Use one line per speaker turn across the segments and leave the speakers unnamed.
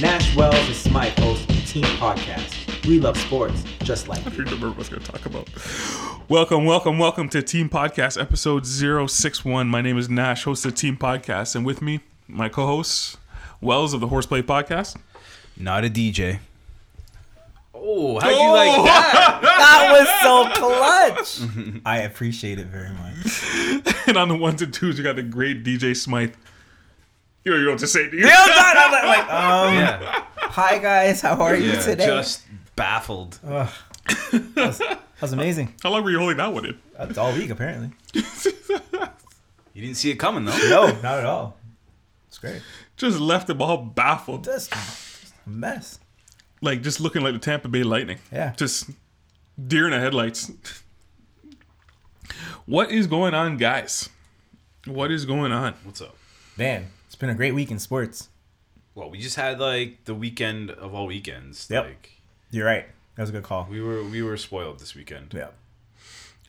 Nash Wells is Smythe, host of the Team Podcast. We love sports just like you.
remember what I was going to talk about. Welcome, welcome, welcome to Team Podcast episode 061. My name is Nash, host of Team Podcast, and with me, my co host, Wells of the Horseplay Podcast.
Not a DJ.
Oh, how'd you like that?
That was so clutch.
I appreciate it very much.
And on the ones and twos, you got the great DJ Smythe. You don't know what to say, do you?
Bill Dunn, I'm like, like, um,
Yeah.
hi guys, how are you today? Oh.
Just baffled.
That was amazing.
How long were you holding that one in?
That's all week apparently.
You didn't see it coming though.
Oh.
No, not at all. It's great.
Just left them all baffled.
Just just a mess.
Like, just looking like the Tampa Bay Lightning.
Yeah.
Just deer in the headlights. What is going on, guys? What is going on?
What's up?
Man, it's been a great week in sports.
Well, we just had like the weekend of all weekends.
Yep.
Like
You're right. That was a good call.
we were we were spoiled this weekend.
Yeah.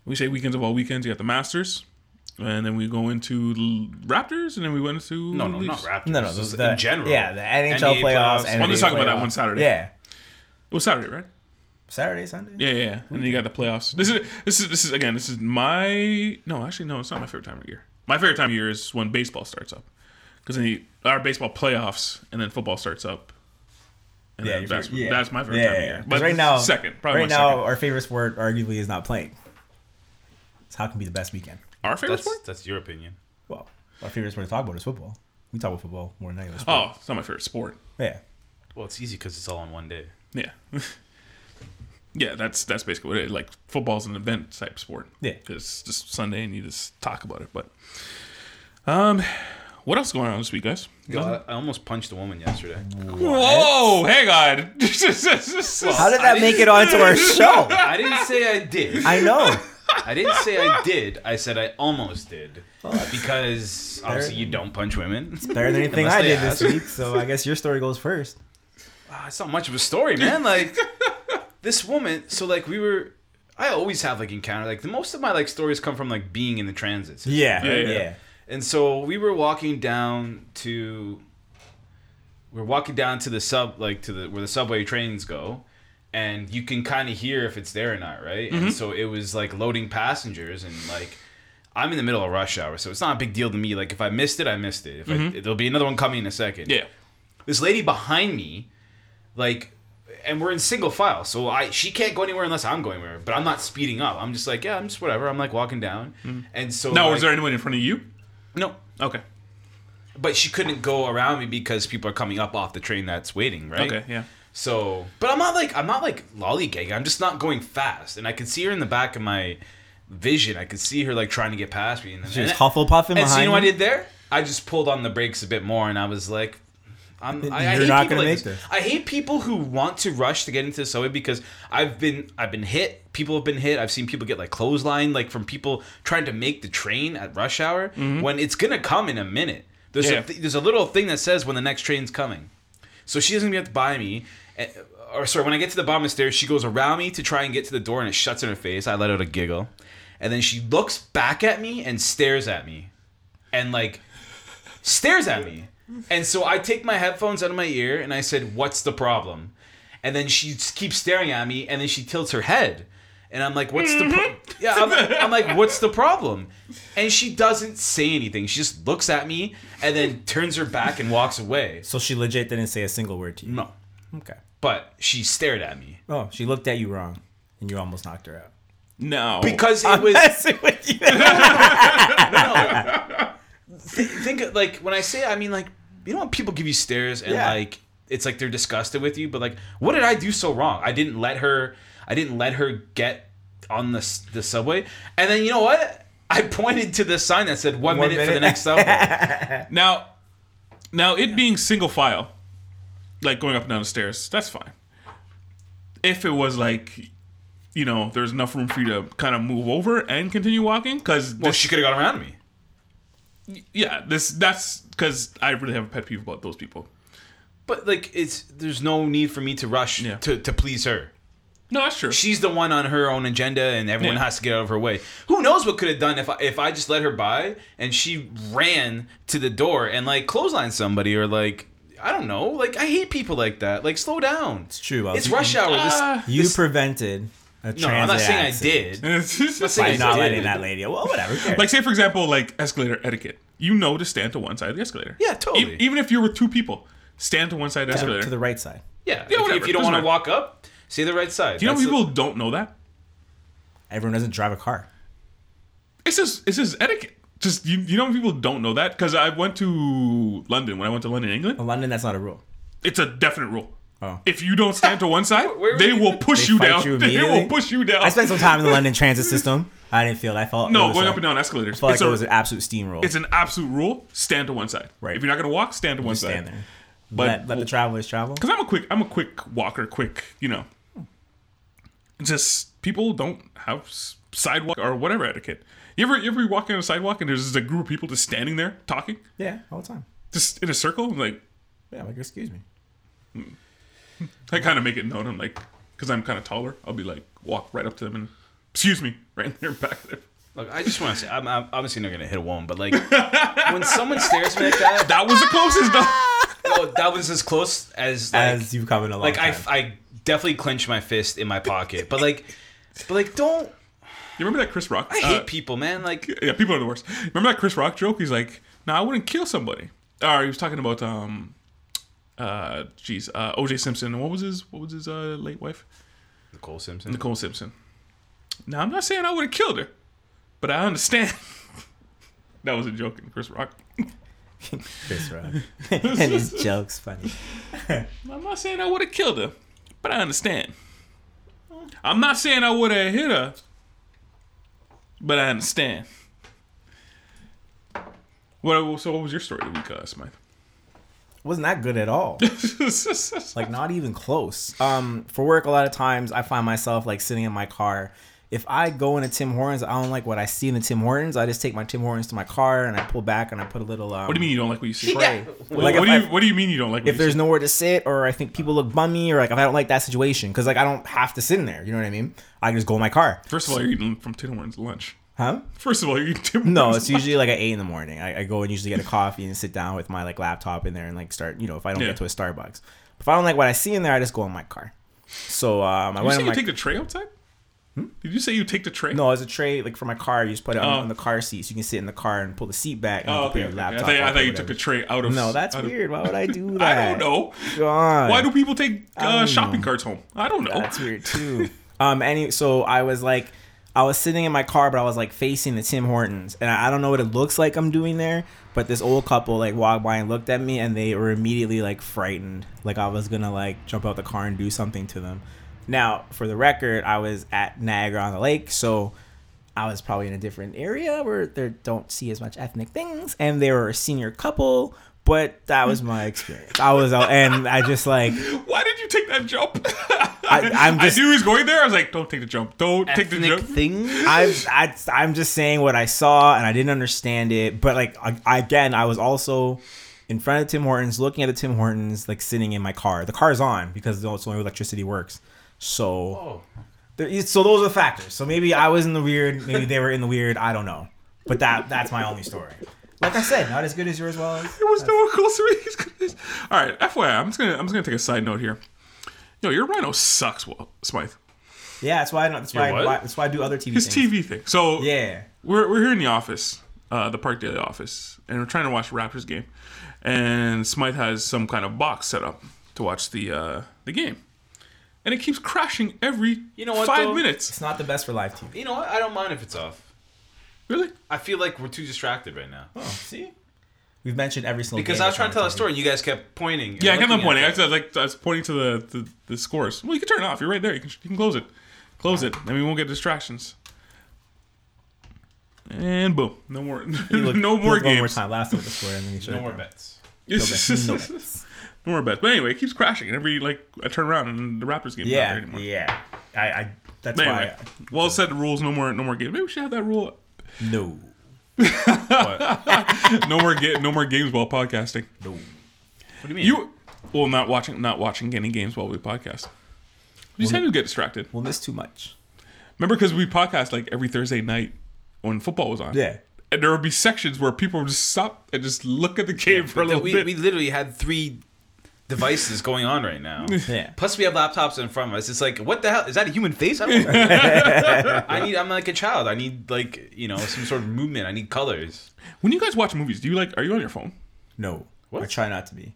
we say weekends of all weekends. You got the Masters, and then we go into l- Raptors, and then we went to
No, no, not
Leafs.
Raptors.
No, no,
just
the-
in general.
yeah, the NHL playoffs,
Well, let's
NBA
talk about that
playoffs.
one Saturday.
Yeah.
it was Saturday, right?
Saturday, Sunday.
Yeah, yeah, yeah. And then you got the playoffs. This is this is this is again. This is my no, actually no, it's not my favorite time of year. My favorite time of year is when baseball starts up, because then you, our baseball playoffs and then football starts up. And
Yeah,
then
your
that's,
favorite- yeah.
that's my favorite
Yeah,
time of
yeah, yeah.
year.
'Cause right now,
second, probably
right
my
now,
second.
our favorite sport arguably is not playing. So how can be the best weekend?
our favorite
That's
sport.
that's your opinion.
Well, our favorite sport to talk about is football. We talk about football more than any other sport.
Oh, it's not my favorite sport.
Yeah.
Well, it's easy because it's all in one day.
Yeah. yeah, that's that's basically what it is. Like football's an event type sport.
Yeah.
It's just Sunday and you just talk about it. But um what else going on this week, guys?
God, I almost punched a woman yesterday.
Whoa, hang on. well,
How did that make it onto our show?
I didn't say I did.
I know.
I didn't say I did. I said I almost did. Because obviously you don't punch women.
better than anything
Unless
I
they
did
ask.
this week. So I guess your story goes first.
Ah, it's not much of a story, man. Like this woman. So like we were. I always have like encounter. Like the most of my like stories come from like being in the transit. system.
Yeah,
Yeah,
yeah.
yeah.
And so we were walking down to we're walking down to the sub like to the where the subway trains go and you can kind of hear if it's there or not, right? And so it was like loading passengers and like I'm in the middle of rush hour, so it's not a big deal to me. Like if I missed it, I missed it. If I, there'll be another one coming in a second.
yeah.
This lady behind me like and we're in single file so i she can't go anywhere unless i'm going anywhere but i'm not speeding up i'm just like yeah i'm just whatever i'm like walking down
Mm-hmm.
and so
Now
like,
is there anyone in front of you?
no
Okay.
but she couldn't go around me because people are coming up off the train that's waiting right
Okay, yeah.
so but i'm not like i'm not like lollygagging i'm just not going fast and i could see her in the back of my vision i could see her like trying to get past me and
She was
and-
Hufflepuffing
and so
behind
you know what I
you?
did there? I just pulled on the brakes a bit more, and I was like, "I'm I, I
You're
hate
not
people
gonna
like
make this.
I hate people who want to rush to get into the subway because I've been I've been hit. People have been hit. I've seen people get like clotheslined, like from people trying to make the train at rush hour when it's gonna come in a minute. There's
Yeah.
a th- there's a little thing that says when the next train's coming, so she doesn't even have to buy me. eh, Or sorry, when I get to the bottom of the stairs, she goes around me to try and get to the door, and it shuts in her face. I let out a giggle, and then she looks back at me and stares at me and like stares at me. And so I take my headphones out of my ear and I said, "What's the problem?" And then she s- keeps staring at me, and then she tilts her head, and I'm like, "What's the problem?" Yeah, I'm, I'm like, what's the problem? And she doesn't say anything. She just looks at me and then turns her back and walks away.
So she legit didn't say a single word to you.
No,
Okay.
but she stared at me
Oh, she looked at you wrong, and you almost knocked her out.
No.
because it was.
Messing with you.
think like when I say, I mean like you know when people give you stares and
Yeah.
like it's like they're disgusted with you, but like what did I do so wrong? I didn't let her. I didn't let her get on the s- the subway, and then you know what? I pointed to the sign that said one,
One
minute, for the
minute.
next subway.
Now, now it being single file, like going up and down the stairs, that's fine. If it was like, you know, there's enough room for you to kind of move over and continue walking, because
well, she could have got around me.
yeah, this that's because I really have a pet peeve about those people.
But like it's there's no need for me to rush
Yeah.
to, to please her.
No, that's true.
She's the one on her own agenda, and everyone
Yeah.
has to get out of her way. Who knows what could have done if I, if I just let her by and she ran to the door and like clotheslined somebody or like I don't know. Like I hate people like that. Like slow down. It's
true, I was-
It's rush hour. This,
Ah.
You prevented a
no, I'm not
transit
saying I
accident
did. I'm not
like,
saying I
By not
did.
letting that lady. Well, whatever. who cares?
say for example, like escalator etiquette. You know to stand to one side of the escalator.
Yeah, totally.
E- even if you're with two people, stand to one side of the escalator.
to the right side.
Yeah.
Yeah,
if- if,
whatever.
you
Doesn't
don't want to
matter.
walk up, say the right side.
you know,
That's
people
it.
don't know that.
Everyone doesn't drive a car.
it's just it's just etiquette. Just you, you know people don't know that because I went to London when I went to London, England.
In London, that's not a rule.
It's a definite rule.
Oh.
If you don't stand to one side,
where were
they
you?
will push
They
you
fight
down.
you
they will
immediately?
push you down.
I spent some time in the London transit system. I didn't feel. that. I felt it
no
was
going
a-
up and down escalators.
Felt like
it's,
it
a,
was an absolute steamroll.
it's an absolute rule. Stand to one side.
Right.
If you're not gonna walk, stand to one
Just stand
side.
there.
But
let, let the travelers travel.
because I'm a quick I'm a quick walker, quick you know. It's Just people don't have s- sidewalk or whatever etiquette. You ever you ever walk on a sidewalk and there's just a group of people just standing there talking,
Yeah, all the time.
just in a circle, like
Yeah, like excuse me.
I kind of make it known. I'm like, because I'm kind of taller, I'll be like, walk right up to them and, excuse me, right in their back. There.
Look, I just want to say I'm, I'm obviously not gonna hit a woman, but like when someone stares at me like that, that,
That was the closest though.
oh, that was as close as like,
As you've come in a long
like I,
time.
I definitely clench my fist in my pocket but like but like don't
You remember that Chris Rock? Uh,
i hate people man like
yeah, people are the worst. Remember that Chris Rock joke? He's like, nah, I wouldn't kill somebody. Or he was talking about um, uh, jeez, uh, O.J. Simpson. What was his? What was his uh, late wife?
nicole simpson
Nicole Simpson. Now I'm not saying I would have killed her, but I understand. that was a joke in Chris Rock.
Chris Rock. and his jokes funny.
I'm not saying I would have killed her, but I understand. I'm not saying I would have hit her, but I understand. What, so what was your story of the week, uh, Smythe?
Wasn't that good at all. like not even close. Um, for work, a lot of times I find myself like sitting in my car. If I go into Tim Hortons, I don't like what I see in the Tim Hortons. I just take my Tim Hortons to my car and I pull back and I put a little. Um,
what do you mean you don't like what you see?
Spray.
What,
Like
what
if,
do
I-
you What do you mean you don't like? What
if
you
there's
see?
nowhere to sit or I think people look bummy or like if I don't like that situation because like I don't have to sit in there. You know what I mean? I can just go in my car.
first of all, you're eating from Tim Hortons lunch.
Huh?
First of all, you're eating Tim
No,
Hortons
it's usually like at eight in the morning. I, I go and usually get a coffee and sit down with my like laptop in there and like start. You know, if I don't
Yeah.
get to a Starbucks, if I don't like what I see in there, I just go in my car. So um, I
lunch.
went in
Did you say you
my.
take the tray outside? Did you say you take the tray?
no, it's a tray like for my car. You just put it on,
Oh.
on the car seat, so you can sit in the car and pull the seat back. And
Oh,
you can put
okay.
your
okay. I
laptop
thought, I
up or
thought you
whatever.
took a tray out of.
No, that's
out of-
weird. Why would I do
I
that?
don't know.
God.
Why do people take uh,
don't
shopping
know.
carts home? I don't know.
That's weird too. um. Any. So I was like, I was sitting in my car, but I was like facing the Tim Hortons, and I, I don't know what it looks like I'm doing there. But this old couple like walked by and looked at me, and they were immediately like frightened, like I was gonna like jump out the car and do something to them. Now, for the record, I was at Niagara on the Lake, so I was probably in a different area where they don't see as much ethnic things, and they were a senior couple. But that was my experience. I was out, and I just like
Why did you take that jump? I,
I- I'm just-
knew he was going there. I was like, don't take the jump. Don't take the
ethnic
jump.
thing
I, I I'm just saying what I saw and I didn't understand it. But like I, I- again, I was also in front of Tim Hortons, looking at the Tim Hortons, like sitting in my car. The car's on because that's the only way electricity works.
Oh,
So, there is so those are the factors. So maybe I was in the weird, maybe they were in the weird. I don't know. But that that's my only story. Like I said, not as good as yours was.
There was no one closer. He's gonna- All right, FYI, I'm just gonna I'm just gonna take a side note here. Yo, your rhino sucks, Wa- Smythe.
Yeah, that's why I don't. That's
Your
why,
what?
why. That's why I do other TV.
His
things.
TV thing. So
Yeah.
we're we're here in the office, uh, the Park Daily office, and we're trying to watch a Raptors game, and Smythe has some kind of box set up to watch the uh, the game, and it keeps crashing every
You know what,
five
though?
minutes.
It's not the best for live TV.
You know what? I don't mind if it's off.
Really?
I feel like we're too distracted right now.
Oh, see, we've mentioned every single.
Because
game
I was trying to
that's on
tell
TV.
a story and you guys kept pointing. and
Yeah, I kept
looking
on pointing.
at
I
it.
was like, I was pointing to the, the the scores. Well, you can turn it off. You're right there. You can you can close it, close it, and we won't get distractions. And boom, no more,
He looked-
no
he
more
looked One more
games.
time. Last look at the score, and then he shut
No
it
more
down.
bets.
No
no
bets.
more bets. But anyway, it keeps crashing. And every like, I turn around and the Raptors game. not there
Yeah,
anymore.
yeah. I. I that's
But
why. uh,
anyway, well said rules. No more, no more games. Maybe we should have that rule.
no.
No more get, no more games while podcasting.
What do you mean?
You, well, not watching, not watching any games while we podcast. You said you get distracted.
We'll miss too much.
Remember, because we podcast like every Thursday night when football was on.
Yeah.
and there would be sections where people would just stop and just look at the game for a little
we,
bit.
we literally had three devices going on right now.
Yeah.
Plus, we have laptops in front of us. It's like, what the hell? Is that a human face? I, don't know. I need. I'm like a child. I need like you know some sort of movement. I need colors.
when you guys watch movies, do you like? Are you on your phone?
No.
What?
I try not to be.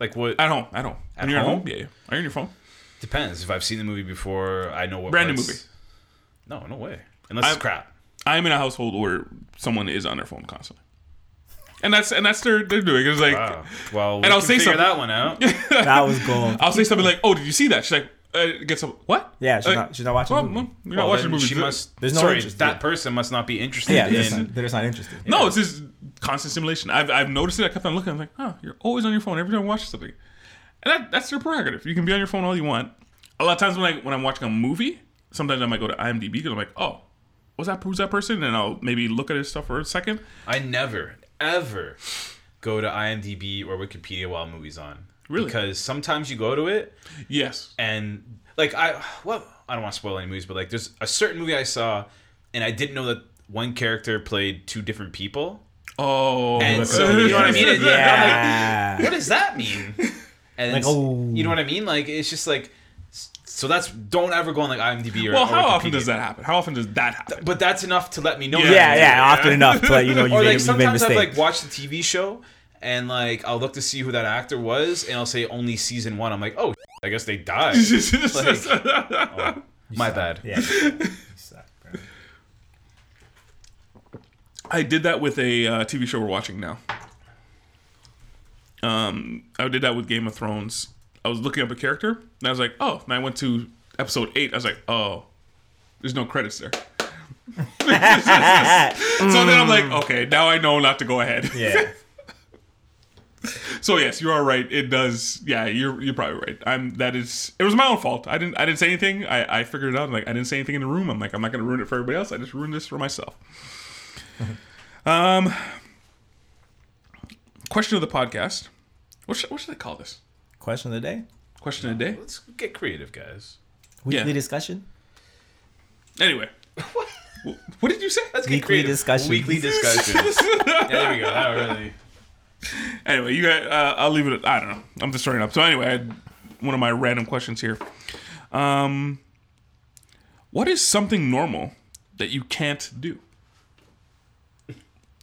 Like what?
At home, at home. when you're at
home?
home, yeah, yeah. Are you on your phone?
Depends. If I've seen the movie before, I know what.
Brand new
parts- No, no way. Unless
I-
it's crap.
I'm in a household where someone is on their phone constantly, and that's and that's their they're doing. It's like
Wow. Oh. Well, we
I'll
can
say
figure
something-
that one out.
That was gold.
I'll say something like, "Oh, did you see that?" She's like, uh, "Gets up what?"
Yeah, she's
Like,
not. She's not watching.
Well,
the movie.
well, you're
Well,
not watching
then
movies. Uh,
She must.
There's no
sorry,
interest,
that
yeah.
person must not be interested
yeah, they're, just,
in.
they're just not interested.
No, it's just constant stimulation. I've, I've noticed it. I kept on looking. I'm like, oh, you're always on your phone every time I watch something. And that, that's their prerogative. You can be on your phone all you want. A lot of times when, I, when I'm watching a movie, sometimes I might go to IMDb because I'm like, oh, was that, who's that person? And I'll maybe look at his stuff for a second.
I never, ever go to IMDb or Wikipedia while movies on.
Really?
Because sometimes you go to it
Yes.
and like I well I don't want to spoil any movies, but like there's a certain movie I saw and I didn't know that one character played two different people.
Oh.
And so you know what I mean? It's-
Yeah.
I'm like, what does that mean? And
Like,
it's-
oh.
you know what I mean? Like it's just like s- so that's don't ever go on like IMDb or
Well,
or
how often
Wikipedia.
does that happen? How often does that happen?
But that's enough to let me know.
Yeah,
that
Yeah,
I'm
yeah.
Yeah.
Often enough to let you know you made, you
or like
made a
sometimes I've
mistake.
like watched the TV show and like I'll look to see who that actor was and I'll say only season one. I'm like, oh, I guess they died. My bad.
yeah. You suck, bro.
I did that with a uh, TV show we're watching now. Um, I did that with Game of Thrones. I was looking up a character, and I was like, "Oh!" And I went to episode eight. I was like, "Oh, there's no credits there." so then I'm like, "Okay, now I know not to go ahead."
Yeah.
So yes, you are right. It does. Yeah, you're you're probably right. I'm. That is. It was my own fault. I didn't. I didn't say anything. I I figured it out. Like I didn't say anything in the room. I'm like I'm not gonna ruin it for everybody else. I just ruined this for myself. um. Question of the podcast. What should, what should I call this?
Question of the day.
Question of the day.
Let's get creative, guys.
Weekly
Yeah.
discussion.
Anyway. what? What did you say?
Let's
Weekly
get creative.
discussion.
Weekly discussion. yeah, there we go. That really.
Anyway, you got. Uh, I'll leave it. At, I don't know. I'm just starting up. So anyway, I had one of my random questions here. Um, what is something normal that you can't do?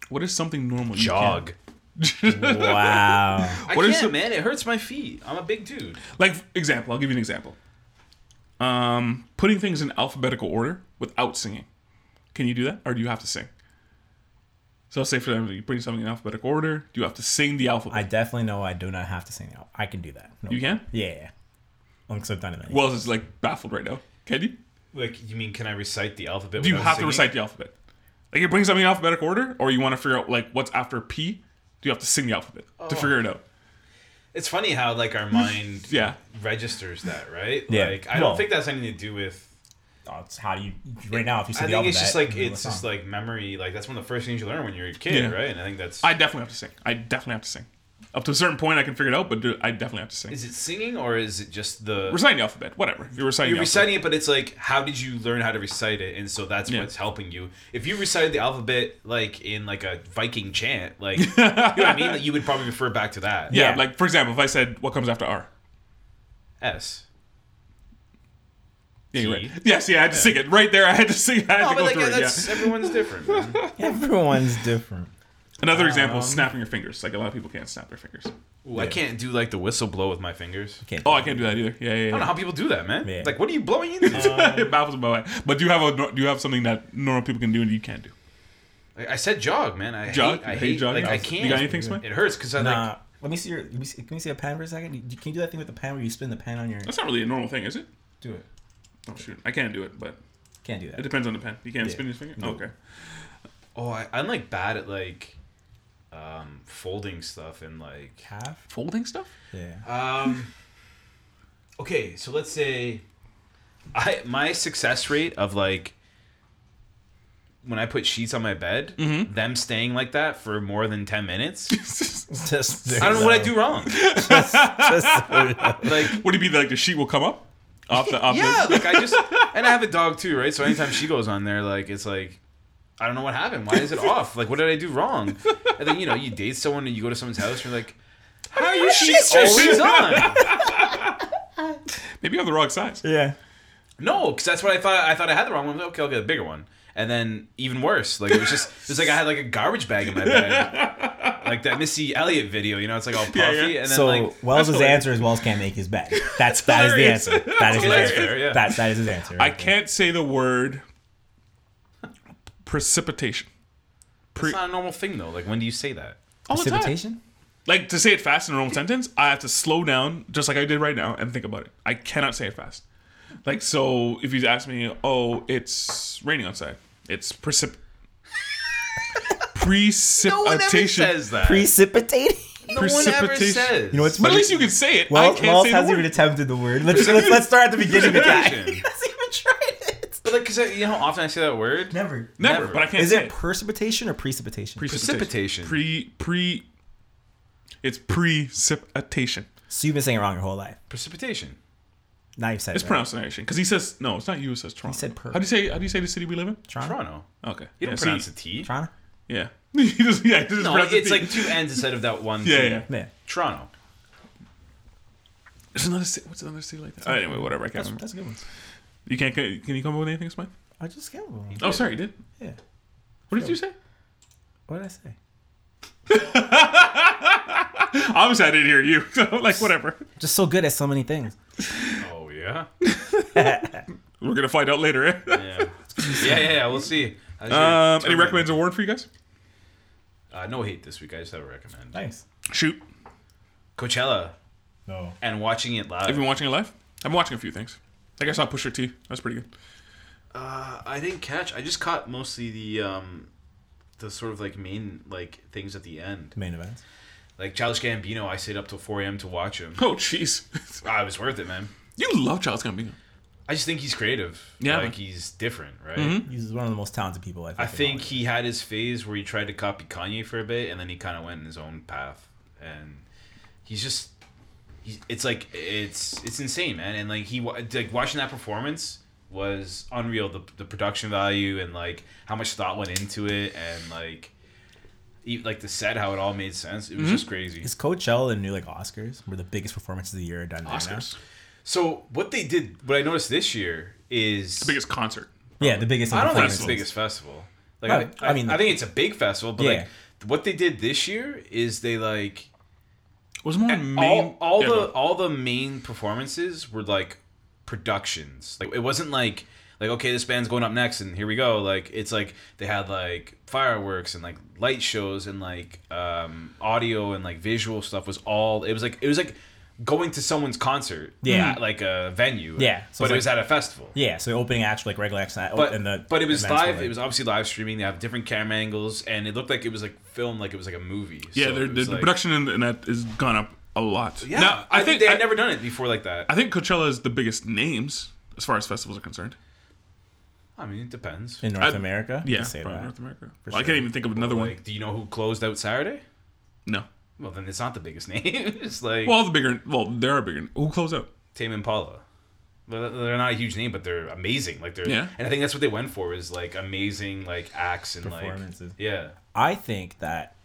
What is something normal? you can't-
Jog.
Wow.
I
What is the-
can't, man. It hurts my feet. I'm a big dude.
Like example, I'll give you an example. Um, putting things in alphabetical order without singing. Can you do that, or do you have to sing? So I'll say for example, you putting something in alphabetical order. Do you have to sing the alphabet?
I definitely know I do not have to sing out. I can do that. No.
you can.
Yeah. Because I've done it. Many.
Wells is like baffled right now. Can you?
Like, you mean, can I recite the alphabet?
Do you have to recite the alphabet? Like it brings something in alphabetic order, or you want to figure out like what's after P? Do you have to sing the alphabet to figure it out?
It's funny how like our mind
Mm. Yeah.
registers that, right?
Yeah.
Like, I
Well-
don't think that's anything to do with.
Oh, it's how do you right now if you see
I
the
think it's
alphabet,
just
you
like
know the
it's just
song.
like memory. Like that's one of the first things you learn when you're a kid,
Yeah.
right? And I think that's.
I definitely have to sing. I definitely have to sing. Up to a certain point, I can figure it out, but do- I definitely have to sing.
is it singing or is it just the?
Reciting the alphabet, whatever. If you're reciting,
You're
the alphabet.
reciting it, but it's like, how did you learn how to recite it? And so that's
Yeah.
what's helping you. If you recited the alphabet like in like a Viking chant, like you know what I mean, like, you would probably refer back to that.
Yeah,
Yeah.
like for example, if I said what comes after R,
S.
Yeah, you're right. Yes, yeah, I had to sing it right there. I had to sing. I had to
No, Oh, but
go
like,
through it.
that's
Yeah.
everyone's different. man.
Everyone's different.
Another example
Um.
is snapping your fingers. Like a lot of people can't snap their fingers.
Ooh, I can't do like the whistle blow with my fingers.
Okay.
Oh, I can't do that either. Yeah, yeah.
I don't know
yeah.
how people do that, man.
Yeah.
Like, what are you blowing into?
it baffles my mind. But do you have a do you have something that normal people can do and you can't do?
Like, I said jog, man. I
Jog?
hate, I
You
hate,
hate jog?
Like, I
You
can't.
got anything, Smith?
It hurts because I
Nah.
like.
let me see your. Let me see, can we see a pen for a second? You- Can you do that thing with the pen where you spin the pen on your?
That's not really a normal thing, is it?
Do it.
Oh shoot, I can't do it, but
Can't do that.
it depends on the pen. You can't spin your finger. okay.
Oh, I, I'm like bad at like, um, folding stuff and like.
Half.
Folding stuff.
Yeah.
Um, okay, so let's say I my success rate of like when I put sheets on my bed,
Mm-hmm.
them staying like that for more than ten minutes.
Just.
I don't know what I do wrong. Like
What do you mean? Like the sheet will come up off the off
yeah,
the.
like I just and I have a dog too, right? So anytime she goes on there, like it's like. I don't know what happened. Why is it off? Like, what did I do wrong? And then you know, you date someone and you go to someone's house. and You're like, how are your sheets always on?
Maybe I'm the wrong size.
Yeah.
No, because that's what I thought. I thought I had the wrong one. I was like, Okay, I'll get a bigger one. And then even worse, like it was just it's like I had like a garbage bag in my bag, like that Missy Elliott video. You know, it's like all puffy.
Yeah, yeah.
And then
So
like
Wells'
that's
answer is Wells can't make his bed. That's that is the
hilarious.
answer. That is his
That's
answer.
fair, yeah.
That that is his answer.
I can't say the word precipitation.
hilarious. It's not a normal thing though. Like when do you say that?
All the time.
Precipitation.
Like to say it fast in a normal sentence, I have to slow down just like I did right now and think about it. I cannot say it fast. Like so, if you ask me, oh, it's raining outside. It's precip. precipitation.
No one ever says that.
Precipitating.
no one ever
precipitation.
says.
You know what's
But at
funny?
least you can say it. I
Wells,
can't
Wells
say the
hasn't even
word.
attempted the word. Let's, let's, let's start at the beginning of that.
Precipitation.
even tried it.
But like, because you know how often I say that word.
Never.
Never,
Never.
but I can't
Is
say
it precipitation or precipitation?
Precipitation.
Pre pre. It's precipitation.
so you've been saying it wrong your whole life.
Precipitation.
Now you've said
It's
it. right.
pronunciation because he says no. It's not you. It says Toronto.
said per.
How do you say? How do you say the city we live in?
Toronto.
Okay.
You don't
yeah, see,
pronounce a T.
Toronto.
Yeah. you just, yeah. you just
No,
pronounce the
it's
T.
like two N's instead of that one.
Yeah,
T.
yeah.
Yeah.
Toronto.
There's another city. What's another city like that? Oh, anyway, whatever. I can't remember.
That's a good one.
You can't. Can you come up with anything, Smith?
Um, I just got one.
Oh, sorry, you did.
Yeah.
What did you say?
What did I say?
Obviously, I didn't hear you. So, like, whatever.
Just so good at so many things.
Oh yeah.
We're gonna find out later. Eh?
Yeah. yeah, yeah, yeah. We'll see. How's your
Um, any
tournament?
recommends award for you guys?
Uh, no hate this week. I just have a recommend.
Nice.
Shoot.
Coachella
No.
and watching it live.
Have you been watching it live? I've been watching a few things. Like I saw Pusher T. That's pretty good.
Uh, I didn't catch. I just caught mostly the um, the sort of like main like things at the end.
Main events.
Like Childish Gambino, I stayed up till 4 a.m. to watch him.
Oh, jeez.
Ah, it was worth it, man.
you love Child's Gambino.
I just think he's creative.
Yeah,
like
man. Mm-hmm.
he's different, right?
He's one of the most talented people I think.
I
in
think
Hollywood.
he had his phase where he tried to copy Kanye for a bit, and then he kind of went in his own path. And he's just, he's, it's like it's it's insane, man. And like he wa- like watching that performance was unreal. The the production value and like how much thought went into it, and like. e- Like the set, how it all made sense.
Mm-hmm.
It was just crazy.
is Coachella the new like Oscars, where the biggest performances of the year are done. there now?
Oscars.
So what they did, what I noticed this year is
The biggest concert.
Yeah, the biggest.
I don't think it's the
performances.
biggest festival. Like,
No,
I, thi- I,
I mean-
I think it's a big festival, but like what they did this year is they like
Was more
all,
main.
all
Yeah,
the
go.
all the main performances were like productions. Like it wasn't like like okay, this band's going up next, and here we go. Like it's like they had like fireworks and like light shows and like um, audio and like visual stuff was all. It was like it was like going to someone's concert.
Yeah.
at, like a venue.
Yeah, so
but
it's
it was at a festival.
Yeah, so opening act like regular act,
But,
Oh, and the
but it was
events were,
live.
like-
It was obviously live streaming. They have different camera angles, and it looked like it was like filmed, like it was like a movie.
yeah,
So
they're-
it
the,
was,
the
like-
production in, in that has gone up a lot.
Yeah,
Now,
I, think they
I-
had never done it before like that.
I think Coachella is the biggest names as far as festivals are concerned.
I mean, it depends.
in North America. you
Yeah,
could say
probably
that.
North America.
For
Well, I
sure.
can't even think of another one.
Like, do you know who closed out Saturday?
No.
Well, then it's not the biggest name. it's like
Well, all the bigger. Well, there are bigger. Who closed out?
Tame Impala. Well, They're not a huge name, but they're amazing. Like they're,
Yeah.
and I think that's what they went for is like amazing like acts and like
Performances.
yeah.
I think that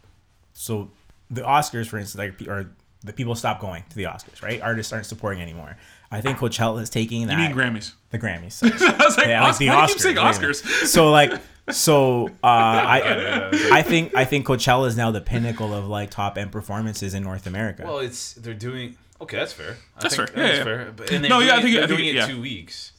so the Oscars, for instance, like or
The people stop going to the Oscars, right? Artists aren't supporting anymore. I think Coachella is taking that.
You mean Grammys?
the Grammys. sorry.
I was like,
Yeah,
Os- why do you keep saying
Oscars, yeah.
Oscars?
So like, so uh, I, I think I think Coachella is now the pinnacle of like top end performances in North America.
Well, it's they're doing okay. That's fair. I
That's
think
fair, yeah, yeah.
But, and they're
No,
doing
yeah, I
it-
think-
they're
I think-
doing it
yeah.
two weeks.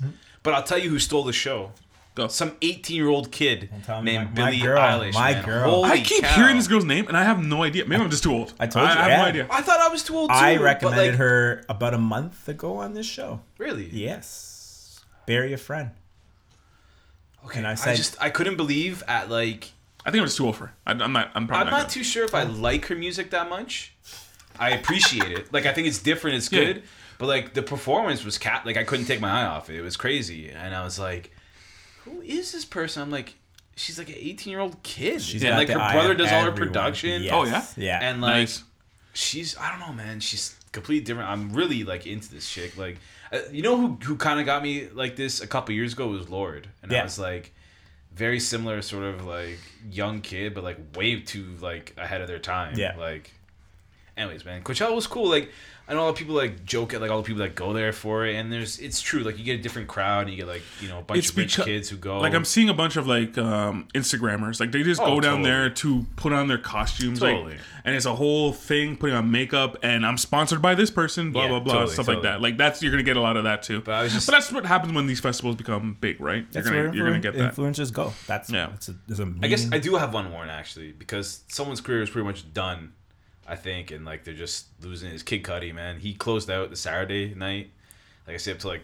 But I'll tell you who stole the show.
Go.
Some 18 year old kid
tell me,
named
my- my
Billie
girl,
Eilish.
my
man.
girl.
Holy
I keep
cow.
hearing this girl's name and I have no idea. Maybe I'm just too old.
I told you,
I, have no
yeah.
idea.
I thought I was too old. Too,
I
but,
recommended
like,
her about a month ago on this show.
Really?
Yes, bury a friend.
Okay.
And I
I,
said-
just I couldn't believe at like
I think I'm just too old for it. I, I'm not. I'm probably
I'm
not.
not
gonna-
too sure if
Oh.
I like her music that much. I appreciate it. Like I think it's different. It's
Yeah.
good. But like the performance was cat. Like I couldn't take my eye off it. It was crazy. And I was like, who is this person? I'm like, she's like an 18 year old kid.
She's
and
got
like
the
her
eye
brother
of
does all her
everyone.
production.
Yes,
Oh, yeah?
yeah.
And like
nice.
she's I don't know, man. She's completely different. I'm really like into this chick. Like, uh, you know who who kind of got me like this a couple years ago was Lord, and
Yeah.
I was like, very similar sort of like young kid, but like way too like ahead of their time.
Yeah.
Like, anyways, man, Coachella was cool. Like, I know a lot of people like joke at like all the people that go there for it, and there's it's true. Like, you get a different crowd, and you get like you know a bunch
It's
of rich
becau-
kids who go.
Like I'm seeing a bunch of like um, Instagrammers, like they just
Oh,
go down
totally.
there to put on their costumes, like-
Totally.
and it's a whole thing putting on makeup. And I'm sponsored by this person, blah
Yeah,
blah blah,
totally,
stuff like
totally.
that. Like that's you're gonna get a lot of that too. But,
I was just-
that's what happens when these festivals become big, right?
That's
you're gonna
where
you're gonna get that.
influencers go. That's
Yeah.
yeah. It's a, it's a
I guess
Mm-hmm.
mean-
I do have one warrant actually because someone's career is pretty much done, I think, and like they're just losing his Kid Cudi man. He closed out the Saturday night, like I stayed up to like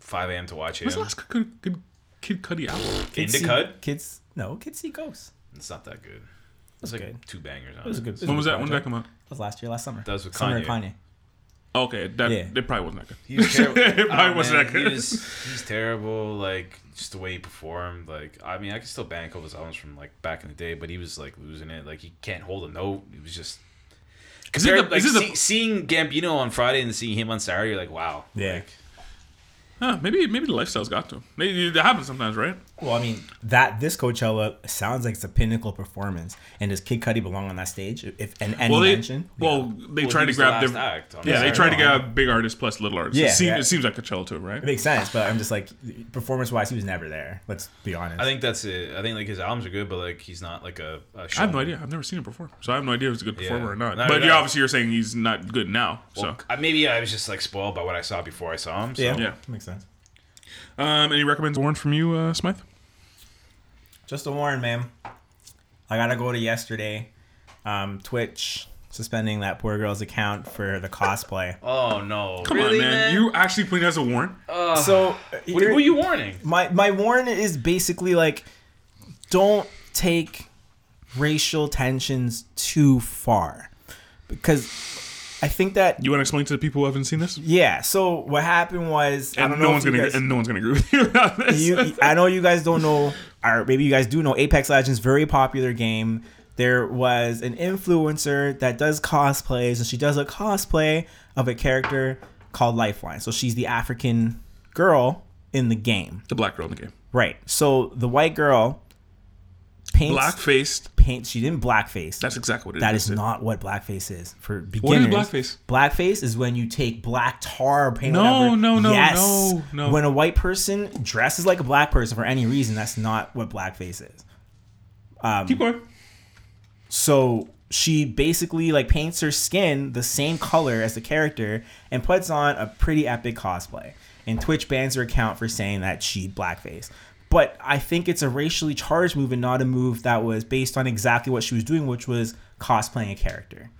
five a.m. to watch him.
When's the last good, good Kid Cudi album?
Kids
see-
Cud?
Kids, no, kids see ghosts.
It's not that good.
That's
It's like
good.
two bangers on it.
That was a good.
When was that? When did that
project.
come out? Oh,
That was last year, last summer.
That was with
summer of
Kanye.
Kanye.
Okay, that
Yeah.
it probably wasn't that good.
He was terrible. Ah, Oh,
It probably wasn't that good.
he's terrible. Like just the way he performed. Like I mean, I could still bank all his albums from like back in the day, but he was like losing it. Like he can't hold a note. It was just.
it
Compared,
the-
like,
is it the-
see- seeing Gambino on Friday and seeing him on Saturday, you're like, wow.
Yeah.
Like,
Huh, maybe maybe the lifestyle's got to him. Maybe it happens sometimes, right?
Well, I mean that this Coachella sounds like it's a pinnacle performance, and does Kid Cudi belong on that stage? If and any
Well, they
mention,
well they
Well,
tried
he
to
was the
grab
last
their
act on
yeah they
Saturday.
tried to grab big artists plus little artists.
Yeah,
it, seem,
yeah.
it seems like Coachella too, right?
it makes sense. But I'm just like performance wise, he was never there. Let's be honest.
I think that's it. I think like his albums are good, but like he's not like a. a
I have no idea. I've never seen him perform, so I have no idea if he's a good performer or not.
Neither
but
did
you
I.
obviously you're saying he's not good now.
Well, I- maybe I was just like spoiled by what I saw before I saw him. So.
yeah,
yeah.
makes sense.
so, um, any recommends Warren from you, uh, Smythe?
Just a warn, man. I gotta go to yesterday. Um, Twitch suspending that poor girl's account for the cosplay.
Oh no!
Come on, man. You actually putting as a Warren?
so
Uh, What,
here-
who are you warning?
my my warn is basically like don't take racial tensions too far because I think that
You want to explain to the people who haven't seen this?
yeah. So what happened was I
And
don't
no
know
one's
if you
gonna
guys-
and no one's gonna agree with you about this.
you, I know you guys don't know, or maybe you guys do know. Apex Legends, very popular game. There was an influencer that does cosplays, and she does a cosplay of a character called Lifeline. So she's the African girl in the game,
the black girl in the game,
right? So the white girl paints
black faced.
paint. She didn't blackface.
That's exactly what it is.
That is not what blackface is for
is
beginners.
blackface?
Blackface is when you take black tar paint.
No,
whatever.
no, no,
yes.
no, no.
When a white person dresses like a black person for any reason, that's not what blackface is.
Keep going.
So she basically like paints her skin the same color as the character and puts on a pretty epic cosplay. And Twitch bans her account for saying that she blackface. But I think it's a racially charged move and not a move that was based on exactly what she was doing, which was cosplaying a character.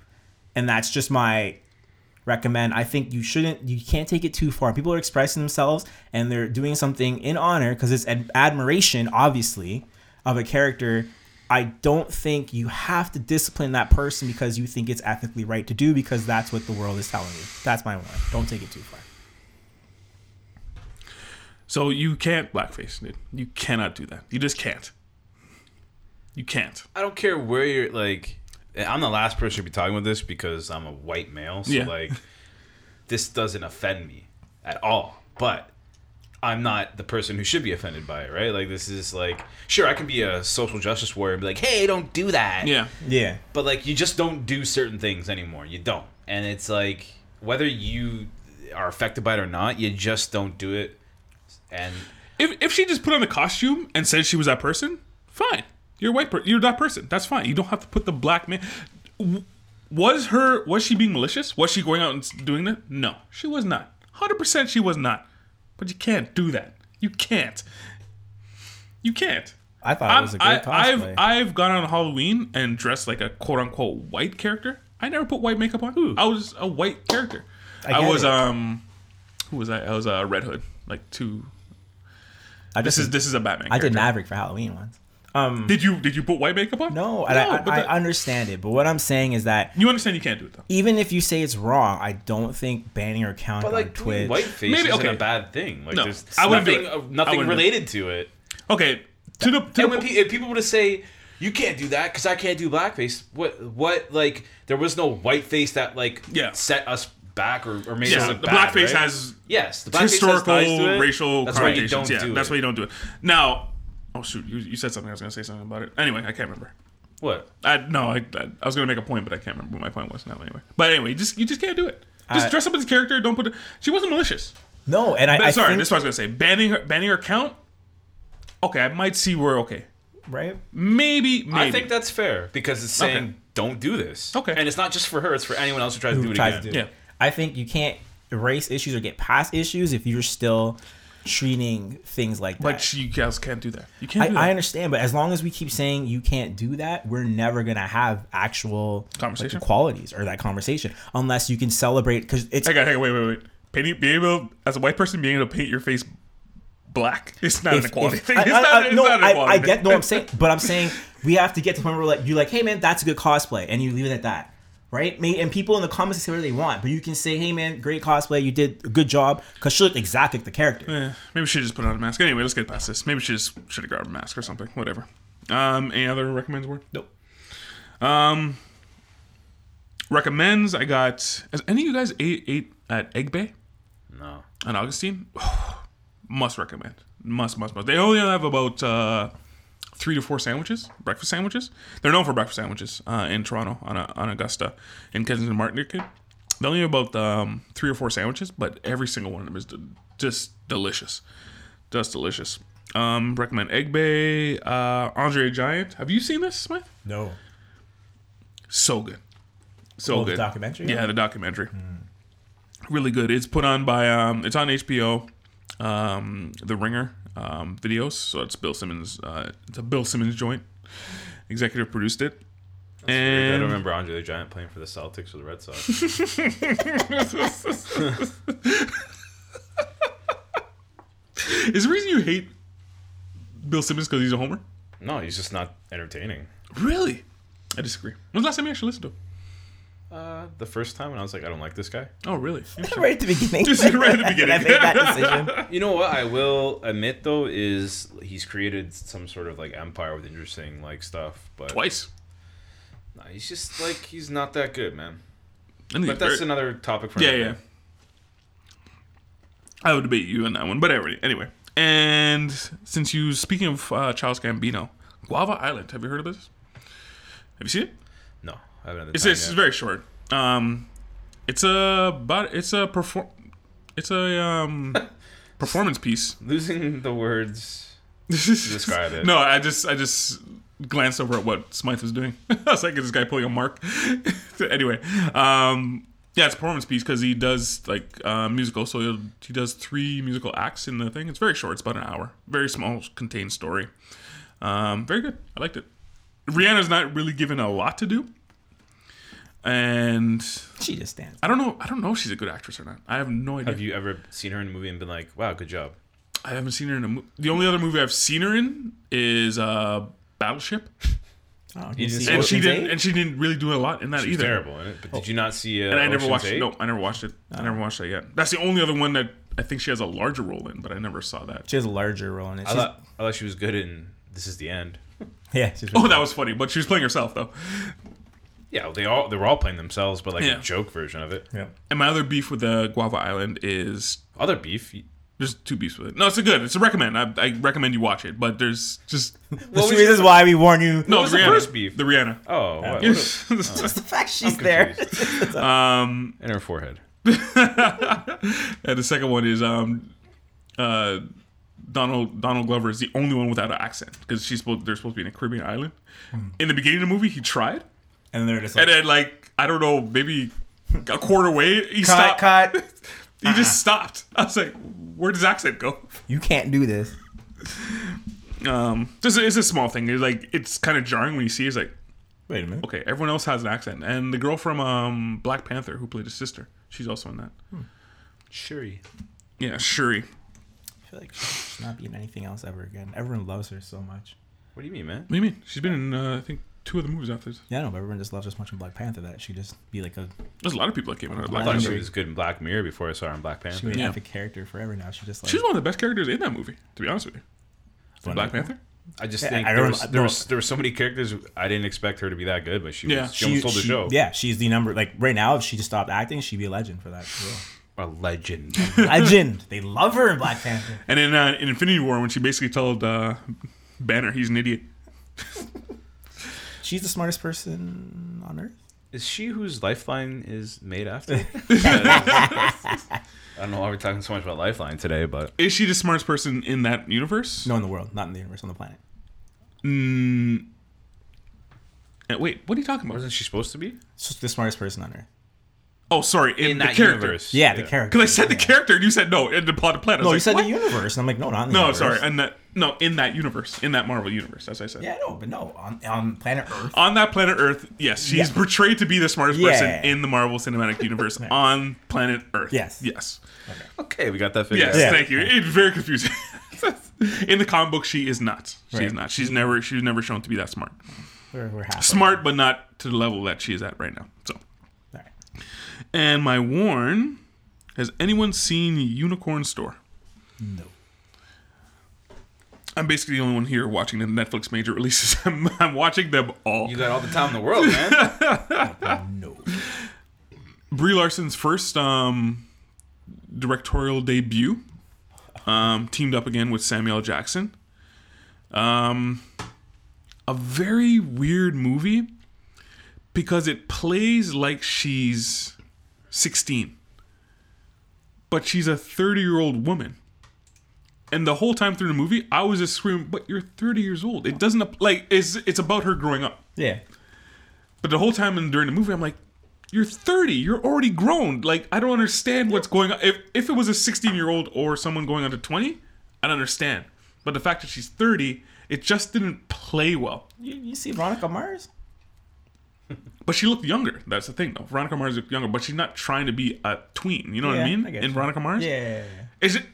And that's just my recommend. I think you shouldn't, you can't take it too far. People are expressing themselves and they're doing something in honor because it's ad- admiration, obviously, of a character. I don't think you have to discipline that person because you think it's ethically right to do because that's what the world is telling you. That's my one. Don't take it too far.
So you can't blackface, dude. You cannot do that. You just can't. You can't.
I don't care where you're like I'm the last person to be talking with this because I'm a white male, so
Yeah.
like this doesn't offend me at all. But I'm not the person who should be offended by it, right? Like this is like sure I can be a social justice warrior and be like, hey, don't do that.
Yeah.
Yeah.
But like you just don't do certain things anymore. You don't. And it's like whether you are affected by it or not, you just don't do it. And
If, if she just put on the costume and said she was that person, fine. You're a white. Per- you're that person. That's fine. You don't have to put the black man. W- Was her? Was she being malicious? Was she going out and s- doing that? No, she was not. Hundred percent, she was not. But you can't do that. You can't. You can't.
I thought it
I'm,
was a
I,
great
I've
cosplay.
I've gone on Halloween and dressed like a quote unquote white character. I never put white makeup on. I was a white character. I,
get
was
it.
um, who was I? I was a uh, Red Hood, like two.
I
This
just
is this is a Batman.
I did
character.
Maverick for Halloween once.
Did you did you put white makeup on?
No, and I,
but
I,
the-
I understand it, but what I'm saying is that
you understand you can't do it though.
even if you say it's wrong, I don't think banning or counting
but
on
like
Twitch.
white face
Maybe-
isn't
okay.
a bad thing. Like
No,
there's
I wouldn't do
nothing,
it.
uh,
I
nothing
wouldn't do it.
related to it.
Okay, to the, to
And when
the
pe- if people were to say, "You can't do that because I can't do blackface," what what like there was no whiteface that like
Yeah.
set us back or, or made us
yeah,
look
the
bad,
blackface
right?
has
yes the blackface has
historical
ties to it.
racial
that's why you
connotations.
don't
yeah,
do
that's
it.
why you don't do it. Now, oh shoot, you, you said something. I was gonna say something about it. Anyway, I can't remember.
what
I no, I, I, I was gonna make a point, but I can't remember what my point was now. Anyway, but anyway, you just you just can't do it. Just
I-
dress up as a character. Don't put. it... She wasn't malicious.
No, and I, I
Sorry,
think,
this is what I was gonna say. Banning her, banning her account. Okay, I might see where. Okay,
right.
maybe, maybe.
I think that's fair because it's saying
Okay.
don't do this.
Okay.
and it's not just for her; it's for anyone else who tries to do
Who
it
tries
again.
to do?
Yeah.
it. I think you can't erase issues or get past issues if you're still treating things like that.
But she, you guys can't do that. You can't.
I,
do that.
I understand, but as long as we keep saying you can't do that, we're never gonna have actual
Conversation?
like, equalities or that conversation unless you can celebrate because it's
Hang on, hang on, wait, wait, wait. Painting, being able, as a white person, being able to paint your face black, it's not
if-
an equality
if-
thing.
I,
It's
I-
not,
I-
it's
no,
not an
I,
equality
I
thing.
get no. I'm saying, but I'm saying we have to get to the point where like, you're like, hey man, that's a good cosplay, and you leave it at that, right? May- And people in the comments can say whatever they want, but you can say, hey man, great cosplay, you did a good job, because she looked exactly like the character.
Eh, maybe she just put on a mask. Anyway, let's get past this. Maybe she just should have grabbed a mask or something. Whatever. Um, any other recommends word? Nope. Um, recommends. I got. Has any of you guys ate, ate at Egg Bay
No,
on Augustine? must recommend. Must, must, must. They only have about uh, three to four sandwiches, breakfast sandwiches. They're known for breakfast sandwiches uh, in Toronto on, uh on Augusta in Kensington Market. They only have about um, three or four sandwiches, but every single one of them is d- just delicious. Just delicious. Um, recommend Egg Bay, uh, Andre Giant. Have you seen this, Smith?
No,
So good. So
Oh, the
good.
documentary? Hmm.
Yeah, the documentary. Really good. It's put on by um it's on HBO, um, The Ringer um videos. So it's Bill Simmons uh it's a Bill Simmons joint. Executive produced it.
I don't
and
remember Andre the Giant playing for the Celtics or the Red Sox.
is the reason you hate Bill Simmons because he's a homer?
no, he's just not entertaining.
Really? I disagree. When's the last time you actually listened to him?
Uh, the first time, and I was like, I don't like this guy.
Oh really?
right at the beginning.
Just right at the
When I
beginning.
made that decision.
You know what I will admit though is he's created some sort of like empire with interesting like stuff, but
Twice.
Nah, he's just like he's not that good, man.
And
But
he's
that's
very-
another topic for
Yeah,
another
yeah.
day.
I would debate you on that one, but anyway, anyway. And since you speaking of uh, Charles Gambino, Guava Island. Have you heard of this? Have you seen it?
No, I haven't. Had the
It's
time
it's
yet.
very short. Um, it's a but it's a perform, it's a um, performance piece.
losing the words.
Describe
it.
No, I just I just glanced over at what Smythe was doing. I was like, is this guy pulling a mark? anyway, um, yeah, it's a performance piece because he does like uh, musical. So he'll, he does three musical acts in the thing. It's very short. It's about an hour. Very small, contained story. Um, very good. I liked it. Rihanna's not really given a lot to do, and
She just stands.
I don't know. I don't know if she's a good actress or not. I have no idea.
Have you ever seen her in a movie and been like, "Wow, good job"?
I haven't seen her in a. Mo- the only other movie I've seen her in is uh, Battleship.
Oh, you
just-
see
and
what
she
she's
didn't
saying?
and she didn't really do a lot in that
She's
either. Oh.
terrible in it. But did you not see? Uh,
And I never watched
it.
it. No, I never watched it. I never watched that yet. That's the only other one that I think she has a larger role in, but I never saw that.
She has a larger role in it.
I
She's-
thought, I thought she was good in "This Is the End."
yeah, she's
Oh, that was funny, but she was playing herself though.
Yeah, they all they were all playing themselves, but like
Yeah.
a joke version of it.
yeah.
And my other beef with the Guava Island is
Other beef.
There's two beefs with it. No, it's a good. It's a recommend. I, I recommend you watch it. But there's just
The
was
two
your-
reasons why we warn you.
no.
was
the
the
Rihanna.
first beef?
The Rihanna.
Oh, what- what a-
Just
Yes.
the fact she's there.
Um,
in her forehead.
and the second one is um, uh, Donald Donald Glover is the only one without an accent because she's supposed they're supposed to be in a Caribbean island.
Hmm.
In the beginning of the movie, he tried,
And they're just
and
like,
then like I don't know, maybe a quarter way, he
cut,
stopped.
cut. Uh-huh.
He just stopped. I was like, where does accent go?
You can't do this.
Um, just it's a small thing. It's like it's kind of jarring when you see. It's like
Wait a minute.
okay, everyone else has an accent, and the girl from um, Black Panther who played his sister, she's also in that.
Shuri.
Yeah, Shuri.
I feel like she should not be in anything else ever again. Everyone loves her so much.
What do you mean, man?
What do you mean? She's been in uh, I think two of the movies after this.
Yeah, I know, but everyone just loves her so much in Black Panther that she just be like a
There's a lot of people that came out of Black
I thought
Panther.
she was good in Black Mirror before I saw her in Black
she
Panther.
would
Yeah.
have a character forever now. She just like
She's one of the best characters in that movie, to be honest with you.
One
Black
of them.
Panther?
I just
Yeah,
think
I
there,
don't-
was, there, was, there were so many characters I didn't expect her to be that good, but she,
Yeah.
was, she, almost sold the
she-
show.
Yeah, she's the number like right now. If she just stopped acting, she'd be a legend for that. for
A legend.
real. legend. They love her in Black Panther.
And in, uh, in Infinity War, when she basically told uh, Banner he's an idiot.
She's the smartest person on earth.
is she whose lifeline is made after? I don't know why we're talking so much about lifeline today, but
Is she the smartest person in that universe?
No, in the world, not in the universe, on the planet.
Uh, wait, what are you talking about?
wasn't she supposed to be
She's the smartest person on earth.
Oh, sorry, in,
in
the
that
character.
universe?
Yeah, the character.
Because I said the character, and you said no. In the plot of planet.
No,
I
you
was
said
like,
the
what?
universe, and I'm like, no, not in the
No,
universe.
sorry, and that no, in that universe, in that Marvel universe. That's what I said.
yeah, no, but no, on on planet Earth.
On that planet Earth, yes, she's
Yeah.
portrayed to be the smartest
Yeah.
person in the Marvel Cinematic Universe on planet Earth.
Yes.
Yes.
Okay, we got that figured
Yes,
out.
Yeah.
thank you. It's very confusing. In the comic book, she is not. She's
Right.
not. She's never. She's never shown to be that smart.
We're, we're half
Smart, but not to the level that she is at right now. So,
All right.
and my warn: Has anyone seen Unicorn Store?
No.
I'm basically the only one here watching the Netflix major releases. I'm, I'm watching them all.
You got all the time in the world, man.
No.
Brie Larson's first um, directorial debut, um, teamed up again with Samuel L. Jackson. Um, a very weird movie because it plays like she's 16, but she's a 30 year old woman. And the whole time through the movie, I was just screaming, "But you're 30 years old." It doesn't app- like it's it's about her growing up.
Yeah.
But the whole time and during the movie, I'm like, "You're 30. You're already grown. Like, I don't understand what's going on. If if it was a 16 year old or someone going on to 20, I'd understand. But the fact that she's 30, it just didn't play well.
You, you see Veronica Mars?
But she looked younger. That's the thing, though. Veronica Mars looked younger, but she's not trying to be a tween. You know what I
Yeah,
mean?
I get
In
you.
Veronica Mars,
Yeah. yeah, yeah,
is it?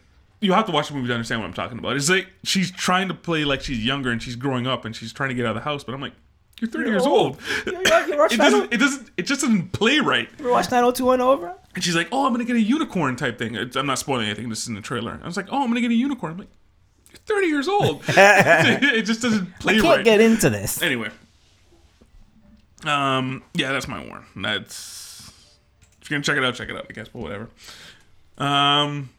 You have to watch the movie to understand what I'm talking about. It's like she's trying to play like she's younger and she's growing up and she's trying to get out of the house. But I'm like, you're 30 years old.
yeah. You, you, you watch 902
It doesn't. It doesn't. It just doesn't play right.
you watch 90210, bro?
And she's like, "Oh, I'm gonna get a unicorn type thing." It's- I'm not spoiling anything. This is in the trailer. I was like, "Oh, I'm gonna get a unicorn." I'm like, "You're 30 years old. it just doesn't play
Can't
right."
get into this.
anyway, um, yeah, that's my warn. That's if you're gonna check it out, check it out. I guess, but whatever. Um,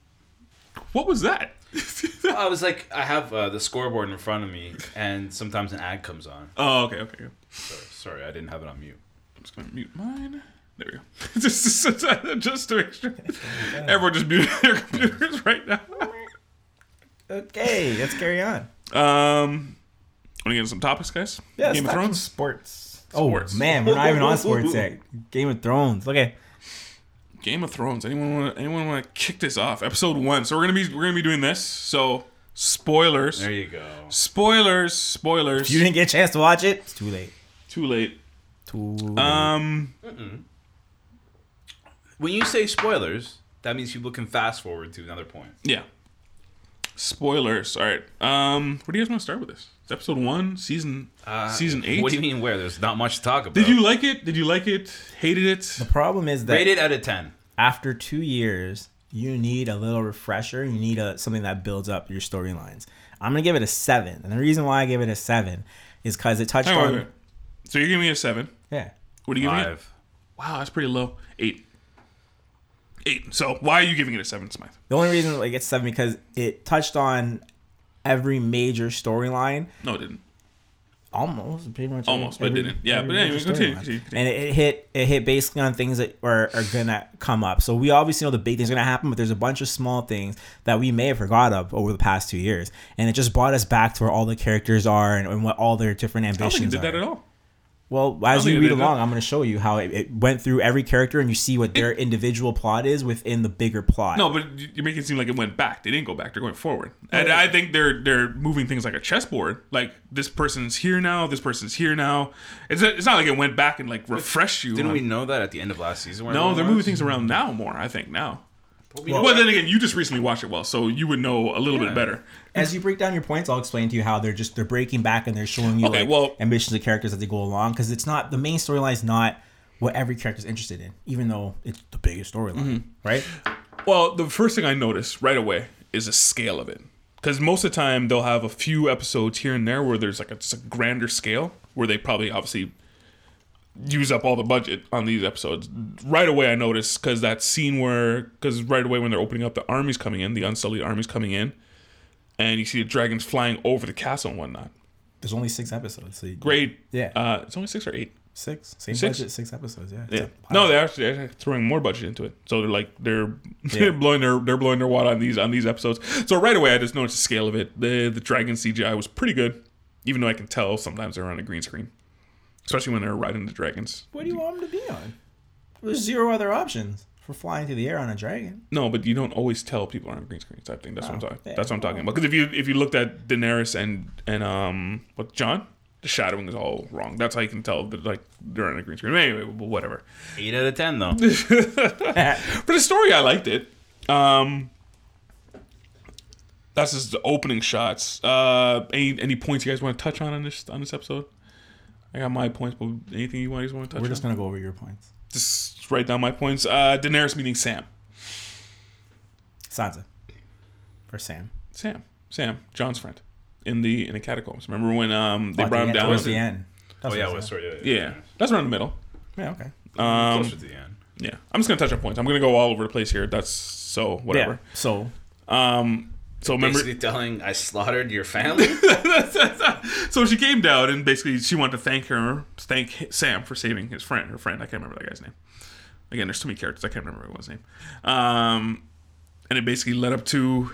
what was that?
I was like, I have uh, the scoreboard in front of me, and sometimes an ad comes on.
oh, okay, okay. okay.
Sorry, I didn't have it on mute.
I'm just gonna mute mine. There we go. just, just, just to make sure everyone just muted their computers right now.
Okay, let's carry on.
Um, want to get into some topics, guys?
Yeah,
Game of Thrones.
Sports.
Sports.
Oh man, we're not even on sports yet. Game of Thrones. Okay.
Game of Thrones. Anyone want to anyone want to kick this off? Episode one. So we're gonna be we're gonna be doing this. So spoilers,
There you go.
spoilers, spoilers.
You didn't get a chance to watch it. It's too late.
Too late.
Too
Um,
When you say spoilers, that means people can fast forward to another point.
yeah. Spoilers. All right. Um, where do you guys want to start with this? It's episode one, season season eight.
Uh, What do you mean where? There's not much to talk about.
Did you like it? Did you like it? Hated it?
problem is that
rate it out of ten?
after two years, you need a little refresher. You need a something that builds up your storylines. I'm gonna give it a seven, and the reason why I give it a seven is because it touched
Hang on,
on.
wait, wait. So you're giving me a seven.
Yeah.
What do you give me?
Five.
Wow, that's pretty low. Eight. eight. So why are you giving it a seven, Smythe?
The only reason like it's seven because it touched on every major storyline,
No, it didn't.
almost pretty much.
Almost, but it didn't. Yeah, but
major
anyway, continue,
storyline.
continue, continue.
And it, it hit it hit basically on things that are, are gonna come up. So we obviously know the big things are gonna happen, but there's a bunch of small things that we may have forgot of over the past two years, and it just brought us back to where all the characters are and, and what all their different
I don't think it
ambitions
did that
are.
at all.
Well, as
don't
we
think it
read
did that.
along, I'm going to show you how it, it went through every character, and you see what their individual plot is within the bigger plot.
No, but you- you're making it seem like it went back. They didn't go back. They're going forward. And I think they're they're moving things like a chessboard. Like this person's here now. This person's here now. It's it's not like it went back and like refreshed you.
Didn't
on-
we know that at the end of last season? where
No,
everyone
they're moving
was?
things around now more. I think now.
But we
Well,
know
then again, you just recently watched it well, so you would know a little bit better.
As you break down your points, I'll explain to you how they're just they're breaking back and they're showing you
Okay,
like
well-
ambitions of characters as they go along because it's not the main storyline is not what every character's interested in, even though it's the biggest storyline,
Mm-hmm.
right?
Well, the first thing I noticed right away is the scale of it. Because most of the time, they'll have a few episodes here and there where there's like a, just a grander scale where they probably obviously use up all the budget on these episodes. Right away, I noticed because that scene where, because right away when they're opening up, the army's coming in, the unsullied army's coming in, and you see the dragons flying over the castle and whatnot.
There's only six episodes. So you-
Great.
Yeah.
Uh, it's only six or eight.
six, same
Six?
budget, six episodes. Yeah,
Yeah. No, they're actually they're throwing more budget into it. So they're like they're
Yeah.
they're blowing their they're blowing their wad on these on these episodes. So right away I just noticed the scale of it. The the dragon CGI was pretty good, even though I can tell sometimes they're on a green screen. Especially when they're riding the dragons.
What do you want them to be on? There's zero other options for flying through the air on a dragon.
No, but you don't always tell people are on a green screen type thing. That's what I'm talking.
yeah.
That's what I'm talking about. Because if you if you looked at Daenerys and and um what John, the shadowing is all wrong. That's how you can tell that like they're on a green screen. Anyway, whatever.
eight out of ten though.
For the story, I liked it. Um, that's just the opening shots. Uh, any any points you guys want to touch on on this on this episode? I got my points, but anything you guys want to touch
We're
on?
just gonna go over your points,
just write down my points. Uh, Daenerys meeting Sam.
Sansa, for Sam.
Sam. Sam. John's friend. In the in the catacombs. Remember when um they
At the
brought him
end-
down?
towards the end. That's
Oh yeah,
what I
West
said.
Story. Yeah,
Yeah, um, that's around the middle.
Yeah, okay.
yeah. closer to the end.
Yeah, I'm just gonna touch on points. I'm gonna go all over the place here. That's so
Yeah.
whatever.
So
Um, so remember
Basically telling I slaughtered your family.
so she came down and basically she wanted to thank her, thank Sam for saving his friend. Her friend, I can't remember that guy's name. Again, there's too many characters. I can't remember everyone's name. Um, and it basically led up to,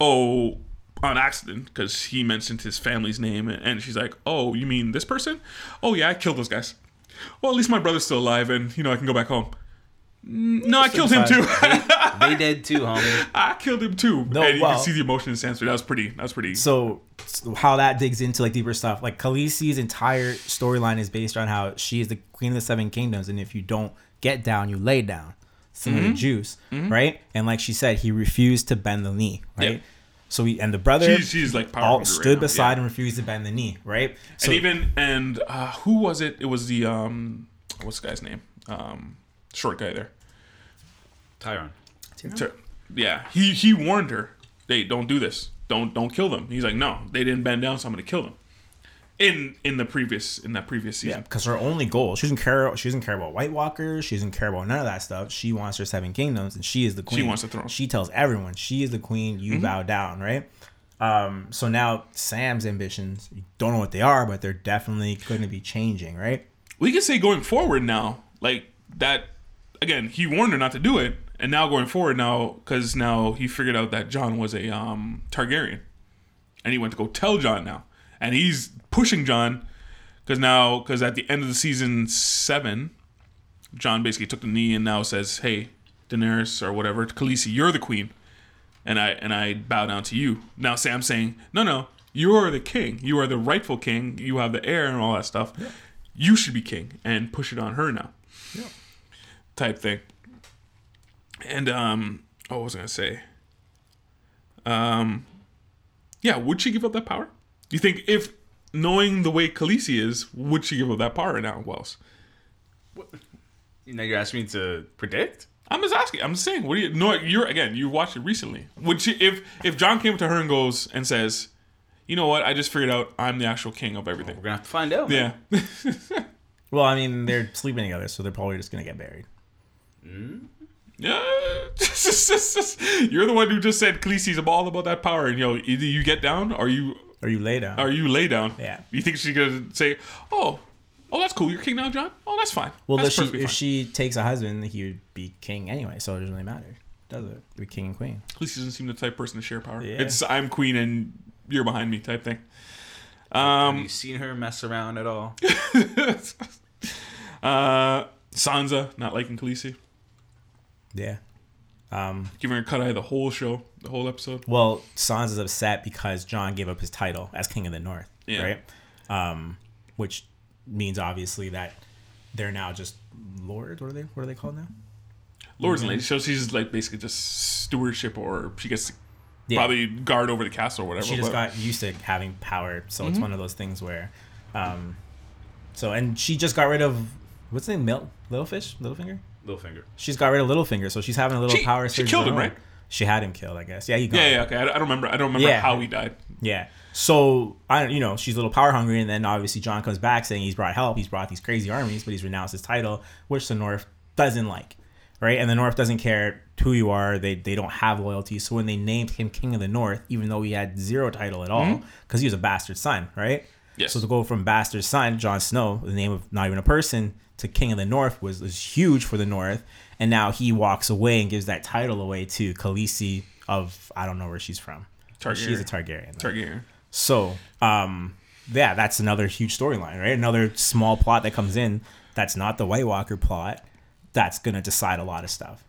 oh, on accident because he mentioned his family's name, and she's like, "Oh, you mean this person? Oh yeah, I killed those guys. Well, at least my brother's still alive, and you know I can go back home. Mm, No, I killed him too.
they did too, homie.
I killed him too.
No,
and you
wow.
can see the emotion in Sam's face. That was pretty. That was pretty.
so, so how that digs into like deeper stuff. Like Khaleesi's entire storyline is based on how she is the queen of the seven kingdoms, and if you don't get down, you lay down. Similar
Mm-hmm.
to Juice, right? And like she said, he refused to bend the knee, right?
Yeah.
So we and the brother
She- she's like Power
all
Ranger right
stood
now,
beside
yeah.
and refused to bend the knee, right? So
and even and uh, who was it? It was the um, what's the guy's name? Um, short guy there.
Tyron.
Tur- Yeah, he he warned her, "Hey, don't do this. Don't don't kill them." He's like, "No, they didn't bend down, so I'm gonna kill them." In in the previous in that previous
Yeah,
season,
because her only goal, she doesn't care. She doesn't care about White Walkers. She doesn't care about none of that stuff. She wants her seven kingdoms, and she is the queen.
wants the throne. Mm-hmm.
She tells everyone she is the queen. You bow down, right? Um, so now Sam's ambitions, you don't know what they are, but they're definitely going to be changing, right?
we can say going forward now, like that. Again, he warned her not to do it, and now going forward now, because now he figured out that John was a um, Targaryen, and he went to go tell John now, and he's pushing John, because now, because at the end of the season seven, John basically took the knee and now says, "Hey, Daenerys or whatever, Khaleesi, you're the queen, and I and I bow down to you." Now Sam's saying, "No, no, you are the king. You are the rightful king. You have the heir and all that stuff. You should be king." And push it on her now, type thing. And um, oh, what was I gonna say? Um, yeah, would she give up that power? Do you think if knowing the way Khaleesi is, would she give up that power now, Wells?
Now you're asking me to predict?
I'm just asking. I'm just saying. What do you? No, you're again. You watched it recently. Would she? If if John came to her and goes and says, "You know what? I just figured out I'm the actual king of everything."
We're gonna have to find out. man.
Yeah.
Well, I mean, they're sleeping together, so they're probably just going to get married.
Yeah, you're the one who just said Khaleesi's all about that power, and yo, either you get down or you
Or you lay down.
or you lay down.
Yeah.
You think she's gonna say, "Oh, oh, that's cool. You're king now, John. Oh, that's fine.
well,
that's
does she, if
perfectly fine."
she takes a husband, he would be king anyway, so it doesn't really matter, does it? Be king and queen.
Khaleesi doesn't seem the type of person to share power.
Yeah.
It's I'm queen and you're behind me type thing.
Have you seen her mess around at all?
Uh, Sansa not liking Khaleesi,
Yeah.
giving her cut eye the whole show, the whole episode.
Well, Sansa's upset because John gave up his title as King of the North,
Yeah.
right? Um, which means obviously that they're now just lords. What are they? What are they called now?
Lords
Mm-hmm.
and ladies. So she's like basically just stewardship, or she gets to
Yeah.
probably guard over the castle or whatever.
she just
but-
got used to having power, so it's one of those things where, um, so and she just got rid of what's his name, Mil- Littlefish, Littlefinger.
Littlefinger.
She's got rid of Littlefinger, so she's having a little
She-
power.
she
surge of
killed
her
him,
own.
right?
She had him killed, I guess. Yeah, he got
Yeah,
him.
yeah, okay. I I don't remember. I don't remember
Yeah.
how he died.
Yeah. So I don't, you know, she's a little power hungry, and then obviously John comes back saying he's brought help, he's brought these crazy armies, but he's renounced his title, which the North doesn't like, right? And the North doesn't care who you are; they they don't have loyalty. So when they named him King of the North, even though he had zero title at all, because he was a bastard son, right?
Yes.
So to go from bastard son, Jon Snow, the name of not even a person, to King of the North was, was huge for the North, and now he walks away and gives that title away to Khaleesi of I don't know where she's from. She's a Targaryen. right?
Targaryen.
So, um, yeah, that's another huge storyline, right? Another small plot that comes in that's not the White Walker plot. That's gonna decide a lot of stuff.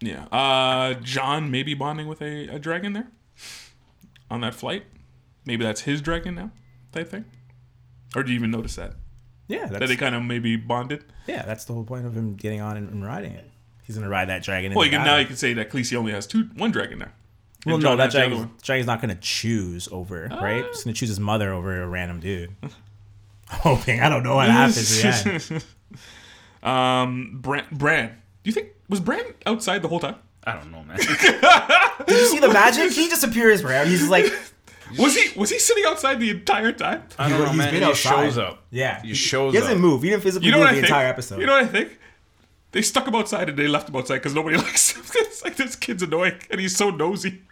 Yeah. Uh, John maybe bonding with a, a dragon there on that flight. Maybe that's his dragon now, type thing. Or do you even notice that
Yeah,
that
that's,
they kind of maybe bonded?
yeah, that's the whole point of him getting on and, and riding it. He's gonna ride that dragon.
Well,
into
you can, now
battle.
you can say that Khaleesi only has two one dragon now. And
well, no,
Jon
that
has the other
dragon's, dragon's not gonna choose over, right? He's gonna choose his mother over a random dude. Hoping I don't know what happens. Yeah,
one. Um, Bran, Bran. Do you think was Bran outside the whole time?
I don't know, man.
you see the magic? He just appears, right? He's just like,
Was he was he sitting outside the entire time?
I don't know,
"Oh, He's
man.
been
he
outside.
shows up.
yeah,
He shows
He doesn't
up.
move. He didn't physically
You know
move
what
the
I think?
entire episode.
You know what I think? They stuck him outside and they left him outside because nobody likes him. it's like this kid's annoying and he's so nosy.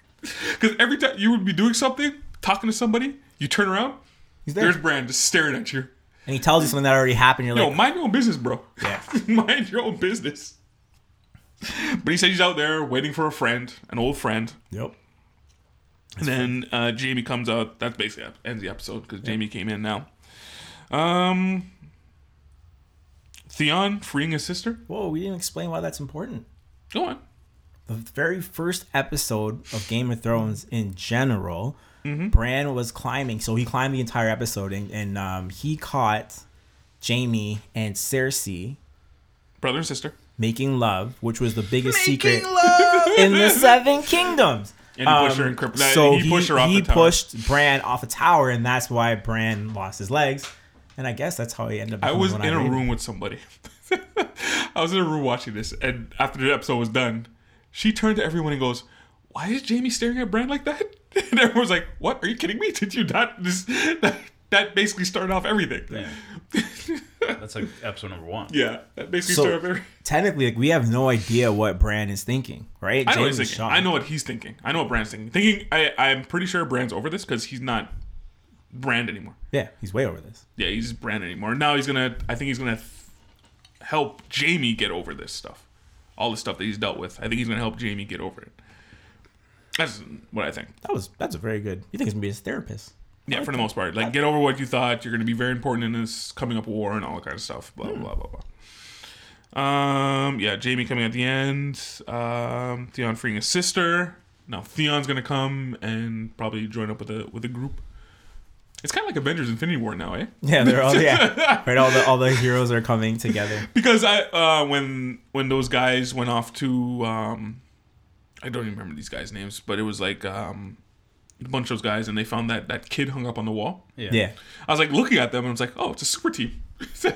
Because every time you would be doing something, talking to somebody, you turn around,
He's there.
there's Brand just staring at you.
and he tells you something that already happened. You're
Yo,
like,
mind your own business, bro.
Yeah.
mind your own business. But he said he's out there waiting for a friend, an old friend.
Yep.
And then uh, Jamie comes out. That's basically ends the episode because Jamie came in now. Um, Theon freeing his sister.
Whoa, we didn't explain why that's important.
Go on.
The very first episode of Game of Thrones in general,
Mm-hmm.
Bran was climbing. So he climbed the entire episode and, and um, he caught Jamie and Cersei
Brother and sister.
making love, which was the biggest secret in the Seven Kingdoms.
And he pushed her in crypt-
Um, so
he pushed her off
he
the tower.
pushed Bran off the tower, and that's why Bran lost his legs. And I guess that's how he ended up.
I
becoming
was
what
in a
made him.
room with somebody. I was in a room watching this, and after the episode was done, she turned to everyone and goes, "Why is Jamie staring at Bran like that?" And everyone was like, "What? Are you kidding me? Did you not?" This, that, that basically started off everything. Yeah,
That's like episode number one.
that basically
So-
started off everything.
technically like we have no idea what Bran is thinking, right?
I know what he's
Jamie's
thinking.
shocked.
I know what he's thinking. I know what Bran's thinking. Thinking, I, I'm pretty sure Bran's over this because he's not Brand anymore.
Yeah, he's way over this.
Yeah, he's Brand anymore. Now he's gonna. I think he's gonna th- help Jamie get over this stuff, all the stuff that he's dealt with. I think he's gonna help Jamie get over it. That's what I think.
That was that's a very good. You think he's gonna be his therapist?
Yeah, for the most part, like get over what you thought. You're gonna be very important in this coming up war and all that kind of stuff. Blah blah blah blah. blah. Um, yeah, Jamie coming at the end. Um, Theon freeing his sister. Now Theon's gonna come and probably join up with a with a group. It's kind of like Avengers: Infinity War now, eh?
Yeah, they're all yeah. Right, all the all the heroes are coming together.
because I uh, when when those guys went off to um, I don't even remember these guys' names, but it was like um, a bunch of those guys, and they found that that kid hung up on the wall.
Yeah.
I was like looking at them, and I was like, oh, it's a super team.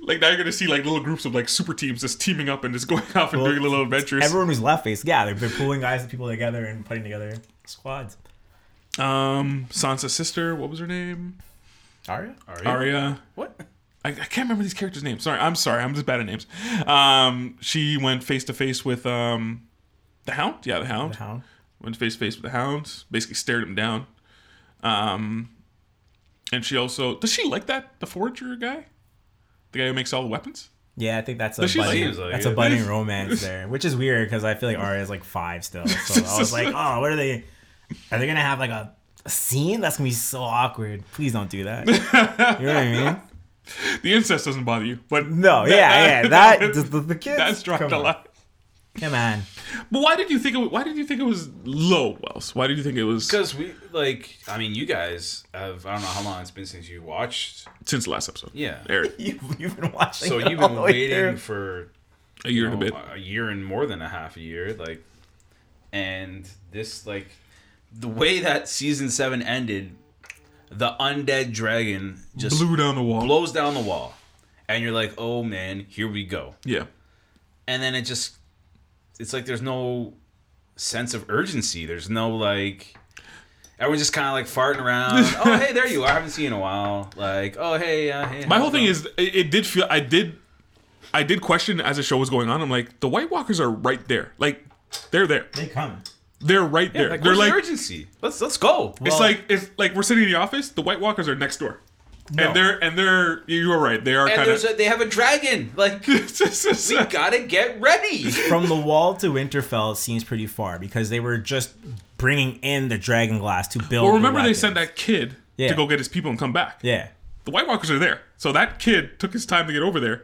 like now you're gonna see like little groups of like super teams just teaming up and just going off and
Well,
doing little adventures.
Everyone who's left faced, yeah, they're, they're pulling guys and people together and putting together squads.
um, Sansa's sister, what was her name?
Arya?
Are you?
Arya.
What?
I, I can't remember these characters' names. Sorry, I'm sorry. I'm just bad at names. Um, she went face to face with um, the Hound. Yeah, the Hound.
The Hound.
Went face to face with the Hound. Basically stared him down. Um, and she also does she like that the Forger guy, the guy who makes all the weapons.
Yeah, I think that's a
But she's
budding,
like-
that's a budding romance there, which is weird because I feel like Arya is like five still. So I was like, oh, what are they? Are they gonna have like a, a scene? That's gonna be so awkward. Please don't do that. You know what I mean?
The incest doesn't bother you, but
No, yeah, yeah. That the, the, the kids.
that's dropped
come
a
on.
lot.
Come on.
But why did you think it? wa- Why did you think it was low, Wells? Why did you think it was
Because we like, I mean, you guys have I don't know how long it's been since you watched.
since the last episode?
Yeah.
aired
You, you've been watching.
So
it
you've
all
been
the way
waiting
through.
for
a year and a
know,
bit.
a year and more than a half a year like and this like the way that season 7 ended the undead dragon just
Blew down the wall.
blows down the wall and you're like oh man here we go
yeah,
and then it just it's like there's no sense of urgency there's no like Everyone's just kind of like farting around. oh, hey, there you are. I haven't seen you in a while. Like, oh, hey, uh, hey.
my
how's
whole
it
thing
going?
is it, it did feel I did I did question as the show was going on. I'm like the White Walkers are right there, like they're there,
They come.
they're right there.
like,
they're
where's
like
the urgency? Let's let's go.
it's like it's like we're sitting in the office. The White Walkers are next door, and they're and they're you are right. They are
and
kind of.
there's a, they have a dragon. Like, we gotta get ready.
From the wall to Winterfell seems pretty far because they were just bringing in the dragon glass to build.
well,
the
remember they
weapons.
sent that kid
Yeah.
to go get his people and come back.
Yeah.
The White Walkers are there. So that kid took his time to get over there.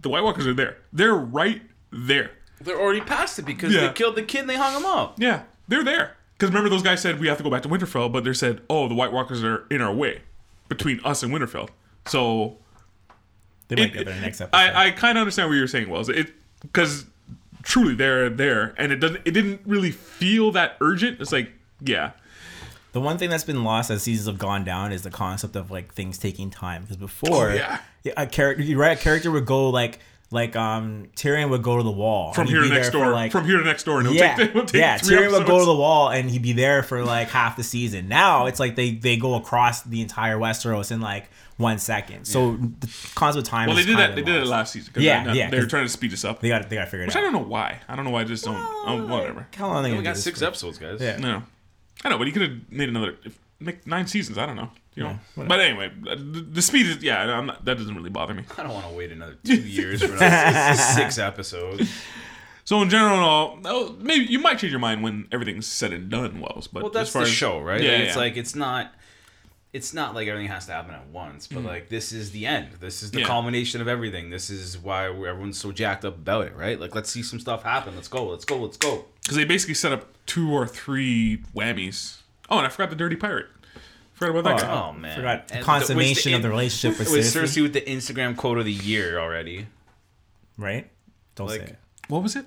The White Walkers are there. They're right there.
They're already past it because
Yeah.
they killed the kid and they hung him up.
Yeah, they're there. Because remember, those guys said we have to go back to Winterfell, but they said, "Oh, the White Walkers are in our way between us and Winterfell." So
They might
it,
get there next episode.
I, I kind of understand what you were saying, Wells. It because truly they're there, and it doesn't. It didn't really feel that urgent. It's like, yeah,
The one thing that's been lost as seasons have gone down is the concept of like things taking time. Because before,
Oh, yeah.
yeah, a character, you're right, a character would go like, like um Tyrion would go to the wall
from
and he'd
here to
be
next
there for,
door,
like-
from here to next door, and it'll
yeah,
take, it'll take
yeah.
three
Tyrion would go to
episodes.
the wall and he'd be there for like half the season. Now it's like they they go across the entire Westeros in like one second. So the concept of time.
Well, they
is
did
kinda
that. They did it
lost.
last season. 'cause
Yeah,
they're not-
yeah,
They were
'cause-
trying to speed this up.
They got they got to figure it
Which
out.
I don't know why. I don't know why. I just don't. oh, whatever.
How long are they
We
gonna do
got
this
six
for?
episodes, guys.
Yeah.
No, I know, but he could have made another if, make nine seasons. I don't know. You know. but anyway, uh, the, the speed is yeah. I'm not, that doesn't really bother me.
I don't want to wait another two years for another six episodes.
So in general, and all oh, maybe you might change your mind when everything's said and done, Wells. But
Well, that's
as far
the
as-
show, right?
Yeah,
Like,
yeah.
It's like it's not. It's not like everything has to happen at once, but like this is the end. This is the
Yeah.
culmination of everything. This is why we're- everyone's so jacked up about it, right? Like, let's see some stuff happen. Let's go. Let's go. Let's go.
because they basically set up two or three whammies. Oh, and I forgot the dirty pirate. Forgot about that guy.
Oh man!
Forgot the
And
consummation
which
of the relationship with
It was
Cersei.
Cersei with the Instagram quote of the year already.
Right? Don't
Like-
say it.
What was it?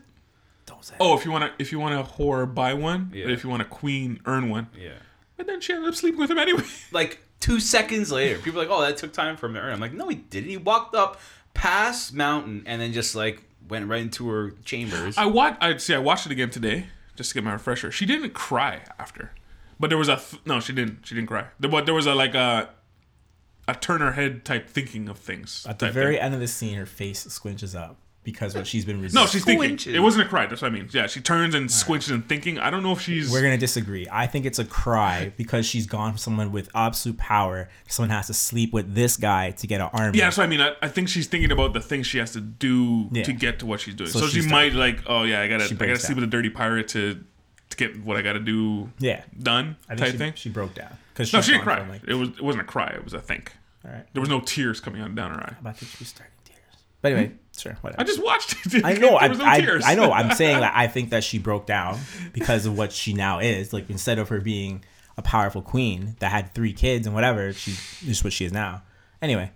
Don't say it.
Oh, if you want to, if you want to whore, buy one.
Yeah.
But if you want to queen, earn one.
Yeah.
But then she ended up sleeping with him anyway.
like two seconds later. People are like, oh, that took time for him to earn. I'm like, no, he didn't. He walked up past mountain and then just like went right into her chambers.
I watch. I see. I watched it again today just to get my refresher. She didn't cry after, but there was a th- no. She didn't. She didn't cry. There, but there was a like a a turn her head type thinking of things.
At the
type
very
thing.
end of the scene, her face squinches up because what she's been resisting.
no, she's
Squinches.
thinking. It wasn't a cry. That's what I mean. Yeah, she turns and squinches and thinking. I don't know if she's.
We're gonna disagree. I think it's a cry because she's gone from someone with absolute power. Someone has to sleep with this guy to get an army.
yeah, that's what I mean. I, I think she's thinking about the things she has to do
Yeah.
to get to what she's doing.
So
So, she
she's
might like, oh yeah, I gotta, I gotta
breaks
sleep
down.
with a dirty pirate to, to get what I gotta do
yeah.
done
I think
type
she,
thing.
she broke down because
no, she didn't cry. it was, it wasn't a cry. It was a think.
all right,
There was no tears coming out down her eye.
but I think she's starting tears. But anyway, sure, whatever.
I just watched it.
I know. I,
There was no
I,
tears.
I know. I'm saying that I think that she broke down because of what she now is. Like instead of her being a powerful queen that had three kids and whatever, she's just what she is now. Anyway,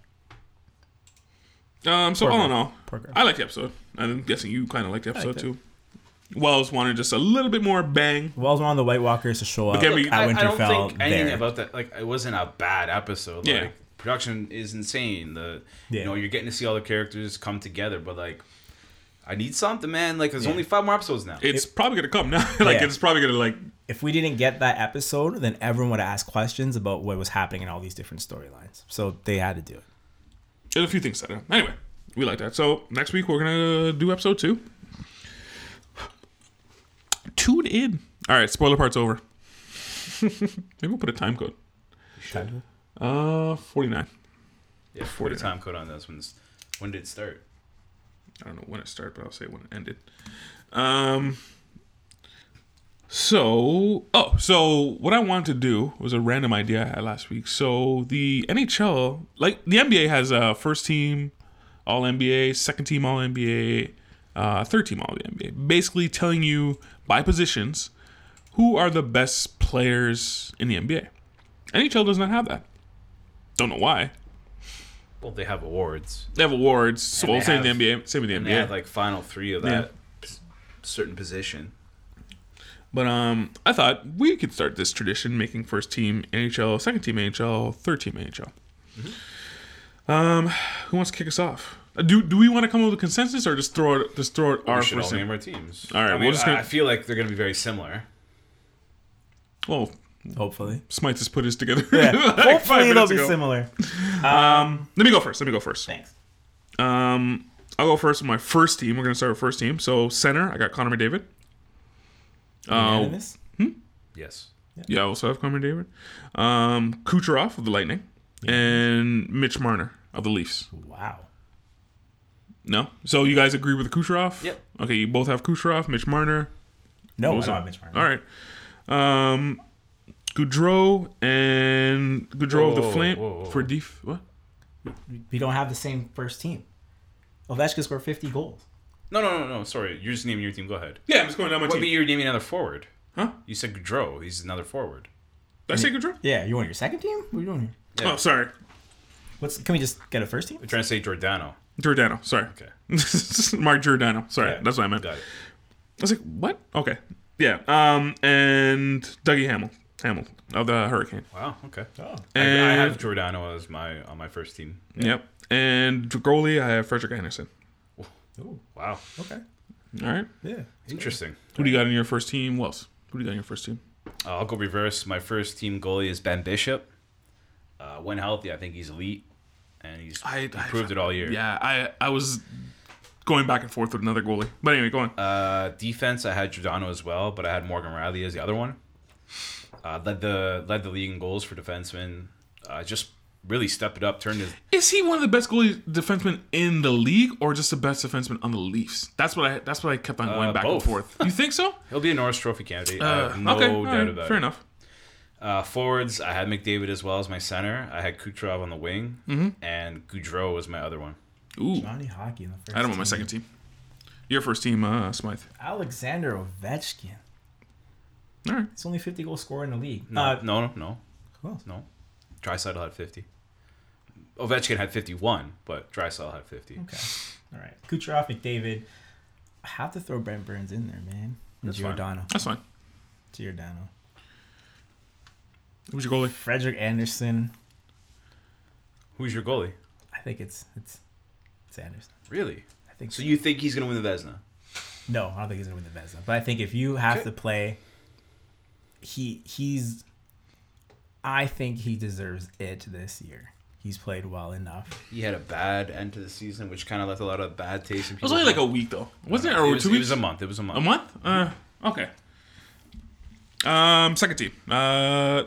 Um, so all in all,
Poor girl.
I like the episode. I'm guessing you kind of like the episode
liked it.
too. Wells wanted just a little bit more bang.
Wells wanted the White Walkers to show up
can we-
at
I, I don't
Winterfell.
think anything
there.
about that. Like, it wasn't a bad episode.
Yeah.
Like, production is insane. The
Yeah.
you know you're getting to see all the characters come together, but like. I need something, man. Like, there's only five more episodes now.
It's probably gonna come now. like
Yeah.
it's probably gonna like
if we didn't get that episode, then everyone would ask questions about what was happening in all these different storylines. So they had to do it.
There's a few things set up. Anyway, we like that. So next week we're gonna do episode two. Tune in. All right, spoiler part's over. Maybe we'll put a time code. Uh, forty nine.
Yeah, put a time code on this one's when did it start?
I don't know when it started, but I'll say when it ended. Um. So, oh, so what I wanted to do was a random idea I had last week. So the NHL, like the NBA, has a first team All NBA, second team All NBA, uh, third team All NBA. Basically, telling you by positions who are the best players in the NBA. NHL does not have that. Don't know why.
Well, they have awards.
They have awards. So
And they
well, same with
have-
the NBA. Same with the
And
NBA.
they had like final three of that s- certain position.
But um, I thought we could start this tradition, making first team NHL, second team NHL, third team NHL.
Mm-hmm.
Um, who wants to kick us off? Uh, Do do we want to come up with a consensus or just throw it just throw it our
We should all
first
name
team?
our teams.
All right,
I, mean,
we'll just
I-
gonna-
I feel like they're gonna be very similar.
Well,
Hopefully.
Smite just put us together.
Yeah.
like five
Hopefully they'll
minutes
be
ago.
similar.
Let me go first. Let me go first.
Thanks.
Um, I'll go first with my first team. We're gonna start with first team. So center, I got Connor McDavid. Uh,
Unanimous?
Yes.
yeah, I also have Connor McDavid. Um, Kucherov of the Lightning, and Mitch Marner of the Leafs.
Wow.
No. So you guys agree with Kucherov?
Yep.
Okay, you both have Kucherov, Mitch Marner.
No, I
Those
don't
are-
have Mitch Marner.
All right. Um, Goudreau and Goudreau of the
Whoa,
Flame
whoa, whoa.
for def. What?
We don't have the same first team. Ovechkin scored 50 goals.
No, no, no, no. Sorry, you're just naming your team. Go ahead.
Yeah, I'm just going down my
What?
team.
But you're naming another forward.
Huh?
You said Gaudreau. He's another forward.
Did I say Goudreau?
Yeah, you want your second team? What are you doing here?
Yeah.
Oh, sorry.
What's can we just get a first team?
We're trying to say Giordano.
Giordano. Sorry.
Okay.
Mark Giordano. Sorry,
Yeah.
that's what I meant. I
Got it.
was like, what? Okay. Yeah. Um, and Dougie Hamill, Hamill of the Hurricane.
Wow. Okay.
Oh.
I, I
And-
have Giordano as my on my first team.
Yep. And goalie, I have Frederick Anderson.
Wow.
Okay.
All right.
Yeah.
Interesting.
Who do you got in your first team? Who else? Who do you got in your first team?
Uh, I'll go reverse. My first team goalie is Ben Bishop. Uh, when healthy, I think he's elite, and he's
I-
he
I-
proved it all year.
Yeah, I I was going back and forth with another goalie. But anyway, go on.
Uh, defense, I had Giordano as well, but I had Morgan Riley as the other one. Uh, led the led the league in goals for defensemen. Uh, just really stepped it up. Turned his
Is he one of the best goalie defensemen in the league or just the best defenseman on the Leafs? That's what I that's what I kept on going
Uh,
back
both.
and forth. You think so?
he'll be a Norris Trophy candidate. I
Uh,
have no
okay. all
doubt
right,
about
fair
it.
enough.
Uh, forwards, I had McDavid as well as my center. I had Kucherov on the wing,
Mm-hmm.
and Goudreau was my other one.
Ooh.
Johnny Hockey in the first
I don't want my second team. Your first team, uh, Smythe.
Alexander Ovechkin.
All right.
It's only 50 goal scorer in the league.
No,
Uh,
no, no,
who else?
no. Drysdale had fifty. Ovechkin had fifty-one, but Drysdale had fifty.
Okay. All right. Kucherov, McDavid. I have to throw Brent Burns in there, man. And
That's fine.
Giordano.
That's fine.
Giordano.
Who's your goalie?
Frederick Anderson.
Who's your goalie?
I think it's it's it's Anderson.
Really?
I think
So you think he's gonna win the Vesna?
No, I don't think he's gonna win the Vesna. But I think if you have to play, he he's. I think he deserves it this year. He's played well enough.
He had a bad end to the season, which kind of left a lot of bad taste in
It was
people's
only like a
mouth.
week though. Wasn't it?
it
Or
was,
two
it
weeks?
was a month. It was a month.
A month? Uh, okay. Um, second team. Uh,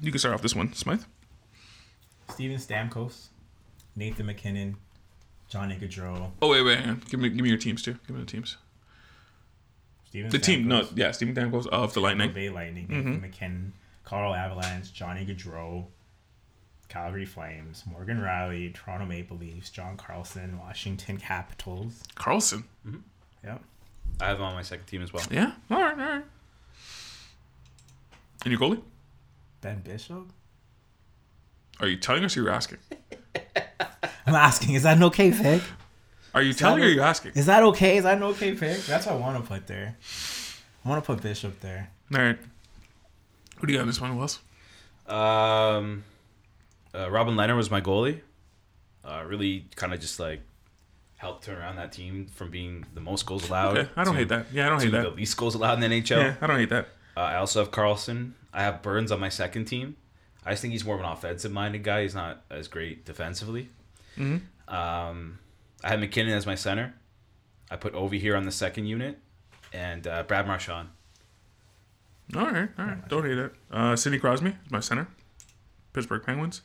you can start off this one, Smythe.
Steven Stamkos, Nathan McKinnon, Johnny Gaudreau.
Oh wait, wait, hang on. Give me, give me your teams too. Give me the teams.
Steven
The team, no, Mm-hmm.
Stamkos,
yeah, Steven Stamkos of
Tampa
the Lightning.
Bay Lightning, Nathan McKinnon, Colorado Avalanche, Johnny Gaudreau, Calgary Flames, Morgan Riley, Toronto Maple Leafs, John Carlson, Washington Capitals.
Carlson.
Yep.
I have him on my second team as well.
Yeah. All right. All right. And your goalie?
Ben Bishop.
Are you telling us or you're asking?
I'm asking, is that an okay pick?
Are you telling or
a-
you're asking?
Is that okay? Is that an okay pick? That's what I want to put there. I want to put Bishop there.
All right. Who do you got in this one, Wells?
Um, uh, Robin Leonard was my goalie. Uh, really kind of just like helped turn around that team from being the most goals allowed.
Okay, I don't
to-
hate that. Yeah, I don't
To
hate
the
that.
least goals allowed in the NHL.
Yeah, I don't hate that.
Uh, I also have Carlson. I have Burns on my second team. I just think he's more of an offensive minded guy. He's not as great defensively.
Mm-hmm.
Um, I had McKinnon as my center. I put Ovi here on the second unit, and uh, Brad Marchand.
All right, all right. Don't hate it. Uh, Sidney Crosby is my center. Pittsburgh Penguins.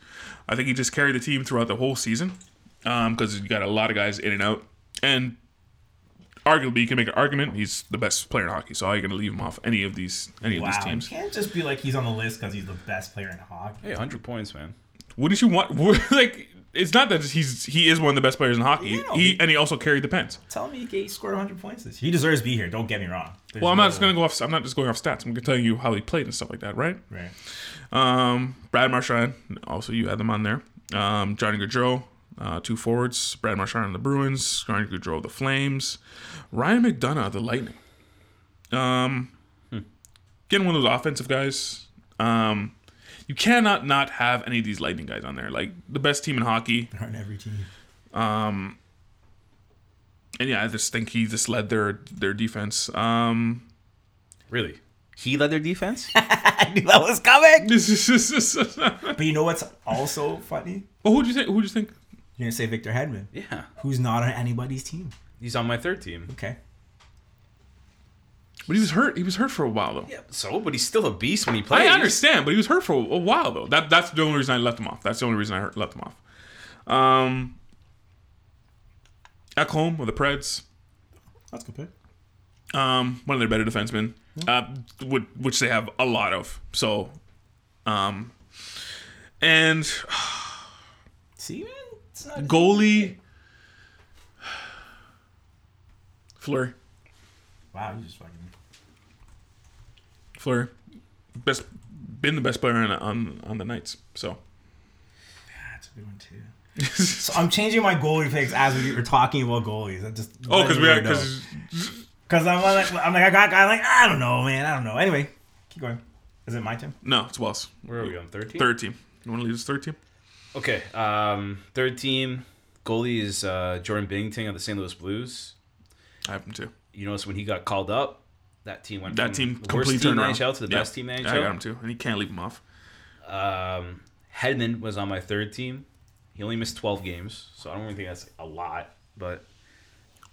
I think he just carried the team throughout the whole season because you got a lot of guys in and out. And arguably, you can make an argument he's the best player in hockey. So how are you going to leave him off any of these any of these teams?
can't just be like he's on the list because he's the best player in hockey.
Hey, 100 points, man.
Wouldn't you want like? It's not that he's he is one of the best players in hockey.
Yeah, no,
he,
he-
and he also carried the pens.
Tell me he scored 100 points this year. He deserves to be here. Don't get me wrong. There's
Well, I'm not
no-
just going to go off. I'm not just going off stats. I'm going to tell you how he played and stuff like that, right?
Right.
Um, Brad Marchand, also you had them on there. Um, Johnny Gaudreau, uh, two forwards. Brad Marchand of the Bruins. Johnny Gaudreau of the Flames. Ryan McDonough of the Lightning. Um, getting one of those offensive guys. Um, you cannot not have any of these Lightning guys on there. Like the best team in hockey.
They're on every team.
And yeah, I just think he just led their their defense. Um,
Really? He led their defense?
I knew that was coming.
this is this is-
But you know what's also funny?
Well, who do you think? Who do you think?
You're going to say Victor Hedman,
yeah.
who's not on anybody's team.
He's on my third team.
Okay.
But he was hurt. He was hurt for a while though.
Yeah, so, but he's still a beast when he plays.
I understand, but he was hurt for a while though. That that's the only reason I left him off. That's the only reason I hurt, left him off. Um, Ekholm with the Preds,
That's a good pick.
um, one of their better defensemen, uh, which, which they have a lot of. So, um, and
See, man? It's not
goalie Fleur,
Wow, you just fucking.
Fleur, best been the best player on on, on the Knights. So.
That's ah, a good one, too. so I'm changing my goalie picks as we were talking about goalies. I just
Oh, because we
are
had because
Because I'm like, I'm like, I got, I'm like, I don't know, man, I don't know. Anyway, keep going. Is it my turn?
no, it's Wells.
Where are we on third team?
Third team. You want to lead us third team?
Okay. Um, third team goalie is uh, Jordan Bington of the St. Louis Blues.
I have him too.
You notice when he got called up, that team went
That
from
team
the
complete
Mm. worst team in
turnaround.
NHL to the
Yeah.
best team in NHL.
I got him too, and you can't leave him off.
Um, Hedman was on my third team. He only missed 12 games, so I don't really think that's a lot. But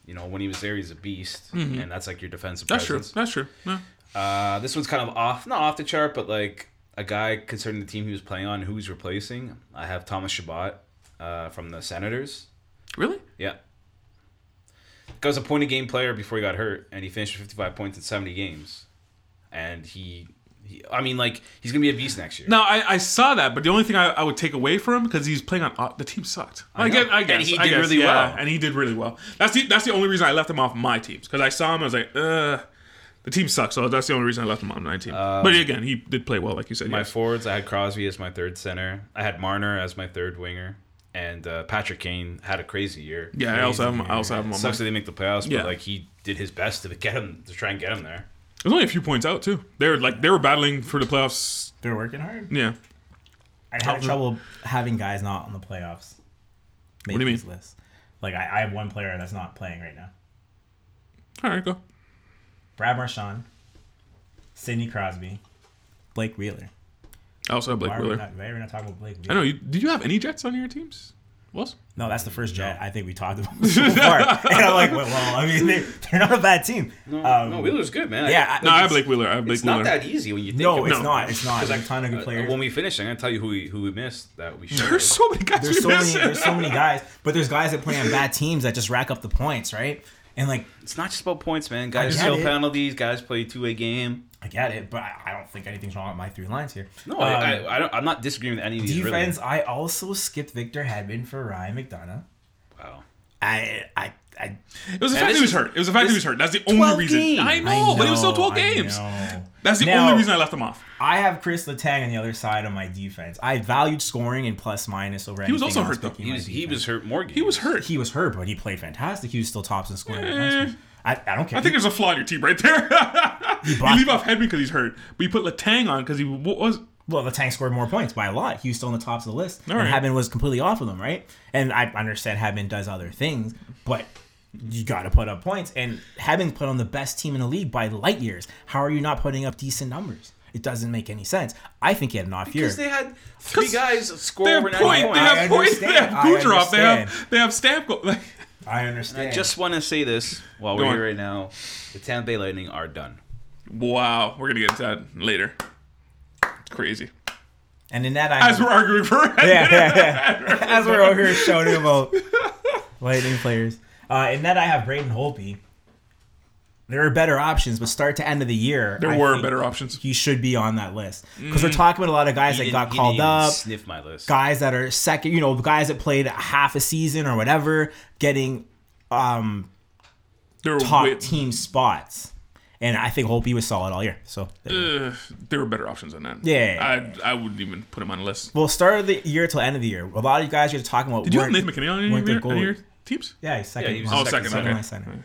you know, when he was there, he's a beast, and that's like your defensive
Mm-hmm. That's
presence.
true. That's true. No.
Uh, this one's kind of off, not off the chart, but like a guy concerning the team he was playing on, who he's replacing. I have Thomas Shabbat uh, from the Senators.
Really?
Yeah. Guy was a point a game player before he got hurt, and he finished with 55 points in 70 games. And he, he I mean, like, he's going to be a beast next year.
No, I, I saw that, but the only thing I, I would take away from him because he's playing on uh, the team sucked. I,
know.
guess. I
And
guess.
he
I
did
guess,
really
yeah,
well.
And he did really well. That's the that's the only reason I left him off my teams because I saw him. I was like, uh, the team sucks. So that's the only reason I left him on my team. but again, he did play well, like you said.
Um, My
yes.
forwards, I had Crosby as my third center. I had Marner as my third winger, and uh, Patrick Kane had a crazy year.
yeah, I also have him. I also have him. On my,
Sucks that they make the playoffs,
Yeah.
but like he did his best to get him to try and get him there.
There's only a few points out too. They were like they were battling for the playoffs.
They're working hard.
Yeah.
I have trouble having guys not on the playoffs. Make
What do you
these
mean?
lists. Like I, I have one player that's not playing right now.
All right, go.
Brad Marchand, Sidney Crosby, Blake Wheeler.
I also have Blake
Why are, we
Wheeler.
not, why are we not talking about Blake Wheeler?
I know. You, did you have any Jets on your teams? Wells?
No, that's the first jet I think we talked about so far. and I'm like, well, well, I mean, they, they're not a bad team. No, um,
No, Wheeler's good, man.
yeah.
No, I have
it's-
Blake Wheeler. I have Blake
it's
Wheeler.
not that easy when you think
No,
of
it's
it.
not. It's not. There's a ton of good
Uh,
players.
when we finish, I'm gonna tell you who we who we missed that we should.
There's so many guys
there's
we
so many,
missing.
there's so many guys, but there's guys that play on bad teams that just rack up the points, right? And like,
it's not just about points, man. Guys
get
steal
it.
penalties. Guys play two way game.
I get it, but I I don't think anything's wrong with my three lines here.
No,
Um,
I, I, I don't. I'm not disagreeing with any of these.
defense. I also skipped Victor Hedman for Ryan McDonough.
Really. Wow.
I, I, I.
It was the fact
And this
that he was
is-
hurt. It was the fact that he was
this-
hurt. That's the
12
only reason.
games.
I, know, but it was still 12
I
games.
know.
That's the
Now-
only reason I left him off.
I have Chris Letang on the other side of my defense. I valued scoring and plus minus over. He
was also hurt, though.
He was he was hurt more. Games.
He was hurt.
He was hurt, but he played fantastic. He was still tops in scoring.
Eh.
I, I don't care.
I think there's a flaw in your team right there. you leave off Hedman because he's hurt, but you put Latang on because he wa- was.
Well, the tank scored more points by a lot. He was still on the tops of the list.
All
and
right.
Habin was completely off of them, right? And I understand Habin does other things, but you got to put up points. And Habin put on the best team in the league by light years. How are you not putting up decent numbers? It doesn't make any sense. I think he had an off year.
Because they had three
'Cause
guys score
They have
over 90
point.
points.
They
I
have point. They have
understand. I
Kucherov. They have
understand.
they have Stamkos. Like,
I
I
understand.
just want to say this while
Go
we're
on.
here right now. The Tampa Bay Lightning are done.
wow, we're gonna get into that later. It's crazy.
and in that
As we're
I
arguing for
yeah, yeah, yeah. as we're over here shouting about lightning players. Uh, in that I have Braden Holpe. There are better options, but start to end of the year,
there
I
were
think
better options.
He should be on that list because
Mm-hmm.
we're talking about a lot of guys that
He
got
didn't- he
called
didn't even
up.
Sniff my list.
guys that are second, you know, guys that played half a season or whatever, getting um
There were
top
way-
team spots. And I think Holpe was solid all year. So
uh, there were better options than that.
Yeah.
I I wouldn't even put him on the list.
we'll start of the year till end of the year. A lot of you guys are talking about
Did you have
weren't-
Nathan McKinnon on
weren't
your,
the
on your
goal-
teams?
Yeah, he's second.
Yeah, he was
line-
Oh, second, okay.
line center,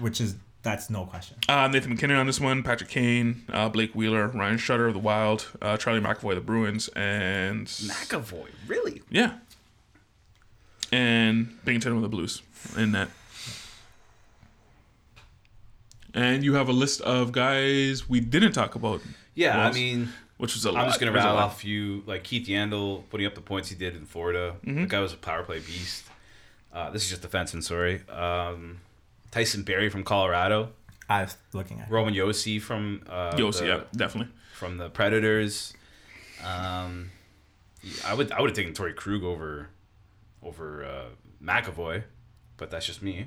which is that's no question.
Uh, Nathan McKinnon on this one, Patrick Kane, uh, Blake Wheeler, Ryan Shutter of the Wild, uh, Charlie McAvoy of the Bruins, and
McAvoy, really?
yeah, and Bington with the Blues in that. And you have a list of guys we didn't talk about.
Yeah,
Who
I
else?
mean,
which was a lot.
I'm just gonna
There's a
rattle
lot.
off a few like Keith Yandel putting up the points he did in Florida.
Mm-hmm.
The guy was a power play beast. Uh, this is just defenseman, sorry. Um, Tyson Berry from Colorado,
I was looking at.
Roman Yossi from uh,
Yossi,
the,
yeah, definitely.
from the Predators. Um, I would I would have taken Tory Krug over over uh, McAvoy, but that's just me.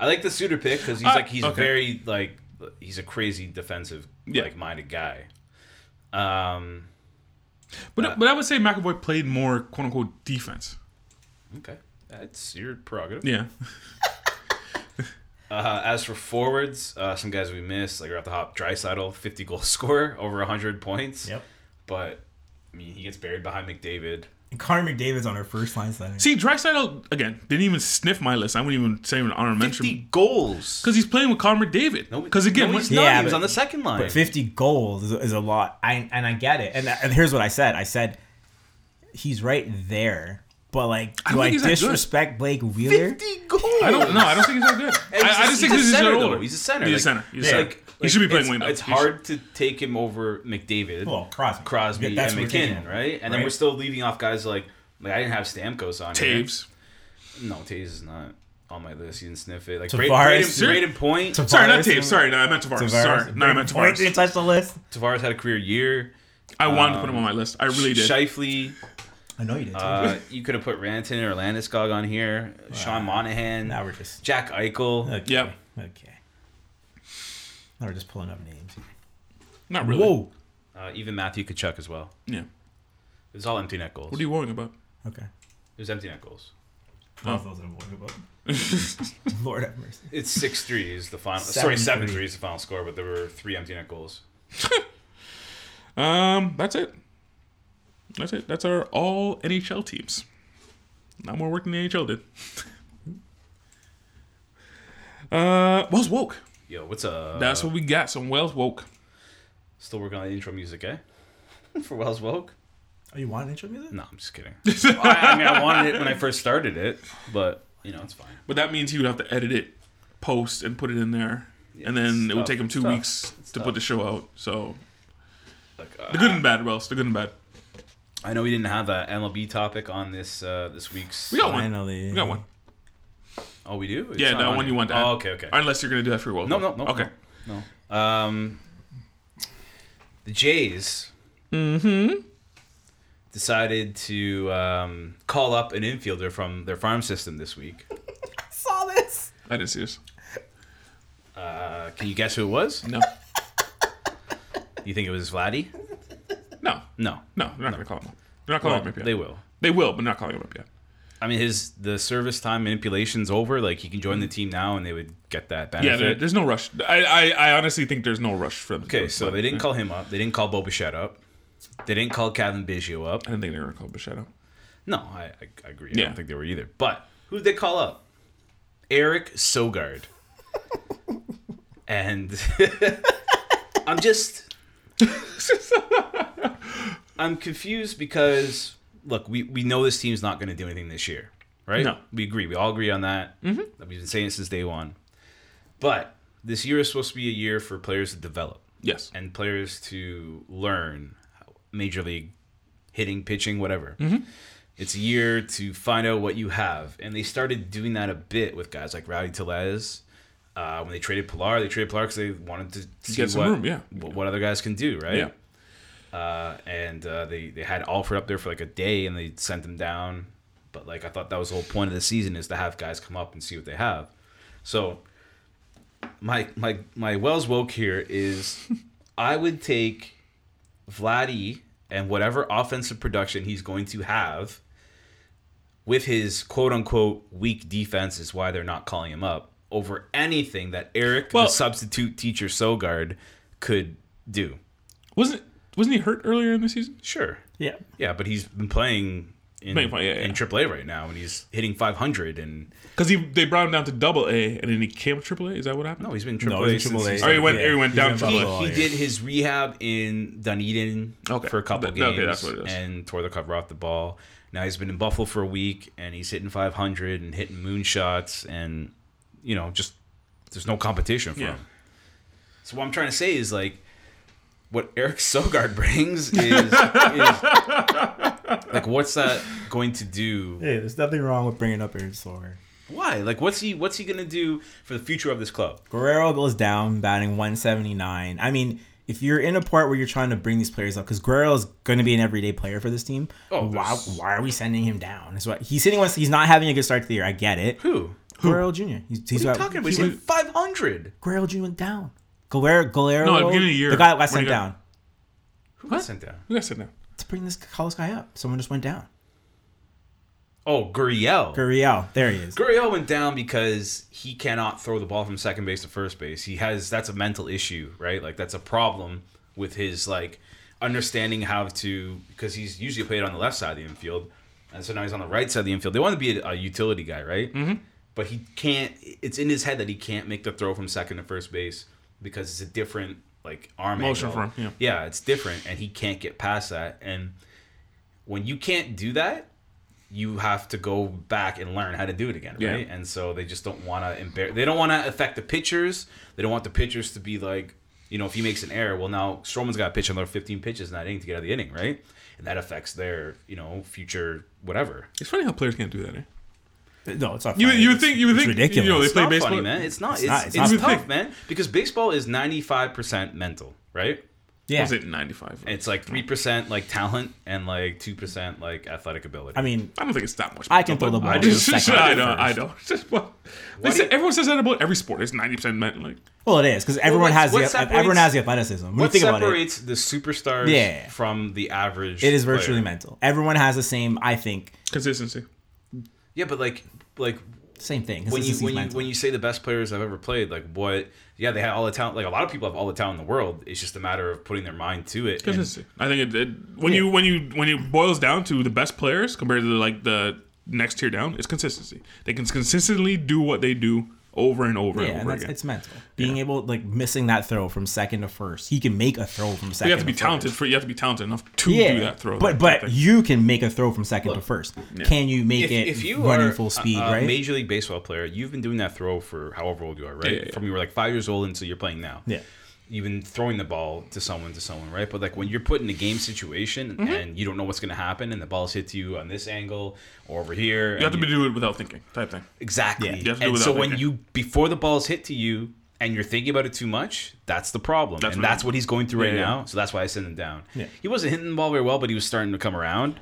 I like the Suter pick because he's
Ah,
like he's
okay.
very like he's a crazy defensive
Yeah.
like minded guy. Um,
But but I would say McAvoy played more quote unquote defense.
okay, that's your prerogative.
Yeah,
Uh, as for forwards, uh, some guys we missed like right off the hop, Drysaddle, fifty goal scorer, over hundred points.
Yep.
But I mean, he gets buried behind McDavid.
And Connor McDavid's on her first line center.
See, Drysdale again didn't even sniff my list. I wouldn't even say an honorable mention
Fifty goals.
because he's playing with Connor David.
No,
Because again,
no,
when-
he's not.
Yeah,
he was
but-
on the second line.
But 50 goals is, is a lot. I and I get it. And, and here's what I said. I said he's right there, but like
I
do
don't
I,
think he's that good.
disrespect Blake Wheeler?
goals.
I don't know. I don't think he's that good. I,
And he's
I
a-
just think he's,
a
he's
center,
older.
though. He's a center.
He's a center.
like,
He's a
yeah.
center. he should be playing
it's,
wing. back.
It's
He should-
hard to take him over McDavid,
Well, Crosby.
Crosby,
Yeah, that's
and
what we're taking
McKinnon,
him,
right? And then
right?
we're still leaving off guys like like I didn't have Stamkos on here.
Taves.
No, Taves is not on my list. You didn't sniff it. Like
Tavares.
Braden,
Sure.
Braden Point.
Tavares.
Sorry, not Taves.
and-
Sorry, no, I meant Tavares. Sorry, no, I meant
Wait, did you
Tavares.
touch the list?
Tavares had a career year.
I wanted to put him on my list. I really did.
Shifley.
I know you did.
Uh, you could have put Ranton or Landeskog on here. Sean Monahan.
now we're just
Jack Eichel.
okay.
Yep.
Okay. Now we're just pulling up names.
Not really.
Whoa.
Uh, even Matthew Kachuk as well.
Yeah.
It was all empty net goals.
What are you worrying about?
Okay.
Oh.
It was empty net goals.
Both those are avoidable. Lord have mercy.
It's six three is the final. sorry,
Seven
seven
three.
three is the final score, but there were three empty net goals.
Um, that's it. That's it. That's our all NHL teams. Not more work than the NHL did. uh, Wells woke.
Yo, what's up?
That's what we got. Some Wells woke.
Still working on the intro music, eh? For Wells Woke?
Oh, you want intro music?
No, I'm just kidding. I, I mean, I wanted it when I first started it, but you know, it's fine.
But that means he would have to edit it, post, and put it in there. and then
it's
it would
tough.
take him two
It's tough.
weeks
It's
to
tough.
put the show out. So
Like, uh,
the good and bad, Wells. The good and bad.
I know we didn't have a MLB topic on this uh, this week's.
We got one.
Finally.
We got one.
Oh, we do. It's
Yeah,
not
that
on
one you
here.
want to add.
Oh, okay, okay.
Unless you're gonna do that for your World
No, no,
Cup.
no.
Okay.
No. no. Um, the Jays. Decided to um, call up an infielder from their farm system this week.
saw this.
I didn't see this.
Uh, can you guess who it was?
No.
You think it was Vladdy?
no.
No.
No. They're not gonna call him up. They're not calling
Well,
him up yet.
they will.
They will, but not calling him up yet.
I mean, his the service time manipulation's over. Like he can join the team now, and they would get that
Yeah,
benefit.
there, there's no rush. I, I, I honestly think there's no rush for them. to do
okay,
it.
so they didn't call him up. They didn't call Bobuchet up. They didn't call Kevin Biggio up.
I didn't think they were gonna call Bichette.
No, I, I, I agree. I
Yeah.
don't think they were either. But who did they call up? Eric Sogard. and I'm just I'm confused because look, we, we know this team's not going to do anything this year, right?
No.
we agree. We all agree on that. Mm-hmm. We've been saying it since day one. But this year is supposed to be a year for players to develop.
Yes.
and players to learn major league hitting, pitching, whatever.
Mm-hmm.
It's a year to find out what you have, and they started doing that a bit with guys like Rowdy Telez. Uh, when they traded Pilar, they traded Pilar because they wanted to see
Get some
what,
room, yeah.
what what other guys can do, right?
Yeah.
Uh, and uh, they they had Alfred up there for like a day, and they sent him down. But like I thought that was the whole point of the season is to have guys come up and see what they have. So my my my Wells woke here is I would take Vladdy and whatever offensive production he's going to have with his quote unquote weak defense is why they're not calling him up over anything that Eric
Well-
the substitute teacher Sogard could do.
Wasn't wasn't he hurt earlier in the season?
Sure.
Yeah.
Yeah, but he's been playing in,
Playing fine, yeah,
in
yeah.
AAA right now, and he's hitting 500. And
Because he they brought him down to double A and then he came to triple A. Is that what happened?
no, he's been AAA.
No, he's in
since
AAA.
he's-
Or Oh, he went,
Yeah,
or he went
he's
down
in
to
double
double
A.
A.
he did his rehab in Dunedin
Okay.
for a couple
Th-
games
okay, that's what it is.
and tore the cover off the ball. Now he's been in Buffalo for a week and he's hitting 500 and hitting moonshots and you know just there's no competition for
Yeah.
him. So what I'm trying to say is like what Eric Sogard brings is, is like what's that going to do
Hey, there's nothing wrong with bringing up Aaron Sorg.
Why? Like, what's he? What's he gonna do for the future of this club?
Guerrero goes down batting 179. I mean, if you're in a part where you're trying to bring these players up, because Guerrero is going to be an everyday player for this team,
Oh,
why,
there's-
why are we sending him down? Is what he's hitting. Once he's not having a good start to the year. I get it.
Who?
Guerrero Jr. He's, he's
What are you
got-
talking about?
he
He's
went-
hitting 500.
Guerrero Jr. went down. Guerrero, Guerrero,
No, at the beginning of the year,
the guy that got
when he
sent
got-
down
Who got sent down?
Who got sent down?
to bring this college guy up. Someone just went down.
Oh, Gurriel.
Guerrero, there he is.
Gurriel went down because he cannot throw the ball from second base to first base. He has that's a mental issue, right? Like that's a problem with his like understanding how to because he's usually played on the left side of the infield, and so now he's on the right side of the infield. They want to be a, a utility guy, right? Mm-hmm. But he can't. It's in his head that he can't make the throw from second to first base because it's a different like arm
Motion
angle.
for him,
yeah, it's different, and he can't get past that. And when you can't do that, you have to go back and learn how to do it again,
Yeah.
right? And so they just don't want to embarrass. They don't want to affect the pitchers. They don't want the pitchers to be like, you know, if he makes an error, well now Stroman's got to pitch another 15 pitches in that inning to get out of the inning, right? And that affects their, you know, future whatever.
It's funny how players can't do that. Eh?
No, it's not.
You, would-
funny.
you would
It's-
think you would
it's
think
ridiculous.
You know, they
It's
play
not
baseball.
funny, man. It's not. It's, it's,
not- it's
not
tough,
funny.
man. Because baseball is 95% mental, right?
yeah.
Was it ninety five?
It's like 3% like talent and like 2% like athletic ability.
I mean,
I don't think it's that much.
I can throw the ball
Oh, I
in a
just,
second.
I don't. I don't. Just, well, they
do
say,
you-
everyone says that about every sport. It's ninety percent meant like.
well, it is because everyone
what-
has
what
the
separates-
everyone has the athleticism. When you
what
think about it,
separates the superstars
Yeah.
from the average?
it is virtually
player?
mental. Everyone has the same. I think
Consistency.
Yeah, but like like
same thing.
when you
Consistency is
when you
mental.
when you say the best players I've ever played, like what? Yeah, they had all the talent. Like a lot of people have all the talent in the world. It's just a matter of putting their mind to it. and-
Consistency. I think it, it when you when you when it boils down to the best players compared to like the next tier down, it's consistency. They can consistently do what they do over and over
yeah,
and
and
over
that's,
again.
it's mental. Being able like missing that throw from second to first, he can make a throw from second.
you have to be
first.
talented for you have to be talented enough to
Yeah,
do that throw.
but
that type
but
of thing.
you can make a throw from second to first. Can you make
If,
it
if you
running
are
full
a-
speed?
a,
right?
major league baseball player, you've been doing that throw for however old you are, right?
Yeah, yeah, yeah.
From you were like five years old until you're playing now.
Yeah.
You've been throwing the ball to someone to someone, right? But like when you're put in a game situation
Mm-hmm.
and you don't know what's going to happen, and the ball's hit to you on this angle or over here,
you have to be do it without thinking type thing.
Exactly.
Yeah. You
have to do
and
without
so when
thinking.
you before the ball's hit to you and you're thinking about it too much, that's the problem.
That's
and
what-
that's what he's going through right
Yeah, yeah.
now. So that's why I sent him down.
Yeah.
He wasn't hitting the ball very well, but he was starting to come around.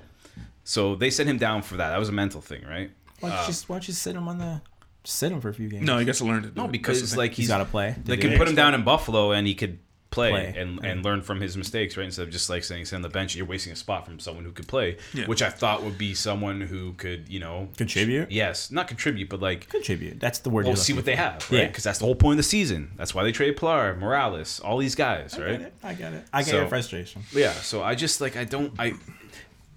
So they sent him down for that. That was a mental thing, right?
why don't you just why don't you sit him on the just sit him for a few games?
No, you got to learn to. Do
uh, No,
it. That's
because
the
like
he's got to play.
They
Yeah.
could put him down in Buffalo and he could play,
Play.
and and learn from his mistakes, right? Instead of just like saying sit on the bench, you're wasting a spot from someone who could play,
Yeah.
which I thought would be someone who could, you know,
contribute.
yes, not contribute, but like
Contribute. That's the word.
We'll
you're
see
looking
what they have, right?
Yeah.
Because that's the whole point of the season. That's why they traded Pilar, Morales, all these guys,
for.
right?
I get it. I get
So-
your frustration.
Yeah. So I just like I don't I.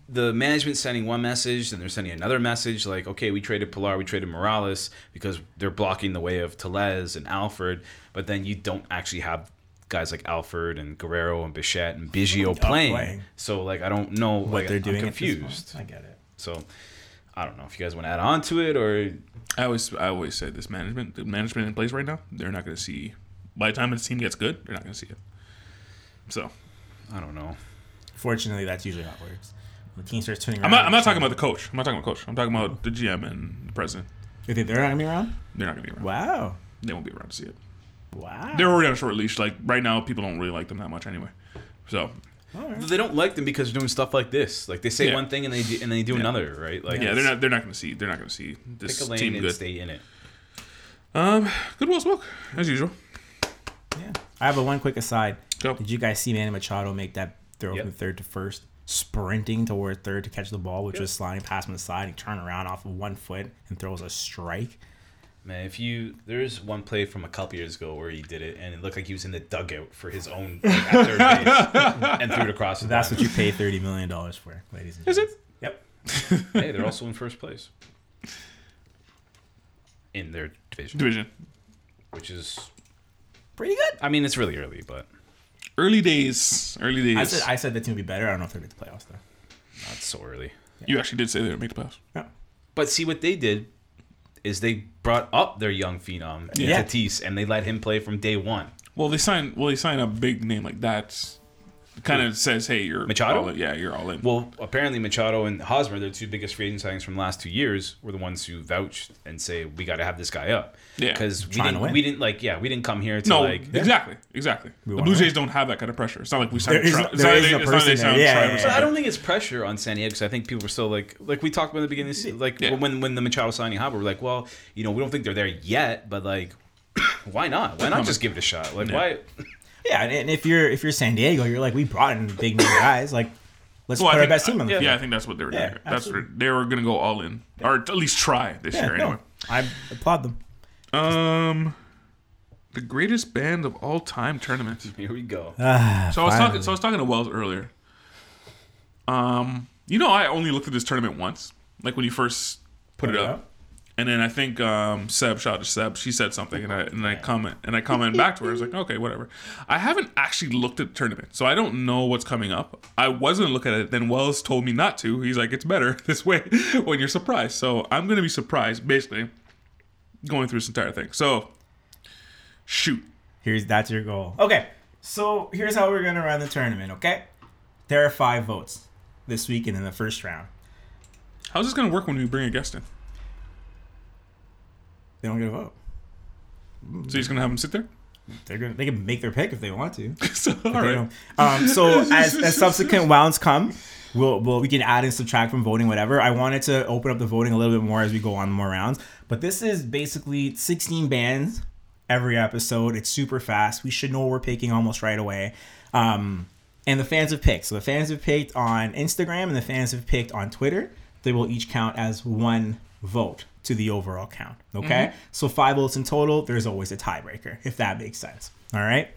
The management's sending one message, then they're sending another message like, okay, we traded Pilar, we traded Morales because they're blocking the way of Telez and Alfred, but then you don't actually have guys like Alfred and Guerrero and Bichette and Biggio playing.
playing.
So like I don't know
What
like,
they're
I'm
doing. at this point.
confused.
I get it.
So I don't know if you guys want to add on to it or
I always I always say this management the management in place right now they're not going to see by the time this team gets good they're not going to see it So
I don't know.
Fortunately, that's usually how it works. When the team starts turning around,
I'm not. I'm not talking about the coach. I'm not talking about coach. I'm talking about the GM and the president.
You think they're not gonna be around?
They're not gonna be around.
Wow,
They won't be around to see it.
wow.
They're already on a short leash. Like right now, people don't really like them that much anyway. So
They don't like them because they're doing stuff like this. Like they say
Yeah.
one thing and they do, and they do another, right? Like
yeah, they're not. They're not gonna see. They're not gonna see
Pick
this
a lane
team
and
good.
stay in it.
Um, Goodwill Smoke as usual.
yeah. I have a one quick aside.
Go.
Did you guys see Manny Machado make that throw
Yep.
from third to first, sprinting toward third to catch the ball, which was sliding past him aside? He turned around off of one foot and throws a strike.
Man, if you there's one play from a couple years ago where he did it and it looked like he was in the dugout for his own like, at third base and threw it across. The
That's
line.
what you pay thirty million dollars for, ladies and gentlemen. Yep.
hey, they're also in first place in their division,
Division.
which is
Pretty good.
I mean it's really early, but
Early days. Early days.
I said I said the team would be better. I don't know if they're going to the playoffs though.
not so early.
you actually did say they would make the playoffs.
Yeah.
But see what they did is they brought up their young phenom
Yeah.
Tatis and they let him play from day one.
Well, they signed. Well, they signed a big name like that. Kind of says, hey, you're
Machado?
all in. Yeah, you're all in.
Well, apparently Machado and Hosmer, their two biggest free agent signings from the last two years, were the ones who vouched and say we got to have this guy up.
Yeah.
because we
Trying to
didn't,
win.
we didn't like yeah we didn't come here to
no,
like
exactly, exactly. The
wanna
Blue
win.
Jays don't have that kind of pressure. It's not like we signed.
There is-
Trout- it's
there
not
is
like
no
it's not like they
person there.
signed
Yeah,
Trout
yeah,
or
yeah.
But I
something.
don't think it's pressure on San Diego because I think people were still like, like we talked about in the beginning, of the se- like
Yeah.
when when the Machado signing happened, we're like, well, you know, we don't think they're there yet, but like, why not? Why not just give it a shot? Like, why?
Yeah, and, and if you're if you're San Diego, you're like we brought in big new guys. Like let's
Well, I
put our
think-
best team on the
yeah,
field.
I think that's what they were doing.
Yeah,
here. that's
absolutely.
what they were going to go all in, or at least try this year
no,
anyway.
I applaud them.
Um, the greatest band of all time tournament.
Here we go.
Uh,
So I was talking.
finally.
So I was talking to Wells earlier. Um, you know, I only looked at this tournament once, like when you first put, it,
it
up.
up?
and then I think um, Seb shout out to Seb. She said something, and I and I comment and I comment back to her. I was like, okay, whatever. I haven't actually looked at the tournament, so I don't know what's coming up. I wasn't looking at it. Then Wells told me not to. He's like, it's better this way when you're surprised. So I'm gonna be surprised, basically, going through this entire thing. So, shoot.
Here's that's your goal. Okay, so here's how we're gonna run the tournament. Okay, there are five votes this weekend in the first round.
How's this gonna work when we bring a guest in?
They don't get a vote.
So he's gonna have him sit there.
They're gonna they can make their pick if they want to.
so, all
They
right.
don't. Um, so as, as subsequent rounds come, we'll, we'll we can add and subtract from voting, whatever. I wanted to open up the voting a little bit more as we go on more rounds, but this is basically 16 bands every episode. It's super fast. We should know what we're picking almost right away. Um, and the fans have picked. So the fans have picked on Instagram, and the fans have picked on Twitter. They will each count as one vote to the overall count. Okay,
Mm-hmm.
so five votes in total. There's always a tiebreaker if that makes sense. All right.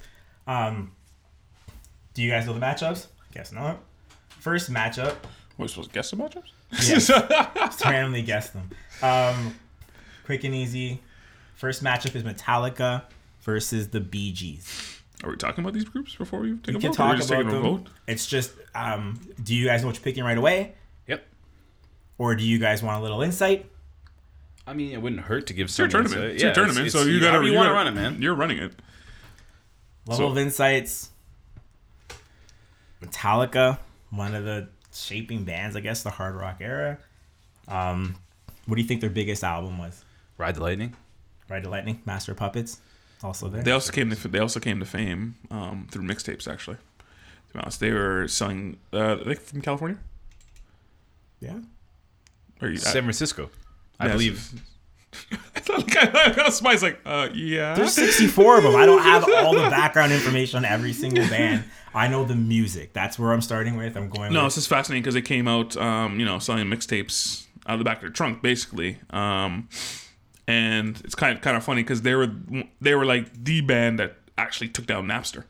Do you guys know the matchups? Guess not. First matchup,
We're supposed to guess the matchups.
just randomly guess them. Um, quick and easy. First matchup is Metallica versus the Bee Gees.
Are we talking about these groups before we
We
take
can
a vote? or
talk
we're just
about
taking a
them.
vote?
It's just, um, do you guys know what you're picking right away,
yep.
or do you guys want a little insight?
I mean, it wouldn't hurt to give
It's your
some
tournament.
insight.
it's your
Yeah,
tournament.
it's-
so
it's-
you gotta,
however you
you
want to
gotta-
run it, man.
You're running it.
Level
So-
of insights. Metallica, one of the shaping bands, I guess, the hard rock era. Um, what do you think their biggest album was?
Ride the lightning.
Ride the Lightning, Master of Puppets, also there.
They also came to they also came to fame um, through mixtapes. Actually, to be honest, they were selling. Uh, they from California.
yeah.
Or you,
San Francisco, I
Yes.
believe.
I, Spice like, uh, yeah.
There's 64 of them. I don't have all the background information on every single band. I know the music. That's where I'm starting with. I'm going.
No,
with.
this is fascinating because they came out, um, you know, selling mixtapes out of the back of their trunk, basically. Um, and it's kind of kind of funny because they were they were like the band that actually took down Napster.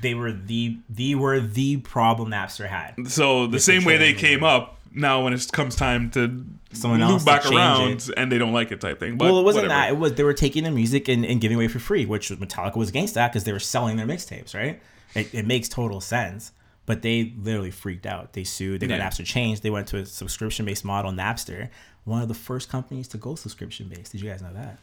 they were the they were the problem Napster had.
So the same way they
control
came up, now when it comes time to
Someone
loop
else to
back
change
around
it.
and they don't like it type thing. But
well, it wasn't
whatever.
that. It was they were taking the music and, and giving away for free, which Metallica was against that because they were selling their mixtapes, right? It, it makes total sense. But they literally freaked out. They sued. They got
Yeah.
Napster changed. They went to a subscription based model. Napster, one of the first companies to go subscription based. Did you guys know that?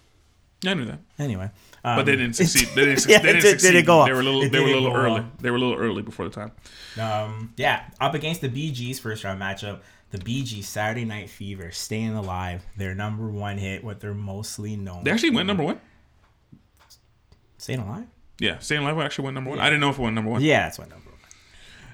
Yeah, I knew that,
Anyway, uh,
but they didn't succeed. They didn't.
Um, Yeah, it
succeed. they didn't
did-
succeed.
didn't go
They were a
off.
little.
It
They were a
didn't
little
go
early.
off.
They were a little early before the time.
Um, yeah, up against the BG's first round matchup, the BG Saturday Night Fever staying alive, their number one hit, what they're mostly known.
They actually went number one.
staying alive.
Yeah, Staying Alive actually went number one. I didn't know if it went number one.
Yeah, that's what number one.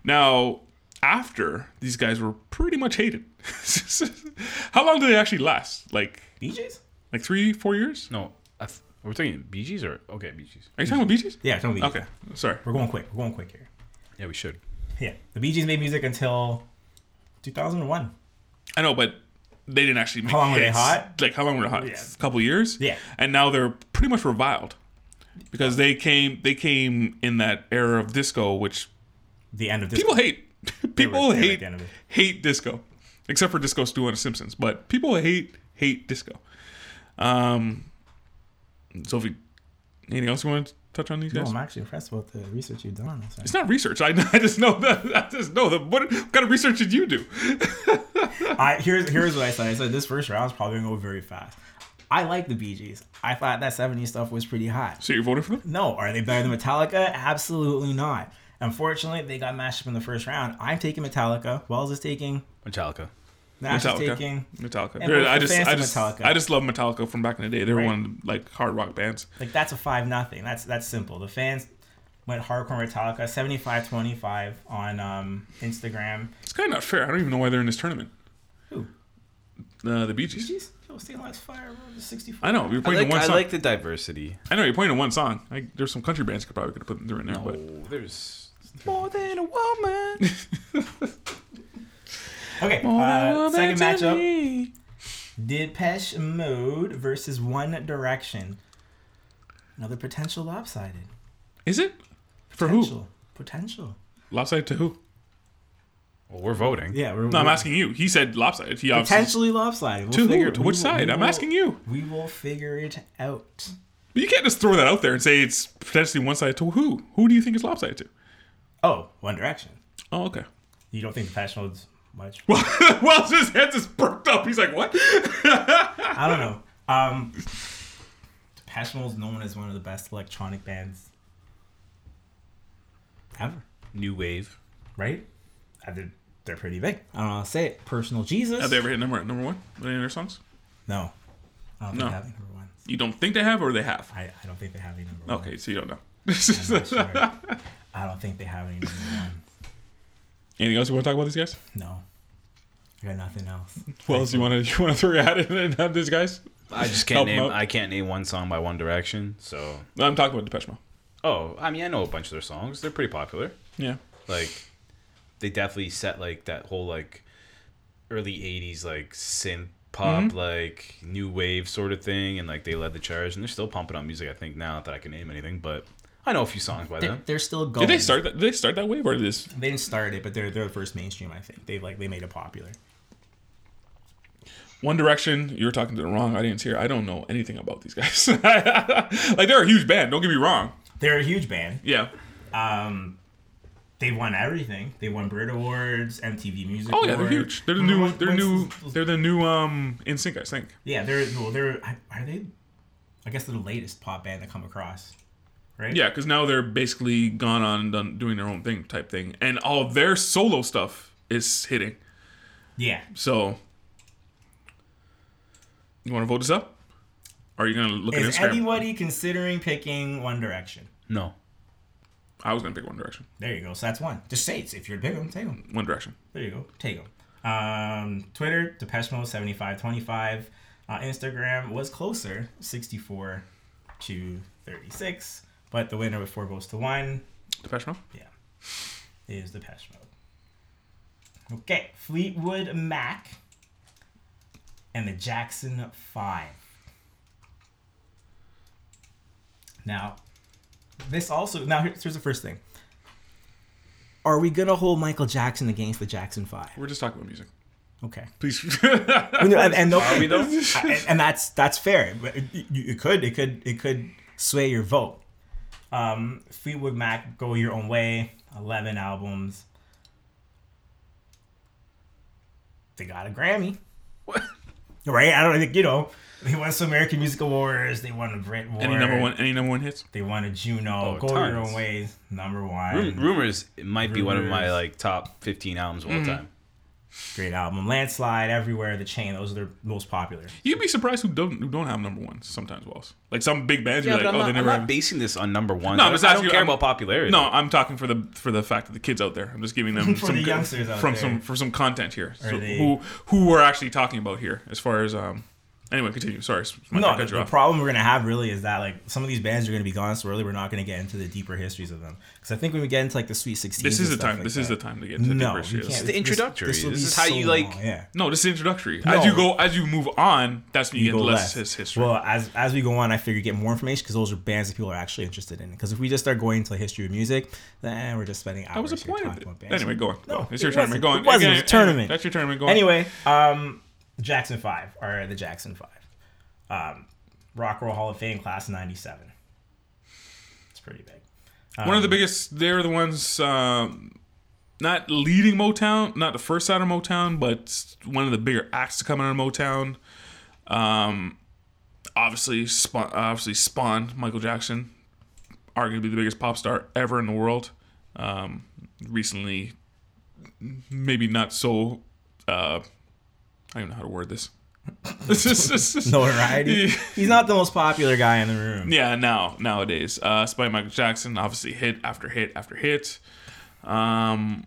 Now, after these guys were pretty much hated. How long did they actually last? Like
BG's.
like three, four years?
No, I th- we're talking BGs or okay BGs.
Are you talking about BGs?
Yeah, don't leave.
Okay, sorry.
we're going quick. We're going quick here.
Yeah, we should.
Yeah, the BG's made music until 2001.
I know, but they didn't actually make
How long were they
hits.
hot?
Like how long were they hot?
Yeah.
A couple years.
Yeah.
And now they're pretty much reviled because they came they came in that era of disco, which
The end of this.
people hate. people
were- they were
hate
the enemy.
hate disco, except for Disco Stew on The Simpsons. But people hate hate disco. Um, Sophie, anything else you want to touch on these
No,
guys?
Oh, I'm actually impressed with the research you've done. on this.
it's not research. I, I just know that. I just know that. What kind of research did you do?
I here's here's what I said. I said this first round's probably gonna go very fast. I like the BGs. I thought that 70s stuff was pretty hot.
So you're voting for them?
No, are they better than Metallica? Absolutely not. Unfortunately, they got mashed up in the first round. I'm taking Metallica. Wells is taking.
Metallica.
Nash is
Metallica.
taking.
Metallica.
And both
I
the
just,
fans
I
of
just,
Metallica.
I just love Metallica from back in the day. They were
Right.
one of the, like hard rock bands.
Like that's a five nothing. That's that's simple. The fans went hardcore Metallica. 75-25 on um, Instagram.
It's kind of not fair. I don't even know why they're in this tournament.
Who?
Uh, the Bee Gees.
Jeez, yo, Stay Alive's fire. Bro, the 64.
I know. You're
I
playing
like,
one
I
song.
like the diversity.
I know you're playing in one song. Like, there's some country bands could probably could have put them in there, but
Oh, there's more than a woman.
Okay. Uh, second matchup. Depeche Mode versus One Direction. Another potential lopsided.
Is it for who?
Potential. Potential.
Lopsided to who?
Well, we're voting.
Yeah, we're,
No, I'm
we're
asking you. He said lopsided. He obviously-
Potentially lopsided. We'll
to who?
figure-
To
we
which
will-
side?
we
I'm
will-
asking you.
We will figure it out.
But you can't just throw that out there and say it's potentially one sided to who? Who do you think it's lopsided to?
Oh, One Direction.
Oh, okay.
You don't think Depeche Mode's much?
Wells' his head just perked up. He's like, what?
I don't know. Um, Depeche Mode's known as one of the best electronic bands ever,
New wave.
right? I did. They're pretty big. I don't know. how to say it. Personal Jesus.
Have they ever hit number number one with any of their songs?
No. I don't think
No.
they have any number one.
You don't think they have, or they have?
I, I don't think they have any number one.
Okay, so you don't know.
I'm not sure. I don't think they have any number one.
Anything else you want to talk about these guys?
No. I got nothing else.
Wells, you want to you want to throw your hat in and have these guys?
I just
Help
can't
'em out.
name. I can't name one song by One Direction. So.
I'm talking about Depeche Mode.
Oh, I mean, I know a bunch of their songs. They're pretty popular.
Yeah.
Like, they definitely set like that whole like early '80s like synth pop
Mm-hmm.
like new wave sort of thing, and like they led the charge, and they're still pumping out music. I think now not that I can name anything, but I know a few songs by
They're,
them.
they're still going.
Did they start that? Did they start that wave or this?
They didn't start it, but they're they're the first mainstream. I think they like they made it popular.
One Direction, you were talking to the wrong audience here. I don't know anything about these guys. like they're a huge band. Don't get me wrong.
They're a huge band.
Yeah.
They won everything. They won Brit Awards, MTV Music.
Oh yeah, they're
Award.
huge. They're the
Remember
new.
when-
They're
when-
new. They're the new. Um, in sync, I think.
yeah, they're well, they're are they? I guess they're the latest pop band to come across, right?
Yeah, because now they're basically gone on and done doing their own thing type thing, and all of their solo stuff is hitting.
yeah.
So, you want to vote this up? Or are you gonna look
Is
at Instagram?
anybody considering picking One Direction?
No,
I was gonna pick One Direction.
There you go. So that's one. Just say it's if you're big them, take them.
One Direction.
There you go. Take them. Um, Twitter, Depeche Mode, 7525. Uh, Instagram was closer, 64 to 36. But the winner with four votes to one,
Depeche Mode.
yeah, is Depeche Mode. Okay, Fleetwood Mac and the Jackson 5. Now, this also, now here's here's the first thing. Are we going to hold Michael Jackson against the Jackson 5?
We're just talking about music.
Okay.
Please.
and, and, and no-
we though?
and- and that's that's fair. But it, you- it could it could it could sway your vote. Um, Fleetwood Mac, go your own way. Eleven albums. They got a Grammy.
What?
right? I don't think you know. They won some American Music Awards. They won a Brit Award.
Any number one? Any number one hits?
They won a Juno.
Oh,
Go your
tons.
own ways. Number one.
Rum- Rumors it might be one of my
Rumors.
like top 15 albums
Mm-hmm.
of all time.
Great album. Landslide, Everywhere, The Chain. Those are their most popular.
You'd be surprised who don't who don't have number ones sometimes. Wells, like some big bands,
Yeah,
you're
but
like,
I'm,
oh,
not,
they
I'm
never.
not
have-
basing this on number one.
No,
No,
I'm
I,
just
I
asking
don't
you-
care
I'm-
about popularity.
No, I'm talking for the for the fact that the kids out there. I'm just giving them
For
some
the
co-
youngsters out
from
there.
some for some content here. So
they-
who who we're actually talking about here as far as um. Anyway, continue. Sorry, s- my
No,
I
the,
cut you
the
off.
problem we're gonna have really is that like some of these bands are gonna be gone so early. We're not gonna get into the deeper histories of them because I think when we get into like the Sweet Sixteen,
This is the time. This is
is
the time to get into
no,
deeper
you
shit.
can't.
the introductory.
will
This
be
is how you, like-
yeah.
No, this is introductory.
No.
As you go, as you move on, that's when you,
You
get
go
less
less.
his history.
Well, as as we go on, I figure get more information because those are bands that people are actually interested in. Because if we just start going into the history of music, then we're just spending hours.
that was the
here
point of
talking about
it.
bands.
Anyway, go on.
No,
No, it's your
it wasn't.
tournament. Go on.
It wasn't.
Again,
It was a tournament.
That's your tournament. Go on.
Anyway, um, Jackson Five or the Jackson Five, um, Rock Roll Hall of Fame class of '97. It's pretty big.
one of the biggest. They're the ones um, not leading Motown, not the first out of Motown, but one of the bigger acts to come out of Motown. Um, obviously, Spawn, obviously Spawn, Michael Jackson, arguably the biggest pop star ever in the world. Um, recently, maybe not so. Uh, I don't know how to word this.
Notoriety. He's not the most popular guy in the room.
Yeah, now nowadays, uh, Spike Michael Jackson obviously hit after hit after hit. Um,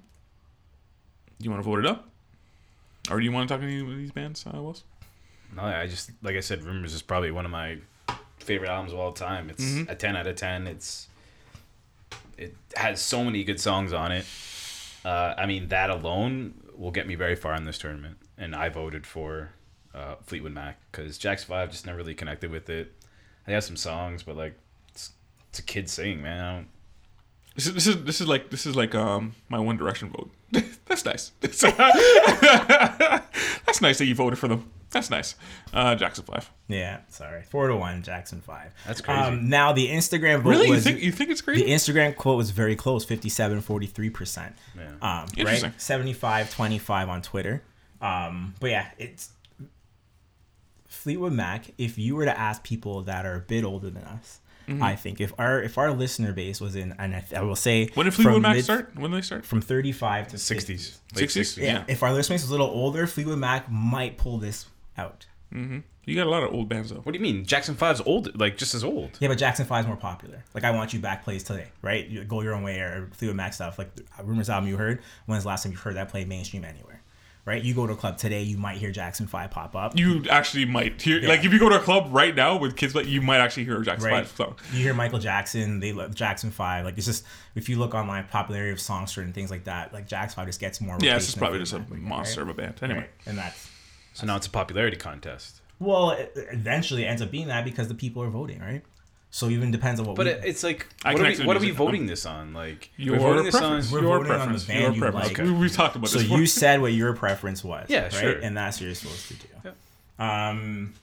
you want to vote it up, or do you want to talk to any of these bands? Uh, Wells?
No, I just like I said, Rumors is probably one of my favorite albums of all time. It's
Mm-hmm.
a ten out of ten. It's it has so many good songs on it. Uh, I mean, that alone will get me very far in this tournament, and I voted for uh, Fleetwood Mac because Jack's Five just never really connected with it. They have some songs, but like it's, it's a kid singing, man. I don't,
This is, this is this is like this is like um my One Direction vote. That's nice. That's, nice that you voted for them. That's nice. Uh, Jackson Five.
Yeah, sorry. Four to one, Jackson Five. Um,
That's crazy.
now the Instagram vote
Really? You
was
think you think it's
the
crazy?
Instagram quote was very close, 57, 43 percent. Um,
Interesting.
right? 75, 25 on Twitter. Um, but yeah, it's Fleetwood Mac. If you were to ask people that are a bit older than us,
Mm-hmm.
I think if our if our listener base was in, and I, th- I will say,
When did
from
Fleetwood Mac
mid-
start? When did they start?
From 35 to 60.
sixties,
Sixties. Yeah.
Yeah. If our listener base was a little older, Fleetwood Mac might pull this out.
you got a lot of old bands though.
What do you mean? Jackson Five's old, like just as old.
Yeah, but Jackson Five is more popular. Like, I want you back plays today, right? You go your own way or Fleetwood Mac stuff. Like, the rumors album you heard. When's the last time you heard that play mainstream anywhere? Right? You go to a club today, you might hear Jackson Five pop up.
You actually might hear like if you go to a club right now with kids, like you might actually hear a Jackson
right?
Five song.
You hear Michael Jackson. They love Jackson Five. Like, it's just if you look online, popularity of songster and things like that. Like, Jackson Five just gets more.
Yeah,
rotation
this is
than
probably
Fleetwood
just a
Mac would get,
monster
right?
of a band. Anyway,
Right. And that's
So now it's a popularity contest.
well, it it eventually ends up being that because the people are voting, right? So even depends on what.
But
we,
it, it's like,
I
what are,
connect to
we, what are we
music. Um,
voting this on? Like,
your
we're voting this on.
preference.
We're
your
voting on the
preference.
band
your
you
preference.
like.
We, we talked about
So
this.
you said what your preference was.
Yeah,
right?
sure.
And that's what you're supposed to do. Um,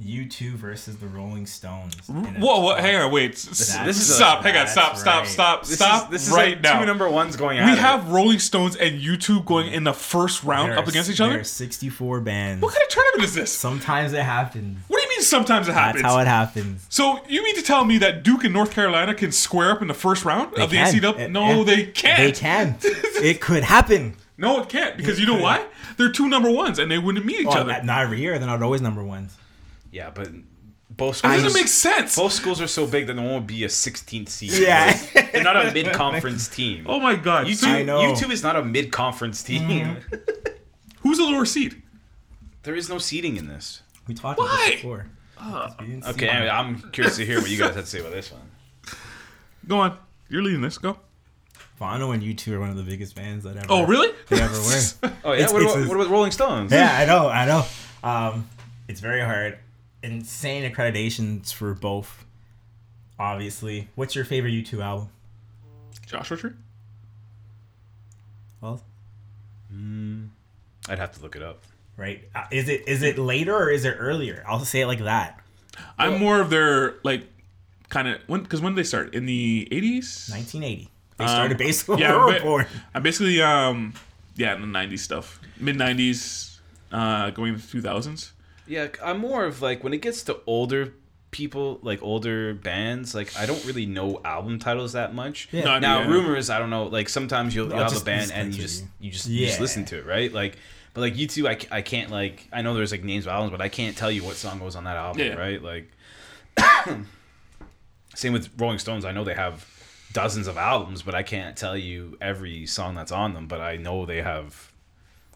you two versus the Rolling Stones. in a-
Whoa, whoa, hang on, wait. This,
That's-
is stop. hang on,
that's
stop, stop,
right.
stop,
This
stop.
is, this is
right
like
now.
two number ones going out.
we have Rolling Stones and YouTube going in the first round
There
up
are-
against each
There
other.
are 64 bands.
What kind of tournament is this?
Sometimes it happens.
What do you mean? Sometimes it
That's
happens.
how it happens.
so you mean to tell me that Duke and North Carolina can square up in the first round of the
Can.
NCAA?
It-
no,
yeah.
they can't.
They can. it could happen.
No, it can't because you know why? They're two number ones and they wouldn't meet each
Well,
other.
not every year. They're not always number ones.
Yeah, but both
That
schools.
doesn't make sense.
Both schools are so big that the one would be a 16th seed.
Yeah.
they're not a mid-conference team.
Oh my God!
you
So
two,
I know.
you two is not a mid-conference team.
Mm-hmm. who's the lower seed?
There is no seating in this.
We talked about
Why? Uh,
this before.
Okay, anyway, I'm curious to hear what you guys have to say about this one.
Go on. You're leading this. Go.
Bono and you two are one of the biggest bands that ever.
Oh, really?
They ever were.
Oh yeah,
It's-
what,
it's
about,
a-
what about Rolling Stones?
Yeah, I know, I know. Um, it's very hard. Insane accreditations for both. Obviously, what's your favorite U2 album?
Josh Richard?
Well,
I'd have to look it up.
right? Uh, is it is it later or is it earlier? I'll say it like that.
I'm more of their like kind of when because when did they start in the 80s.
1980. They started basically
Um, yeah,
where we were
but-
born.
I'm basically um yeah in the 90s stuff, mid 90s, uh going into 2000s.
Yeah, I'm more of like when it gets to older people, like older bands, like I don't really know album titles that much.
No, I do,
now
yeah.
rumors, I don't know. Like sometimes you'll, you'll have a
just
band
listen
and
to
you
it.
just you just you just
Yeah.
listen to it, right? Like, but like you two, I, ca- I can't like I know there's like names of albums, but I can't tell you what song was on that album,
Yeah.
right? Like, same with Rolling Stones. I know they have dozens of albums, but I can't tell you every song that's on them. But I know they have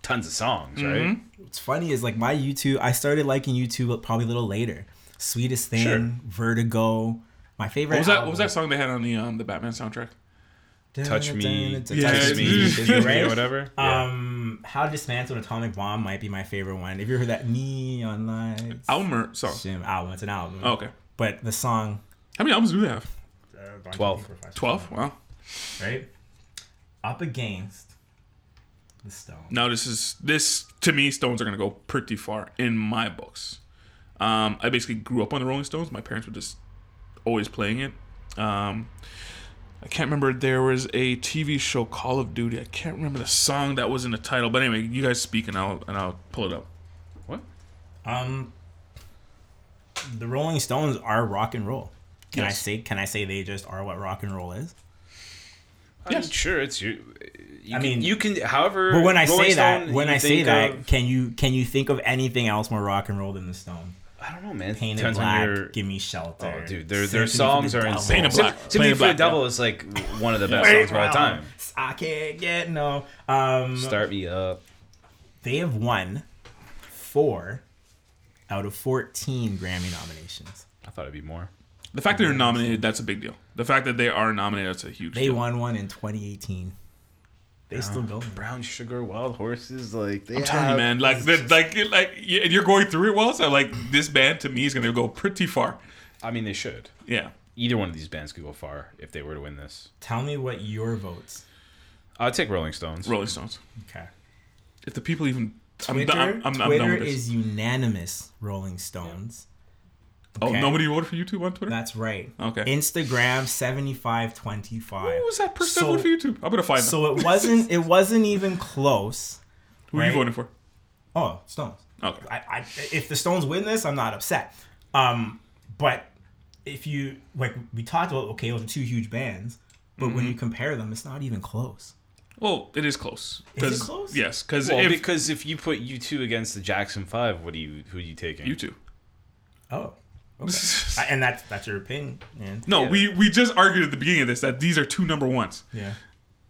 tons of songs, right?
What's funny is like my YouTube. I started liking YouTube probably a little later. Sweetest thing,
Sure.
Vertigo. My favorite.
What was that? What was that song they had on the um, the Batman soundtrack?
Touch me,
Yeah.
touch me,
it's-
Touch Me,
right?
or whatever. Yeah.
Um, how to dismantle an atomic bomb might be my favorite one. If you heard that neon lights
Oh.
Album or song?
Jim, album, it's an album.
Oh, okay.
but the song
How many albums do they have?
uh, one, two,
Twelve.
three, four, five,
Twelve. Wow.
six, right? Up against the stone.
Now this is this to me. Stones are gonna go pretty far in my books. Um, I basically grew up on the Rolling Stones. My parents were just always playing it. Um, I can't remember. There was a TV show, Call of Duty. I can't remember the song that was in the title. But anyway, you guys speak and I'll and I'll pull it up. What?
Um, the Rolling Stones are rock and roll. Can I
Yes.
say? Can I say they just are what rock and roll is?
I mean, sure, it's your. You
I
can,
mean-
you can. However,
But when I
Rolling
say that,
Stone,
when
you
I say
think
that,
of-
can you can you think of anything else more rock and roll than the Stone?
I don't know, man.
Painted
Depends on
Black,
your-
Give Me Shelter.
oh, dude, their
Symphony
their
for
songs
the
are
Devil.
insane.
Painted Black.
Sym-
Painted
Symphony for the
Black, yeah.
Devil is like one of the best songs of all time.
I can't get no. Um,
Start me up.
they have won four out of fourteen Grammy nominations.
I thought it'd be more.
The fact that they're nominated, that's a big deal. The fact that they are nominated, that's a huge
They
deal.
won one in 2018. They still go.
Brown sugar, wild horses, like they.
I'm telling you, man. Like, the, like, like, yeah, and you're going through it well. So, like, this band to me is gonna go pretty far.
I mean, they should.
Yeah.
Either one of these bands could go far if they were to win this.
Tell me what your votes.
I'd take Rolling Stones.
Rolling Stones.
Okay.
If the people even, I'm,
Twitter,
done- I'm, I'm, I'm done
Twitter
with this.
is unanimous. Rolling Stones.
Oh,
okay.
nobody voted for YouTube on Twitter.
That's right.
Okay.
Instagram 7525.
Who was that person
So-
that voted for YouTube? I'm gonna find them.
So it wasn't it wasn't even close.
Who are
right?
you voting for?
Oh, Stones.
Okay.
I, I if the Stones win this, I'm not upset. Um, but if you like, we talked about okay, those are two huge bands, but when you compare them, it's not even close.
Well, it is close.
Is it
'Cause-
close?
Yes, because
Well,
if
because if you put you two against the Jackson Five, what do you who are you taking?
YouTube.
Oh, I- and that's that's your opinion. Man.
no, we we just argued at the beginning of this that these are two number ones,
Yeah.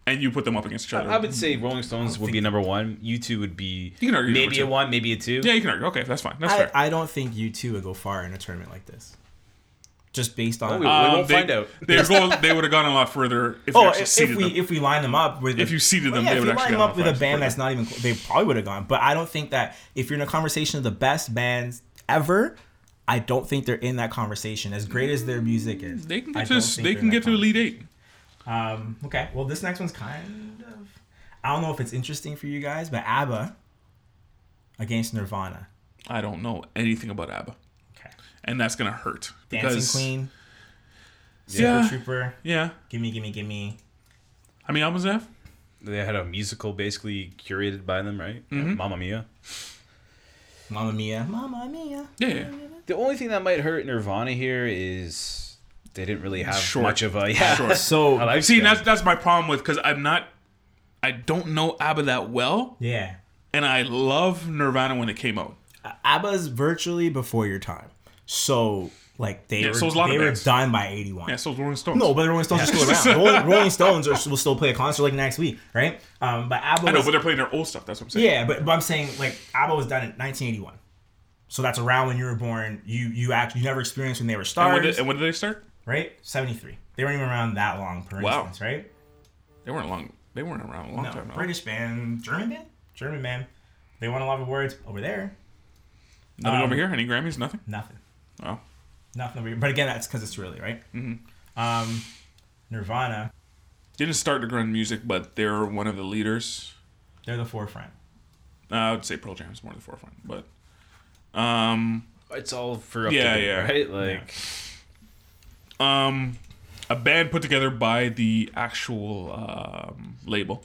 and you put them up against each other.
I would say Rolling Stones would be number one. You two would be
You can argue
maybe
number
a
two.
one, maybe a two.
yeah, you can argue. Okay, that's fine. That's
I,
fair.
I don't think you two would go far in a tournament like this, just based on.
we-
Uh,
won't
Um, they,
find out.
They're going, they would have gone a lot further if you
oh,
actually
if, if
seeded
we
them.
if we line them up with Oh,
If you seeded them,
yeah,
they
if
would
you
actually
line them
go
up with a
further.
band that's not even clo- they probably would have gone. But I don't think that if you're in a conversation of the best bands ever, I don't think they're in that conversation. As great as their music is,
They can
I
get
don't
to
think
they
they're
can
in
get
that
to elite eight.
Um, okay. Well, this next one's kind of. I don't know if it's interesting for you guys, but ABBA against Nirvana.
I don't know anything about ABBA,
Okay.
and that's gonna hurt.
Dancing
because-
Queen,
Yeah,
Trooper,
yeah.
Gimme, Gimme, Gimme.
How many albums do they have?
They had a musical basically curated by them, right?
Mm-hmm.
Mamma Mia.
Mamma Mia. Mamma Mia.
Yeah, yeah.
The only thing that might hurt Nirvana here is they didn't really have
Short.
much of a yeah.
Short.
So,
I like
See,
that.
and that's that's my problem with because I'm not, I don't know ABBA that well,
yeah.
and I love Nirvana when it came out.
ABBA's virtually before your time. So, like, they,
Yeah,
were,
so was a lot
they
of
were
bands.
done by 81.
Yeah, so was Rolling Stones.
No, but the Rolling Stones are still around. Rolling, Rolling Stones are, will still play a concert like next week, right? Um, but ABBA
I know,
was-
but they're playing their old stuff. That's what I'm saying.
Yeah, but, but I'm saying like ABBA was done in 1981, so that's around when you were born. You you act you never experienced when they were
And
stars,
when, did, and when did they start?
right? 73. They weren't even around that long, per
Wow.
instance, right?
They weren't long. They weren't around a long
No,
time. Ago.
British band, German band, German band. They won a lot of awards over there.
Nothing
um,
over here. Any Grammys? Nothing.
Nothing,
Oh,
nothing over here. But again, that's because it's really right. Mm-hmm. Um, Nirvana,
didn't start the grand music, but they're one of the leaders.
they're the forefront.
Uh, I would say Pearl Jam is more of the forefront, but um,
It's all for up
Yeah,
to date,
yeah.
right? Like
um, a band put together by the actual um, label.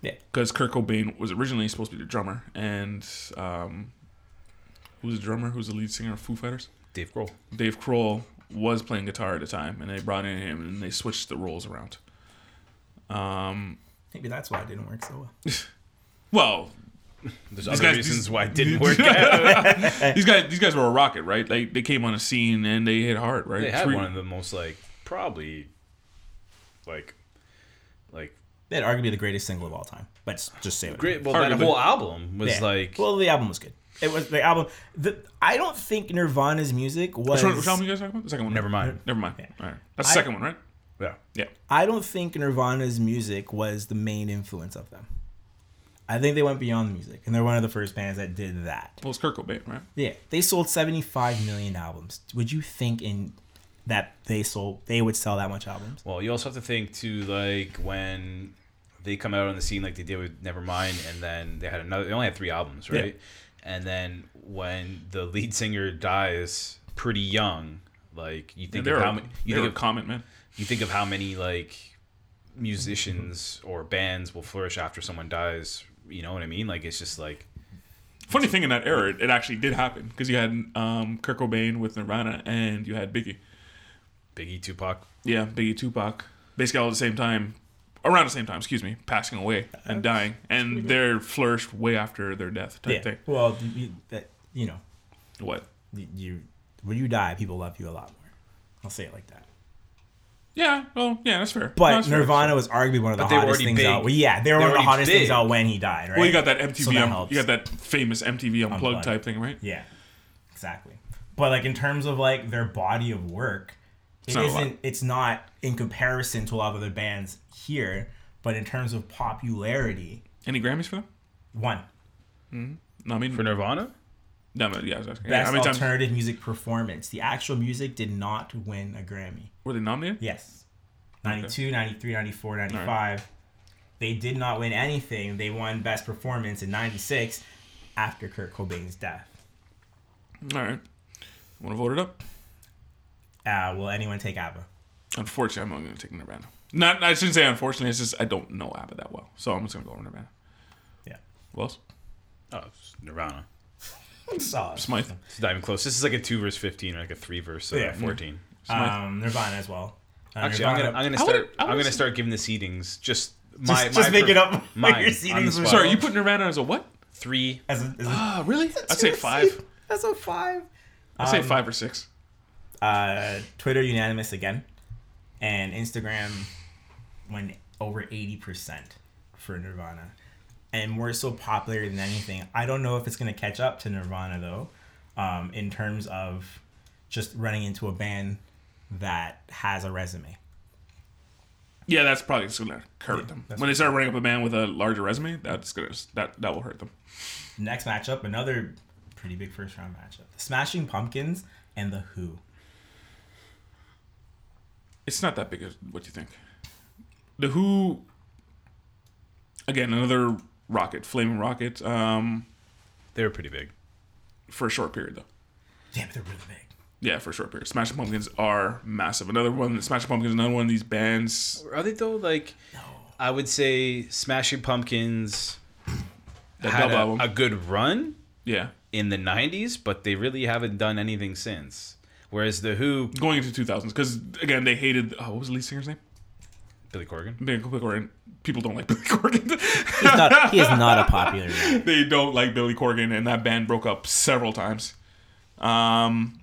Yeah.
because Kurt Cobain was originally supposed to be the drummer, and um, who's the drummer, who's the lead singer of Foo Fighters.
Dave Grohl.
Dave Grohl was playing guitar at the time, and they brought in him and they switched the roles around.
Maybe that's why it didn't work so well.
Well,
There's
These
other
guys-
reasons
these-
why it didn't work out. Eh.
these guys these guys were a rocket, right? They they came on a scene and they hit hard, right?
they had
Three-
one of the most like probably like like
They had arguably the greatest single of all time. Let's just say what it
great.
is.
Well,
Part
that
of it.
whole album was
Yeah.
like
well, the album was good. It was the album. The, I don't think Nirvana's music was.
Which, one, which album you guys talking about? The second one.
never mind.
Never mind. All right. That's the
I-
second one, right?
Yeah.
Yeah.
I don't think Nirvana's music was the main influence of them. I think they went beyond the music, and they're one of the first bands that did that.
Well, it's Kurt Cobain, right?
Yeah, they sold 75 million albums. Would you think in that they sold they would sell that much albums?
Well, you also have to think too, like when they come out on the scene, like they did with Nevermind, and then they had another. They only had three albums, right? And then when the lead singer dies pretty young, like you think
They're
of
a,
how many, you
they're
think
a
of
comment, man.
you think of how many like musicians or bands will flourish after someone dies. You know what I mean? Like it's just like
Funny thing in that era, it, it actually did happen because you had um, Kurt Cobain with Nirvana and you had Biggie.
Biggie, Tupac.
Yeah, Biggie, Tupac, basically all at the same time, around the same time, excuse me, passing away and dying, and they're flourished way after their death type
Yeah.
thing.
Well, you, that you know,
What?
you when you die, people love you a lot more. I'll say it like that.
Yeah. Well, yeah, that's fair. No,
But
that's fair.
Nirvana was arguably one of the
they were
hottest
already
things
big.
out. Well, yeah, they were
They
one
were
of the
already
hottest things
big.
out when he died, right?
Well, you got that MTV.
So that
un-
helps.
um, you got that famous MTV Unplugged,
Unplugged.
type thing, right?
Yeah, exactly. But like in terms of like their body of work, it
not a lot.
not It's not in comparison to a lot of other bands here. But in terms of popularity,
Any Grammys for them?
one
No, I mean,
For Nirvana?
no, but yeah, I was asking. Yeah,
best
how many times
alternative music performance. The actual music did not win a Grammy.
were they nominated?
Yes. 92, 93, 94, 95. They did not win anything. They won best performance in 96 after Kurt Cobain's death.
All right. Want to vote it up?
Uh, will anyone take ABBA?
Unfortunately, I'm not going to take Nirvana. Not, I shouldn't say unfortunately. It's just I don't know ABBA that well, so I'm just going to go with Nirvana.
Yeah.
Who else?
Oh, it's Nirvana.
Solid.
Smythe.
Hmm. It's not even close. This is like a two verse fifteen or like a three verse uh,
Yeah.
fourteen.
Smythe.
Um, Nirvana as well. Uh,
Actually, I'm
Nirvana-
gonna I'm gonna
I
start
would- I
I'm
would
gonna
s-
start giving the seedings. Just my
Just- just
my
make
per-
it up what
mine
your
on the
seedings
spot.
were.
Sorry, you put Nirvana as a what?
three.
as a, as a-
Uh,
Ah, really? I'd say five.
that's a five.
I'd say five or six.
Uh, Twitter unanimous again, and Instagram went over eighty percent for Nirvana, and we're so popular than anything. I don't know if it's gonna catch up to Nirvana though, um, in terms of just running into a band that has a resume.
Yeah, that's probably just going to hurt them. When they start running up a band with a larger resume, that's going to that that will hurt them.
Next matchup, another pretty big first round matchup: the Smashing Pumpkins and the Who.
It's not that big as what you think. The Who, again, another rocket, flaming rocket, um,
They were pretty big.
for a short period though.
Yeah, but they're really big.
Yeah, for a short period. Smashing Pumpkins are massive. Another one, Smashing Pumpkins, another one of these bands.
Are they though? Like, I would say Smashing Pumpkins
That
had
double
a,
album.
a good run
yeah,
in the '90s, but they really haven't done anything since. Whereas the Who,
going into 2000s because again they hated. Oh, what was the lead singer's name?
Billy Corgan,
Billy Corgan. People don't like Billy Corgan.
Not- he is not a popular guy.
they don't like Billy Corgan, and that band broke up several times. Um,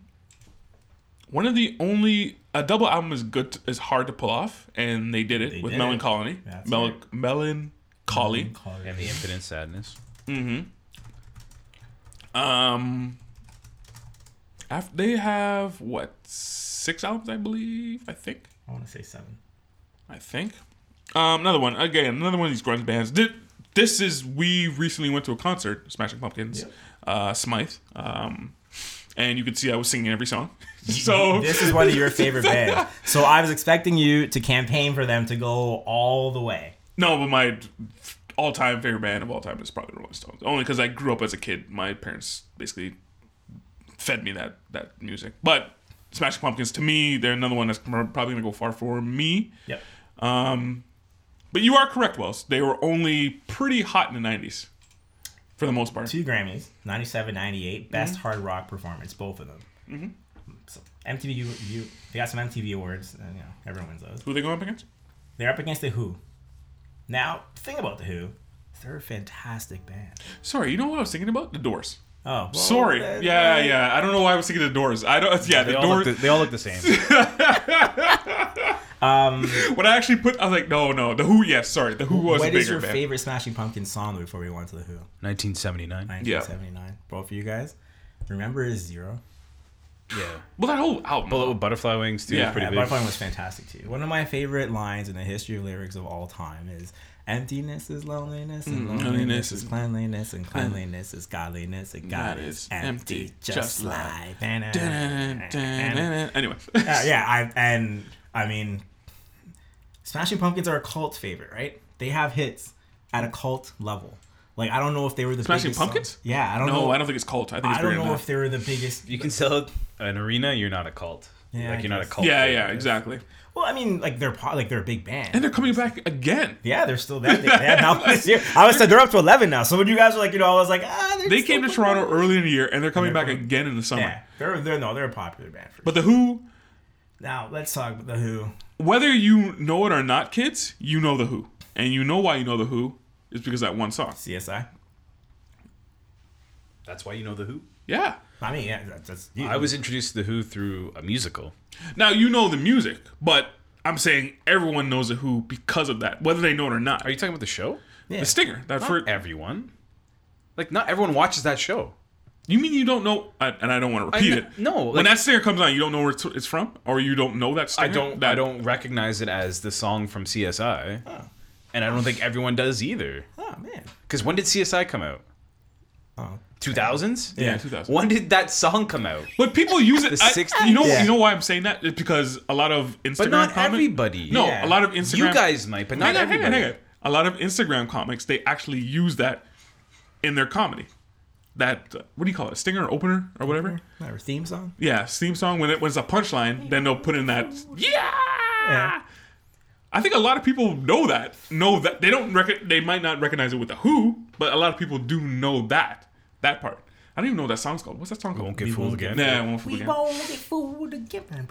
one of the only a double album is good is hard to pull off, and they did it
They
with
did.
Melancholy.
That's
Mel-
right.
Melancholy.
and the Infinite Sadness.
Um, after they have what six albums, I believe. I think.
I want to say seven.
I think. Um, another one. Again, another one of these grunge bands. Thi- This is we recently went to a concert, Smashing Pumpkins, uh, Smythe, um, and you could see I was singing every song. so
This is one of your favorite bands. So I was expecting you to campaign for them to go all the way.
no, but my all-time favorite band of all time is probably the Rolling Stones. Only because I grew up as a kid. My parents basically fed me that that music. But Smashing Pumpkins, to me, they're another one that's probably gonna go far for me.
Yep.
But you are correct, Wells. They were only pretty hot in the '90s. for the most part.
two Grammys, 97, 98, best
Mhm.
hard rock performance, both of them.
Mm-hmm.
So MTV, you, you, they got some MTV awards, and you know everyone wins those.
Who they going up against?
They're up against the Who. Now, the thing about the Who, they're a fantastic band.
Sorry, you know what I was thinking about? The Doors.
Oh, well,
Sorry.
they're-
yeah, yeah. I don't know why I was thinking the Doors. I don't. Yeah, the
They all, look
Doors.
the, they all look the same.
when I actually put, I was like, no, no. The Who. Yes, sorry. The Who was
What
a bigger
is your
band.
favorite Smashing Pumpkins song before we went to the Who?
1979.
1979. Both of you guys. Remember is zero.
Yeah.
Well, that whole album.
Bullet with butterfly wings too.
Yeah.
Yeah, pretty
Yeah,
big.
Butterfly was fantastic too. One of my favorite lines in the history of lyrics of all time is "Emptiness is loneliness, and loneliness,
Mm, loneliness
is
is-
cleanliness, and cleanliness is godliness, and God, is empty, just, like." Dun- dun-
Dun, dun, dun,
dun.
dun. Anyway.
Uh, yeah, I and I mean, Smashing Pumpkins are a cult favorite, right? They have hits at a cult level. Like I don't know if they were the
Smashing
biggest song-
Pumpkins?
Yeah, I don't know.
No, I don't think it's cult. I think it's
I don't
bigger
know
than
if
that.
they were the biggest.
You can sell an arena. You're not a cult.
Yeah, I
like you're not a
guess.
cult.
Yeah,
favorite.
yeah, exactly.
Well, I mean, like they're pro- like they're a big band.
And they're coming back again.
Yeah, they're still that. They, they had now this year. I was said they're up to eleven now. So when you guys were like, you know, I was like, ah, they're
They
still
came to
popular.
Toronto early in the year, and they're coming back
coming-
again in the summer.
Yeah, they're they're no, they're a popular band. For
But the Who,
now let's talk about the Who.
whether you know it or not, kids, you know the Who, and you know why you know the Who is because of that one song.
CSI.
That's why you know the Who.
Yeah.
I mean, yeah, that's, that's you.
I was introduced to the Who through a musical.
Now you know the music, but I'm saying everyone knows the Who because of that, whether they know it or not.
Are you talking about the show?
yeah.
The stinger that
Not
for
everyone. Like not everyone watches that show.
you mean you don't know, I- and I don't want to repeat
kn-
it.
no,
when
like-
that stinger comes on, you don't know where it's, it's from, or you don't know that stinger.
I don't.
That,
I don't recognize it as the song from CSI, and I don't think everyone does either.
oh man,
Because when did CSI come out?
oh,
Two thousands.
Yeah, 2000.
When did that song come out?
But people use it.
The
I-
60s?
you know,
Yeah.
you know why I'm saying that? It's because a lot of Instagram,
But not
comment-
everybody.
No,
Yeah.
a lot of Instagram.
You guys might, but
hang
not
on, hang on,
everybody.
hang on. A lot of Instagram comics they actually use that in their comedy. That uh, what do you call it? A stinger, or opener, or whatever.
whatever theme song.
Yeah, theme song. When it when it's a punchline, then they'll put in that. Yeah.
Yeah.
I think a lot of people know that. Know that they don't. Rec- they might not recognize it with the Who, but a lot of people do know that that part. I don't even know what that song's called. What's that song called?
Won't get fooled again.
Nah, I won't fool
We
again.
won't get fooled again.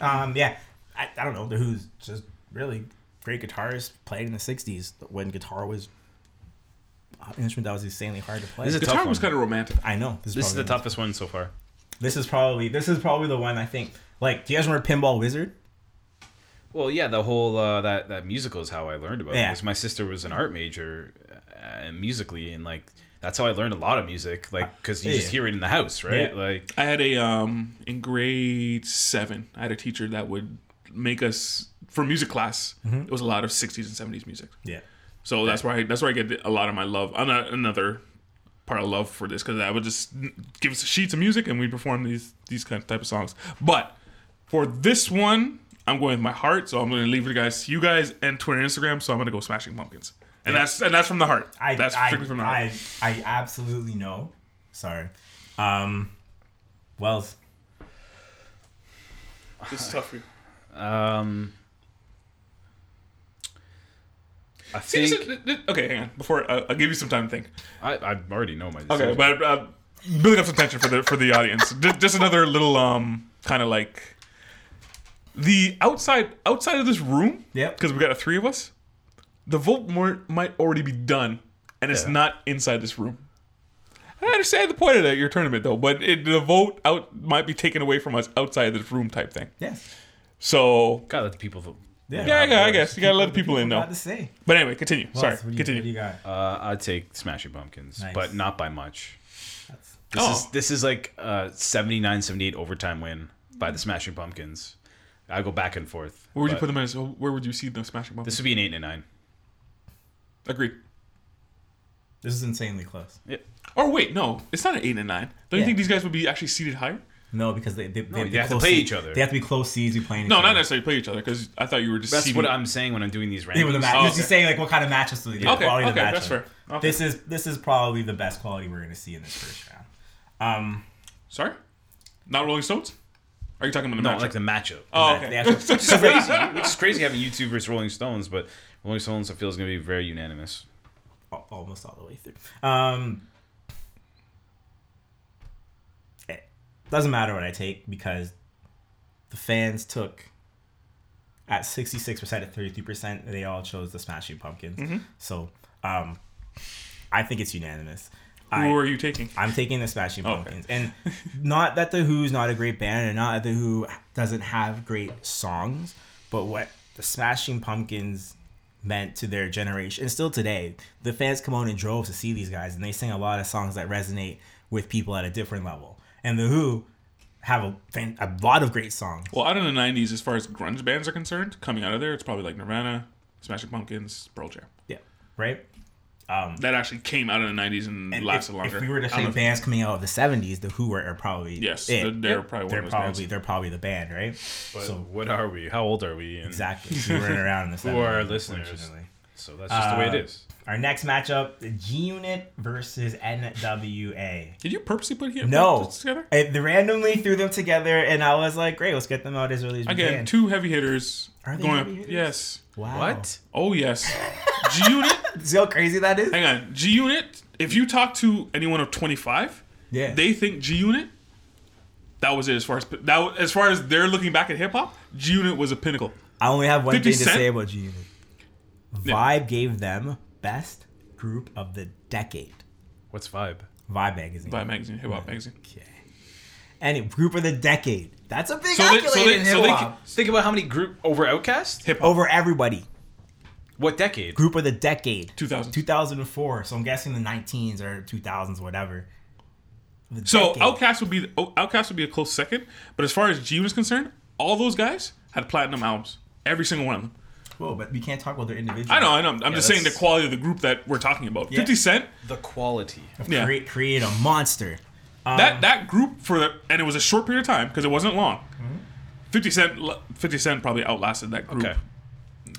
Um, yeah, I, I don't know. The Who's just really great guitarist played in the '60s when guitar was an instrument that was insanely hard to play.
This is a tough
Guitar was
one.
kind of romantic.
I know
This is the
probably-
toughest one so far.
This is probably this is probably the one I think. Like, do you guys remember Pinball Wizard?
Well, yeah, the whole uh, that that musical is how I learned about
Yeah.
it. 'cause my sister was an art major, uh, and musically, and like that's how I learned a lot of music. Like because you just
Yeah.
hear it in the house, right?
Yeah.
Like
I had a um in grade seven. I had a teacher that would make us for music class. It was a lot of sixties and seventies music.
Mm-hmm. Yeah.
So that's where I that's where I get a lot of my love. Ano- Another part of love for this because I would just give us sheets of music and we perform these these kind of type of songs. But for this one, I'm going with my heart. So I'm going to leave you guys, you guys, and Twitter, and Instagram. So I'm going to go Smashing Pumpkins, and that's and that's from the heart.
I
that's
I,
strictly from the heart.
I, I absolutely know. Sorry. Um Wells.
this is tough for you.
I
See, this
think
is- th- th- okay, hang on. Before I, I'll give you some time to think.
I, I already know my.
Okay,
decision.
but uh, building up some tension for the for the audience. Ju- Just another little um kind of like the outside outside of this room.
Yep.
Because we got a three of us. The vote more, might already be done, and it's
Yeah.
not inside this room. I understand the point of that your tournament though, but it, the vote out might be taken away from us outside this room type thing.
Yes.
So
gotta let the people. vote.
yeah, yeah, I guess you gotta let the people in
About
know.
to say.
But anyway, continue.
Wells,
Sorry,
what do you,
continue.
What do you got?
Uh, I'd take Smashing Pumpkins,
Nice.
but not by much.
That's-
This
Oh.
is this is like a 79-78 overtime win by the Smashing Pumpkins. I go back and forth.
Where would you
but
put them as? oh, Where would you see them smashing
This
bumpers?
would be an eight and a nine.
Agreed.
This is insanely close.
Yeah.
Or Oh, wait, no, it's not an eight and a nine. Don't you
Yeah.
think these guys would be actually seated higher?
No, because they they, they,
they have to
close
play
seed-
each other.
They have to be close seeds. You playing?
No,
each
not
other.
necessarily play each other because I thought you were just.
That's
seating-
what I'm saying when I'm doing these
They were the
rankings.
match.
Oh,
You're
okay.
just saying like what kind of matchups do they do?
Okay,
quality of the
okay, that's
matchup.
fair. Okay.
This is this is probably the best quality we're gonna see in this first round. Um,
Sorry, not Rolling Stones. Are you talking about the
no,
matchup?
like the matchup.
oh,
they
okay.
have to-
crazy. Which is crazy having YouTube versus Rolling Stones, but Rolling Stones I feel is going to be very unanimous.
al- almost all the way through. Um, it eh, doesn't matter what I take because the fans took at 66% at 33%, they all chose the Smashing Pumpkins. So um, I think it's unanimous. I-
Who are you taking?
I'm taking the Smashing
Oh, Okay.
Pumpkins, and not that the Who's not a great band, and not that the Who doesn't have great songs, but what the Smashing Pumpkins meant to their generation, and still today, the fans come out in droves to see these guys, and they sing a lot of songs that resonate with people at a different level. And the Who have a fan, a lot of great songs.
Well, out of the '90s, as far as grunge bands are concerned, coming out of there, it's probably like Nirvana, Smashing Pumpkins, Pearl Jam.
Yeah, right.
That actually came out of the '90s and,
Um, And
lasted
if,
longer.
If we were to
I don't
say
know if-
bands coming out of the '70s, the Who are, are probably
Yes,
it.
they're- they're probably one
they're
of those
probably
bands.
they're probably the band, right? so
what are we? How old are we? And
Exactly. So we weren't around in the
Who are our
70s,
listeners?
unfortunately.
So that's just the way it
Uh,
is.
Our next matchup: the G Unit versus NWA.
Did you purposely put here?
No,
put this together?
I, they randomly threw them together, and I was like, "Great, let's get them out as early as we
Again,
can."
two heavy hitters
Are they
going
heavy
up.
hitters?
Yes.
wow.
Oh yes. G Unit.
See how crazy that is?
Hang on. G Unit. If you talk to anyone of 25,
Yeah.
they think G Unit. That was it as far as that was- as far as they're looking back at hip hop. G Unit was a pinnacle.
I only have one
50
thing to
Cent?
say about G Unit. Vibe gave them best group of the decade.
What's vibe?
Vibe magazine.
By magazine, hip hop magazine.
Any group of the decade. That's a big
So they-
accolade
so they-
in
so
hip
they
hop.
Think about how many group over Outcast.
Hip hop.
Over everybody.
What decade?
Group of the decade.
2000.
2004. So I'm guessing the 19s or 2000s, whatever. The
So
decade.
Outcast would be the, oh, Outcast would be a close second. But as far as G Unit is concerned, all those guys had platinum albums. Every single one of them.
Whoa, but we can't talk about their individual.
I know, I know. I'm just saying the
that's-
quality of the group that we're talking about. 50 Cent,
The quality.
yeah.
Create, create a monster.
Um,
that that group for the, and it was a short period of time because it wasn't long.
Mm-hmm.
50 Cent, l- 50 Cent probably outlasted that group
Okay.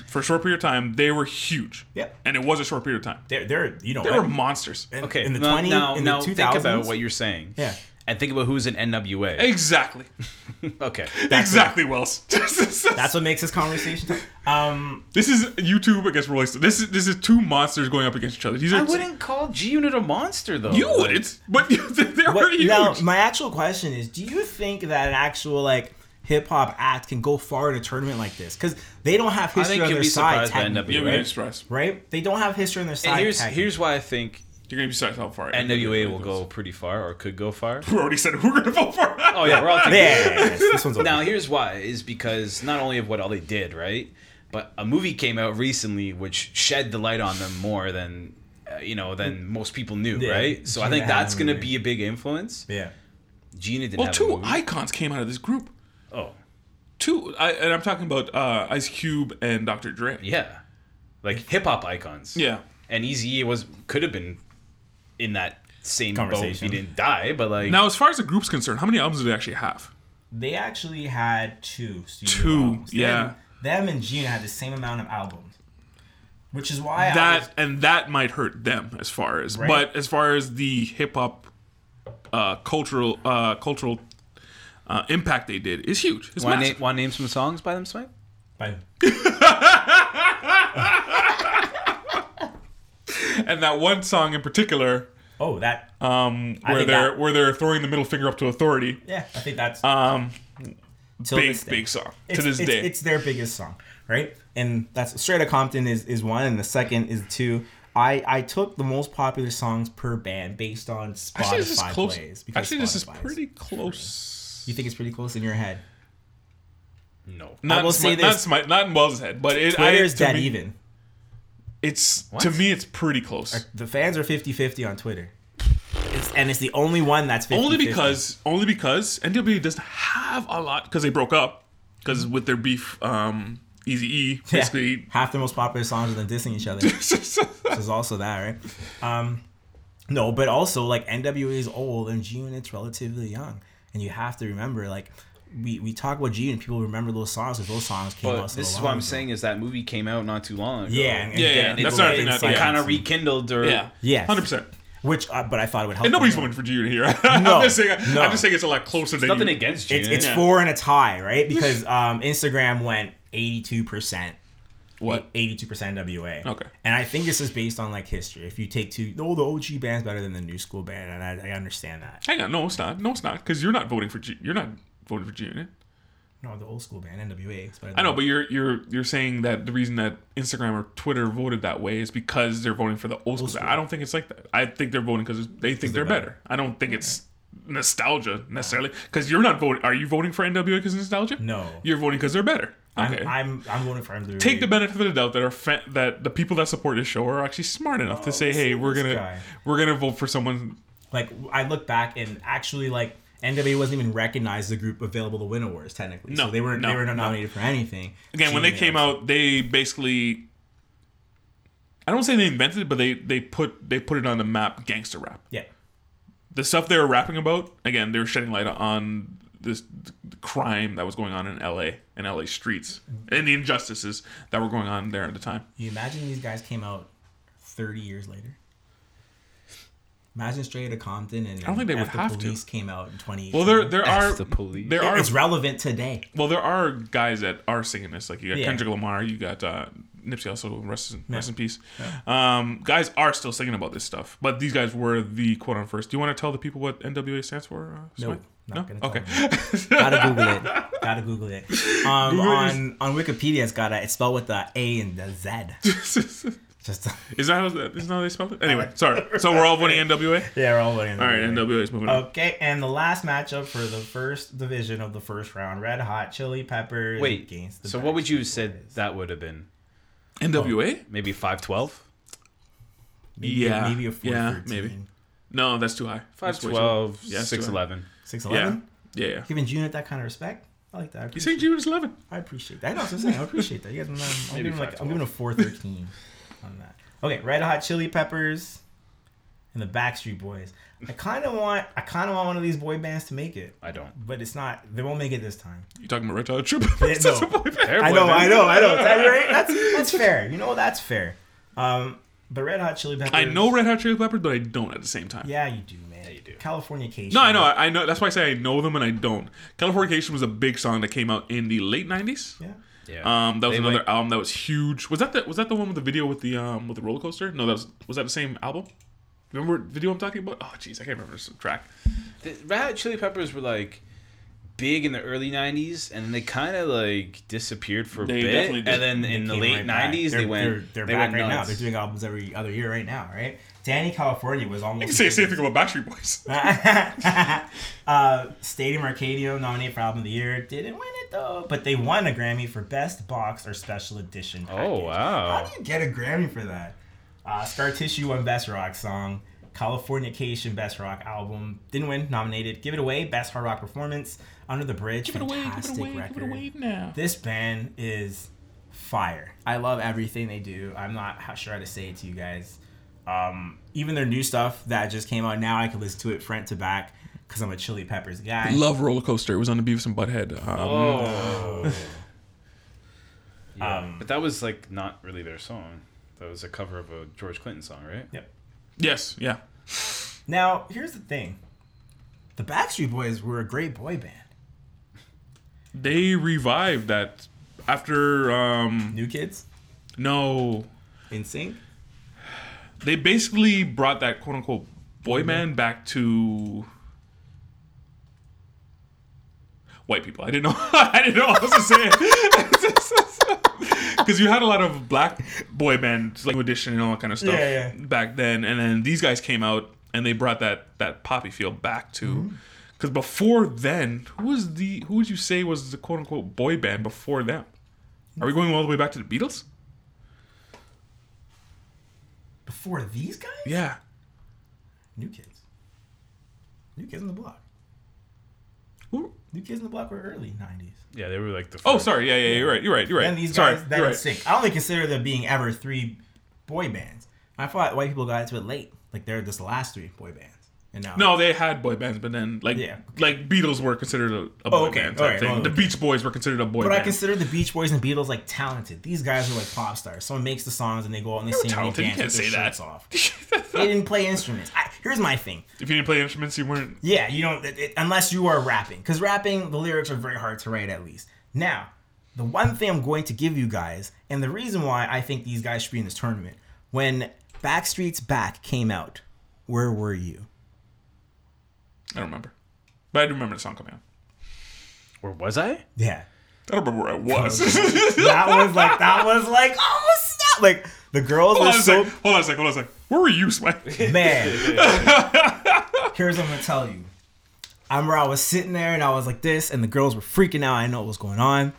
for a short period of time. They were huge.
Yep.
and it was a short period of time.
They're, they're you know,
They
I-
were monsters.
in-
Okay.
in the
now-
20s,
now,
in
now
the 2000s.
think about what you're saying.
Yeah.
And think about who's in NWA.
Exactly,
Okay.
exactly, Wells.
That's what makes this conversation. um,
this is YouTube against Rolling Stone. This is this is two monsters going up against each other. These are
I wouldn't call G Unit a monster though.
You
Like,
wouldn't, but you- they were
what,
huge.
now, my actual question is: Do you think that an actual like hip hop act can go far in a tournament like this? Because they don't have
I
history
think
on
you'll
their
be
side.
surprised by
technically,
yeah,
NWA.
we're gonna
right?
be surprised.
right? They don't have history on their side.
And here's
technically.
here's why I think
You're gonna be surprised how far
NWA will go pretty far or could go far.
We already said who we're gonna vote for.
Oh yeah, we're all together.
Yes, this one's over.
Now here's why is because not only of what all they did, right? But a movie came out recently which shed the light on them more than uh, you know than most people knew,
Yeah,
right? So I
Gina
think
had
that's
a
going to
movie.
be a big influence.
yeah.
Gina didn't
Well,
have a
two
movie.
icons came out of this group.
oh,
Two, I, and I'm talking about uh, Ice Cube and Dr. Dre.
yeah. Like hip hop icons.
Yeah.
And Easy was could have been in that same boat if he
Conversation.
didn't die, but like
Now, as far as the group's concerned, how many albums do they actually have?
They actually had two studio
Two,
albums. Them-
yeah.
Them, and Gina had the same amount of albums, which is why I was,
That and that might hurt them as far as,
Right.
but as far as the hip hop uh, cultural uh, cultural uh, impact they did is huge. It's
want to
massive.
name, wanna name some songs by them, Swipe?
by
and that one song in particular,
oh that
um, where
think
they're
that-
where they're throwing the middle finger up to authority,
yeah I think that's
um,
till
big
this day.
big song
It's-
to this
it's-
day.
It's their biggest song, right? And that's Straight Outta Compton is is one, and the second is two. I I took the most popular songs per band based on Spotify
actually, this is close.
plays. because
Actually, this is
Spotify's-
pretty close.
You think it's pretty close in your head?
No.
Not,
I will
in
say
Smi- not,
this.
in Smi- not in Wells' head, but it, I,
Twitter is
to
dead
me-
even.
It's to me, it's pretty close.
The fans are 50-50 on Twitter. It's, and it's the only one that's 50
only because only because NWA doesn't have a lot because they broke up because with their beef um easy e basically
half their most popular songs are them dissing each other. There's also that, right? Um, no, but also like NWA is old and G Unit's relatively young, and you have to remember like we we talk about G Unit, people remember those songs because those songs came
But
out. So
this is
long
what I'm
ago.
saying is that movie came out not too long ago.
Yeah, and, and
Yeah, yeah,
and
that's
people-
another thing that-
it's
yeah.
like-
kind of rekindled or
yeah
Yes.
100 percent
which, uh, but I thought it would help.
and nobody's
them.
voting for G here
No,
I'm, just saying,
no.
I'm just saying it's a lot closer than
Nothing
you-
against Gina.
It's, it's
Yeah.
four and a tie, right? Because um, Instagram went 82 percent
What?
82% NWA.
Okay.
And I think this is based on like history. If you take two, oh, the OG band's better than the new school band, and I, I understand that.
Hang on, no, it's not. No, it's not. Because you're not voting for G- you're not voting for G Unit.
No, the old school band, NWA, is better
I know,
than-
but you're you're you're saying that the reason that Instagram or Twitter voted that way is because they're voting for the old school. I don't think it's like that. I think they're voting because they think they're, better. I don't think it's nostalgia necessarily. Because you're not voting. Are you voting for NWA because nostalgia?
No.
You're voting because they're better.
I'm,
Okay.
I'm, I'm voting for NWA.
Take the benefit of the doubt that our fa- that the people that support this show are actually smart enough to say, "Hey, we're
this
gonna
guy.
we're gonna vote for someone."
like I look back and actually like NWA wasn't even recognized as a group available to win awards technically.
No,
so they were
no,
they were not
no.
nominated for anything.
Again, when they
Genius.
came out, they basically. I don't say they invented it, but they, they put they put it on the map, gangster rap.
yeah,
the stuff they were rapping about again they were shedding light on this th- crime that was going on in la in la streets and the injustices that were going on there at the time
you imagine these guys came out thirty years later. Imagine straight to Compton and I
don't think they would have to.
police came out in twenty.
well there there
That's
are
the police.
there are
it's relevant today.
well there are guys that are singing this like you got
Yeah.
kendrick lamar you got uh nipsey also rest, in rest in peace um guys are still singing about this stuff but these guys were the quote on first do you want to tell the people what nwa stands for uh,
No,
Smith?
not gonna
no
tell
okay
Gotta Google it. Gotta Google it. Um, on on Wikipedia, it's got a, it's spelled with the A and the Z. Just
is that how that is that how they spelled it anyway sorry so we're all voting nwa
yeah, Uh, we're all voting.
all right nwa is moving on
Okay, and the last matchup for the first division of the first round: Red Hot Chili Peppers
Wait.
against the
So what would you have said that would have been?
nwa
Maybe five twelve.
maybe,
Yeah,
maybe a four
yeah, maybe. No, that's too high.
Five
That's way too-
twelve.
Yeah, that's too
Six
high.
eleven.
six
Yeah,
eleven.
yeah, yeah.
Giving June that kind of respect, I like that. I
You
appreciate,
say G was eleven.
I appreciate that. I know what I'm saying. I appreciate that. You guys, I'm, I'm
Maybe
giving like I'm
5'12".
giving a four thirteen on that. Okay, Red Hot Chili Peppers and the Backstreet Boys. I kind of want I kind of want one of these boy bands to make it,
I don't.
but it's not. They won't make it this time.
You talking about Red Hot Chili
Yeah,
Peppers? That's
no.
a boy band.
I know, I know, I know. That, right? That's that's fair. You know, that's fair. Um, but Red Hot Chili Peppers.
I know Red Hot Chili Peppers, but I don't at the same time.
Yeah, you do, man. you
do.
California Cation.
No, I know, I I know. That's why I say I know them and I don't. Californication was a big song that came out in the late nineties.
Yeah.
Yeah.
Um, that was
They
another
like-
album that was huge. Was that the was that the one with the video with the um with the roller coaster? No, that was was that the same album? Remember what video I'm talking about? Oh, jeez, I can't remember this track.
the Red Hot Chili Peppers were like big in the early '90s, and they kind of like disappeared for a
They
bit,
definitely did.
and then
They
in the
came
late
right back.
'90s
They're-
they went.
They're, they're
they
back
went
right now.
nuts.
They're doing albums every other year right now, right? Danny California was almost.
You can say the same thing about Backstreet Boys.
uh, Stadium Arcadium nominated for album of the year. Didn't win it though, but they won a Grammy for best box or special edition.
Oh
package. How
Uh,
wow!
do you get a Grammy for that? Uh, Scar Tissue won Best Rock Song. Californication Best Rock Album didn't win, nominated. Give It Away Best Hard Rock Performance. Under the Bridge,
Give it away, give
fantastic
it away, give
record.
it away now.
This band is fire. I love everything they do. I'm not how sure how to say it to you guys. Um, even their new stuff that just came out now, I can listen to it front to back because I'm a Chili Peppers guy.
Love roller coaster. It was on the Beavis and Butthead. Um,
Yeah.
Um,
but that was like not really their song. That was a cover of a George Clinton song, right?
Yep.
Yes, yeah.
Now, here's the thing. The Backstreet Boys were a great boy band.
They revived that after um
New Kids,
no.
In Sync.
They basically brought that quote unquote boy band back to white people. I didn't know I didn't know what I was saying. Because you had a lot of black boy bands like Audition and all that kind of stuff
Yeah, yeah.
back then, and then these guys came out and they brought that that poppy feel back
Mm-hmm.
to. Because before then, who was the who would you say was the quote unquote boy band before them? Are we going all the way back to the Beatles?
Before these guys?
Yeah,
New Kids. New Kids on the Block.
Who-
New Kids on the Block were early 90s.
Yeah, they were like the.
Oh,
first-
sorry. Yeah, yeah, yeah, you're right. You're right. You're right.
Then these
sorry,
guys, that
you're
are
right.
sick. I only consider there being ever three boy bands. I thought white people got into it late. Like they're just the last three boy bands. And now
No, they had boy bands, but then like
Yeah. Oh,
like Beatles were considered a, a boy
okay.
band
All
type
right.
thing.
Well,
the
okay.
Beach Boys were considered a boy
But I
band.
consider the Beach Boys and Beatles like talented. These guys are like pop stars. Someone makes the songs and they go out and they sing and
talented.
they
You
dance
can't
with their
say that.
shirts off. they didn't play instruments. I, here's my thing.
if you didn't play instruments, you weren't.
Yeah, you don't it, it- unless you are rapping, because rapping the lyrics are very hard to write. At least now, the one thing I'm going to give you guys, and the reason why I think these guys should be in this tournament, when Backstreet's Back came out, where were you?
I don't remember, but I do remember the song coming out.
Or was I?
Yeah.
I don't remember where I was.
That was like that was like oh snap! Like the girls
hold
were
on a sec.
so
Hold on a sec. Hold on a sec. Where were you, Spike?
man. Here's what I'm gonna tell you. I remember I was sitting there and I was like this, and the girls were freaking out. I didn't know what was going on,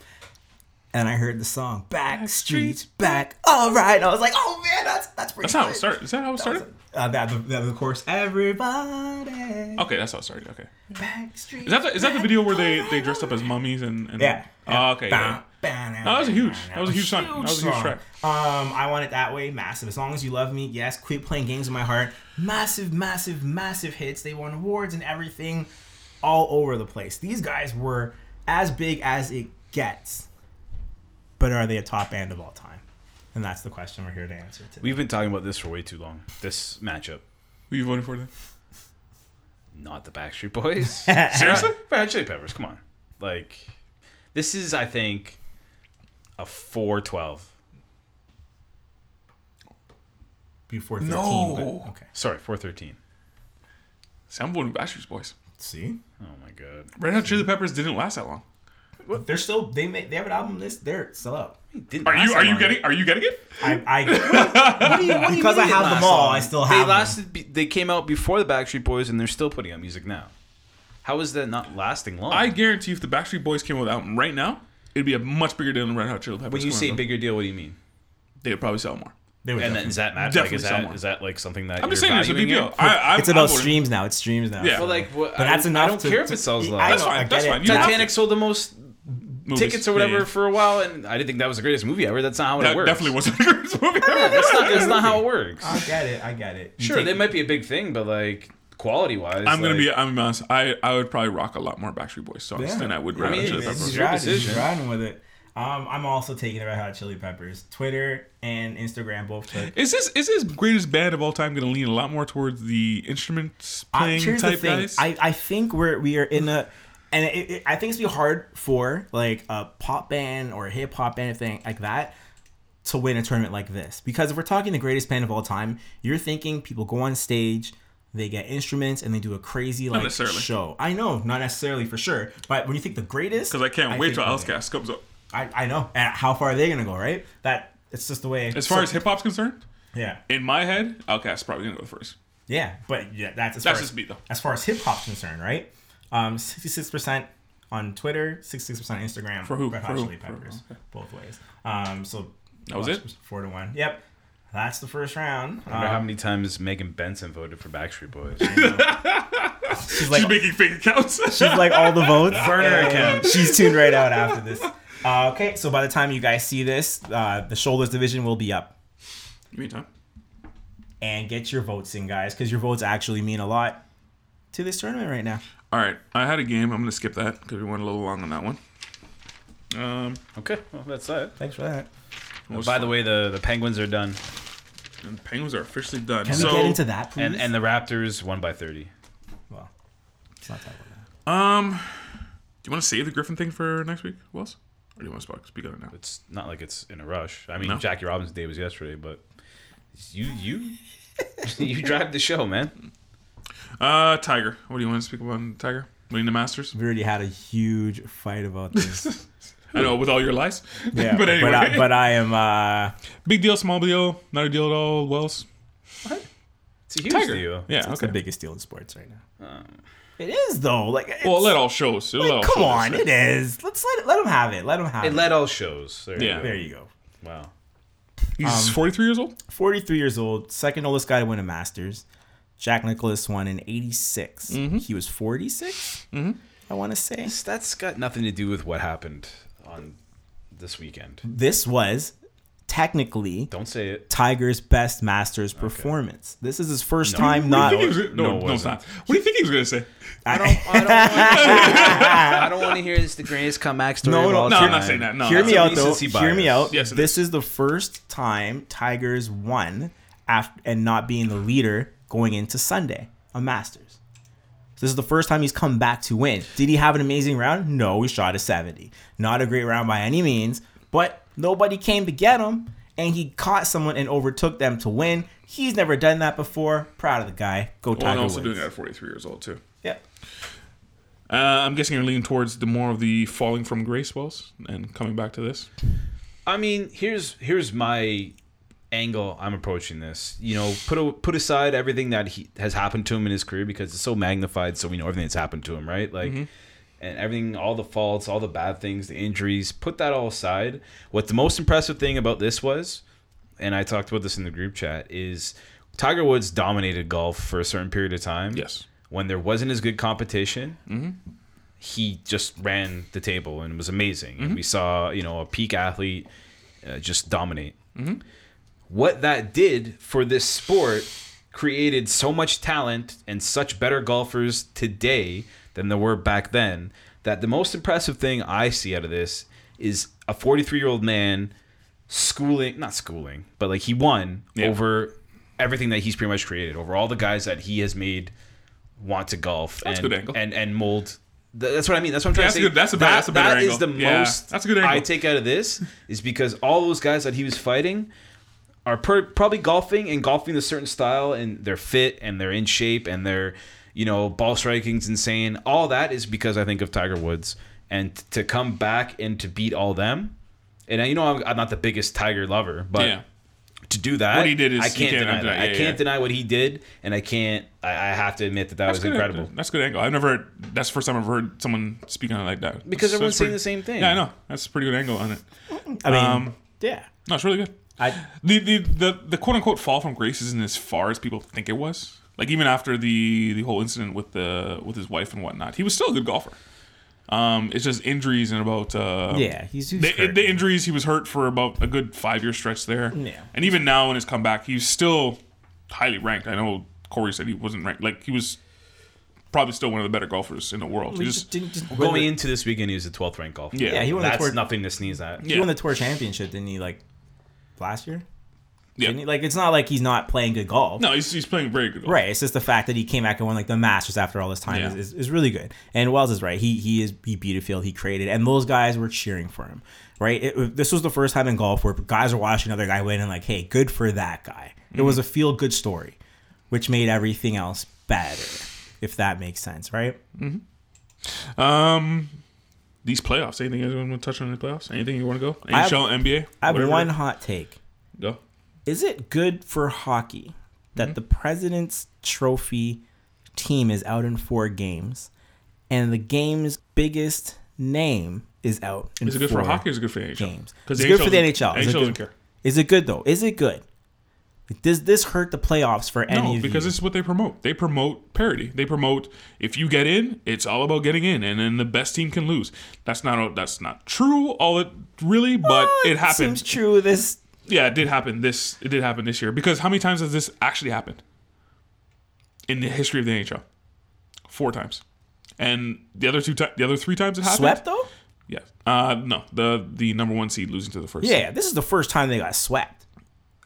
and I heard the song "Back Streets Back." All right, and I was like, "Oh man, that's that's pretty."
That's how it
good.
started. Is that how it started?
Uh, that, that, that of course, everybody.
Okay, that's how it started. Okay.
Back streets.
Is that the, is that the video where they, they dressed up as mummies and, and
Yeah.
Oh, okay. yeah.
No,
that was a huge- that was a huge song. That was a huge track.
Um, I want it that way, massive. As long as you love me, yes. Quit playing games in my heart. Massive, massive, massive hits. They won awards and everything, all over the place. These guys were as big as it gets, but are they a top band of all time? And that's the question we're here to answer today.
We've been talking about this for way too long. This matchup,
Who you voting for then?
not the Backstreet Boys.
Seriously?
Red Hot Chili Peppers. Come on, like this is I think a four twelve.
Before
No.
13, but- okay.
Sorry, four thirteen.
See, I'm voting Backstreet Boys.
See,
Oh my god.
Red Hot Chili Peppers didn't last that long.
they're still they make they have an album list. They're still out.
Didn't
Are
last
you
that
are you
long.
getting are you getting it?
I, I because I have them all. I still
They
have them.
lasted. be- They came out before the Backstreet Boys, and they're still putting out music now. How is that not lasting long?
I guarantee if the Backstreet Boys came out with an album right now, it'd be a much bigger deal than Red Hot Chili Peppers.
when you
coming
say
out.
bigger deal, what do you mean?
they'd probably sell more.
They were
And
definitely-
then, is that matter? Like,
Definitely
is that
someone.
is that like something that
I'm just
you're
saying it's a big
valuing
deal.
it?
I, I,
It's about
I'm voting-
streams now. It's streams now.
Yeah.
Well, like, what,
But that's
I,
enough
I don't
to-
care if
to-
it sells
I
low.
That's
know,
fine.
I
That's
get it.
fine. You
That's
Titanic sold the most
Movies.
tickets or whatever
Yeah, yeah.
for a while, and I didn't think that was the greatest movie ever. That's not how it
That
works.
definitely wasn't the greatest movie
Yeah,
ever.
that's not that's not how it works.
I get it. I get it. You
Sure,
take-
they might be a big thing, but like quality wise,
I'm gonna be. I'm gonna be honest. I, I would probably rock a lot more Backstreet Boys songs
Yeah.
than I would
I
Red Hot
mean,
Chili
it's-
Peppers.
He's
Your
riding, he's
decision.
riding with it. Um, I'm also taking the Red Hot Chili Peppers. Twitter and Instagram both took.
Is this is this greatest band of all time going to lean a lot more towards the instruments
I,
playing
here's the
type
thing.
guys?
I, I think we're we are in a, and it, it, I think it's gonna be hard for like a pop band or a hip hop band thing like that to win a tournament like this because if we're talking the greatest band of all time, you're thinking people go on stage. They get instruments and they do a crazy like
necessarily.
show. I know, not necessarily for sure, but when you think the greatest,
Because I can't wait
think
till
we're there.
Outcast comes up.
I, I know. And how far are they gonna go, right? That it's just the way.
As far as hip hop's concerned,
yeah,
in my head, Outcast probably going to go first.
yeah, but yeah, that's as
That's
far
just
as,
me, though.
As far as hip hop's concerned, right? Um, sixty-six percent on Twitter, sixty-six percent Instagram.
For who?
Red
For
Hot
who?
Chili
For who?
Peppers, both ways. Um, so
That was it?
Four to one. Yep, that's the first round.
I wonder
Um,
how many times Megan Benson voted for Backstreet Boys.
she's like
She's making fake accounts.
she's like all the votes.
Burner
And
account.
She's tuned right out after this. Uh, okay, so by the time you guys see this, uh, the shoulders division will be up.
Meantime,
and get your votes in, guys, because your votes actually mean a lot to this tournament right now.
all right. I had a game. I'm going to skip that because we went a little long on that one. Um,
okay, well that's that.
Thanks for that.
what was
Oh, By the
fun?
way, the the Penguins are done,
And Penguins are officially done.
Can
so,
we get into that, please?
and
Mm-hmm.
and the Raptors won by thirty.
well, it's not that one.
um, do you want to save the Griffin thing for next week, Wells? Or do you want to speak on it now?
It's not like it's in a rush. I mean,
No.
Jackie Robinson's day was yesterday, but you you you drive the show, man.
Uh, Tiger. What do you want to speak about, on Tiger? Winning the Masters.
We already had a huge fight about this.
I know with all your lies.
Yeah,
but anyway,
but, I, but I am. Uh,
big deal, small deal, not a deal at all. Wells,
It's a huge
Tiger.
deal.
Yeah,
it's
okay. Uh,
the biggest deal in sports right now. it is though. Like, it's,
well, let all shows. It'll all
come
shows.
on, it is. Let's let it, let him have it. Let him have it.
It led all shows. There
Yeah.
You go.
there you go.
Wow.
Um,
He's 43 years old.
43 years old, second oldest guy to win a Masters. Jack Nicholas won in 86.
Mm-hmm.
He was 46, I want to say.
That's got nothing to do with what happened on this weekend.
This was technically
Don't say it.
Tiger's best Masters performance. This is his first time
What
not.
do you think he was,
no,
no,
it
no, it's
wasn't.
not. What do you think he was gonna say?
I don't. I don't, want, I don't want to hear this. The greatest comeback story.
No,
of
no,
all
No,
time.
I'm not saying that. No,
Hear
that's
me
not-
out, though.
recency
Hear me
bias.
out.
Yes, it
this is the first time Tiger's won after and not being the leader going into Sunday, a Masters. So this is the first time he's come back to win. Did he have an amazing round? No, he shot a 70. Not a great round by any means, but nobody came to get him and he caught someone and overtook them to win. He's never done that before. Proud of the guy. Go
Well, and
Tiger
also
Woods.
doing that at 43 years old too.
Yeah.
Uh, I'm guessing you're leaning towards the more of the falling from grace wells and coming back to this.
I mean, here's here's my angle I'm approaching this. You know, put a, put aside everything that he has happened to him in his career because it's so magnified, so we know everything that's happened to him, right? Like and everything all the faults, all the bad things, the injuries, put that all aside. What the most impressive thing about this was, and I talked about this in the group chat, is Tiger Woods dominated golf for a certain period of time.
Yes.
When there wasn't as good competition, he just ran the table and was amazing. And we saw, you know, a peak athlete uh, just dominate. What that did for this sport created so much talent and such better golfers today than there were back then that the most impressive thing I see out of this is a 43 year old man schooling, not schooling, but like he won
Yeah.
over everything that he's pretty much created, over all the guys that he has made want to golf
That's a
and,
good angle.
and and mold. Th- That's what I mean. That's what I'm trying
that's
to
a
say.
good- that's a better- that's a better
that is
angle.
the
Yeah,
most
that's a good
I
angle.
take out of this is because all those guys that he was fighting are per, probably golfing and golfing a certain style and they're fit and they're in shape and they're you know ball striking's insane. All that is because I think of Tiger Woods and t- to come back and to beat all them. And I- you know I'm, I'm not the biggest Tiger lover, but
yeah.
to do that,
What he did is
I
you
can't
can't
deny
undo
that.
that.
I
Yeah,
can't
yeah.
deny what he did, and I can't. I, I have to admit that that was
good-
incredible.
That's a good angle. I've never. heard- That's the first time I've heard someone speak on it like that.
Because
That's- that's
everyone's saying
pretty-
the same thing.
Yeah, I know. That's a pretty good angle on it.
I mean,
Um,
yeah.
no, it's really good.
I
The the the, the quote unquote fall from grace isn't as far as people think it was. Like even after the the whole incident with the with his wife and whatnot, he was still a good golfer. Um, it's just injuries and about uh,
yeah, he's, he's
the,
hurt.
the injuries he was hurt for about a good five year stretch there.
Yeah.
And even now in his comeback, he's still highly ranked. I know Corey said he wasn't ranked. Like he was probably still one of the better golfers in the world. He
He
just,
didn't- just win
Going
the-
into this weekend, he was the 12th ranked golfer.
yeah,
yeah, he won the
that's
tour.
nothing to sneeze at.
He
Yeah.
won the tour championship, didn't he? Like last year.
yeah.
Didn't he? Like it's not like he's not playing good golf.
No, he's, he's playing very good. golf.
Right. It's just the fact that he came back and won like the Masters after all this time
Yeah.
is, is, is really good. And Wells is right. He he is he beat a field he created, and those guys were cheering for him. Right. It, this was the first time in golf where guys are watching another guy win and like, hey, good for that guy. It was a
Mm-hmm.
feel good story, which made everything else better, if that makes sense. Right.
Um, these playoffs. Anything you want to touch on in the playoffs? Anything you want to go?
I have-
NHL, NBA.
I have
whatever.
one hot take.
Go.
Is it good for hockey
Hmm?
that the President's Trophy team is out in four games and the game's biggest name is out in
Is it good
four
for hockey? or Is it good for the NHL?
games?
Because
it's good for the NHL. Is
NHL
it
doesn't
good?
care.
Is it good though? Is it good? Does this hurt the playoffs for any
No,
of
because
you?
this is what they promote. They promote parity. They promote if you get in, it's all about getting in, and then the best team can lose. That's not that's not true. All it really, but it happened.
Oh, Seems true. This
yeah, it did happen. This it did happen this year because how many times has this actually happened in the history of the NHL? Four times, and the other two, ti- the other three times it happened.
swept though.
Yeah. Uh, no, the the number one seed losing to the first. seed
Yeah, this is the first time they got swept.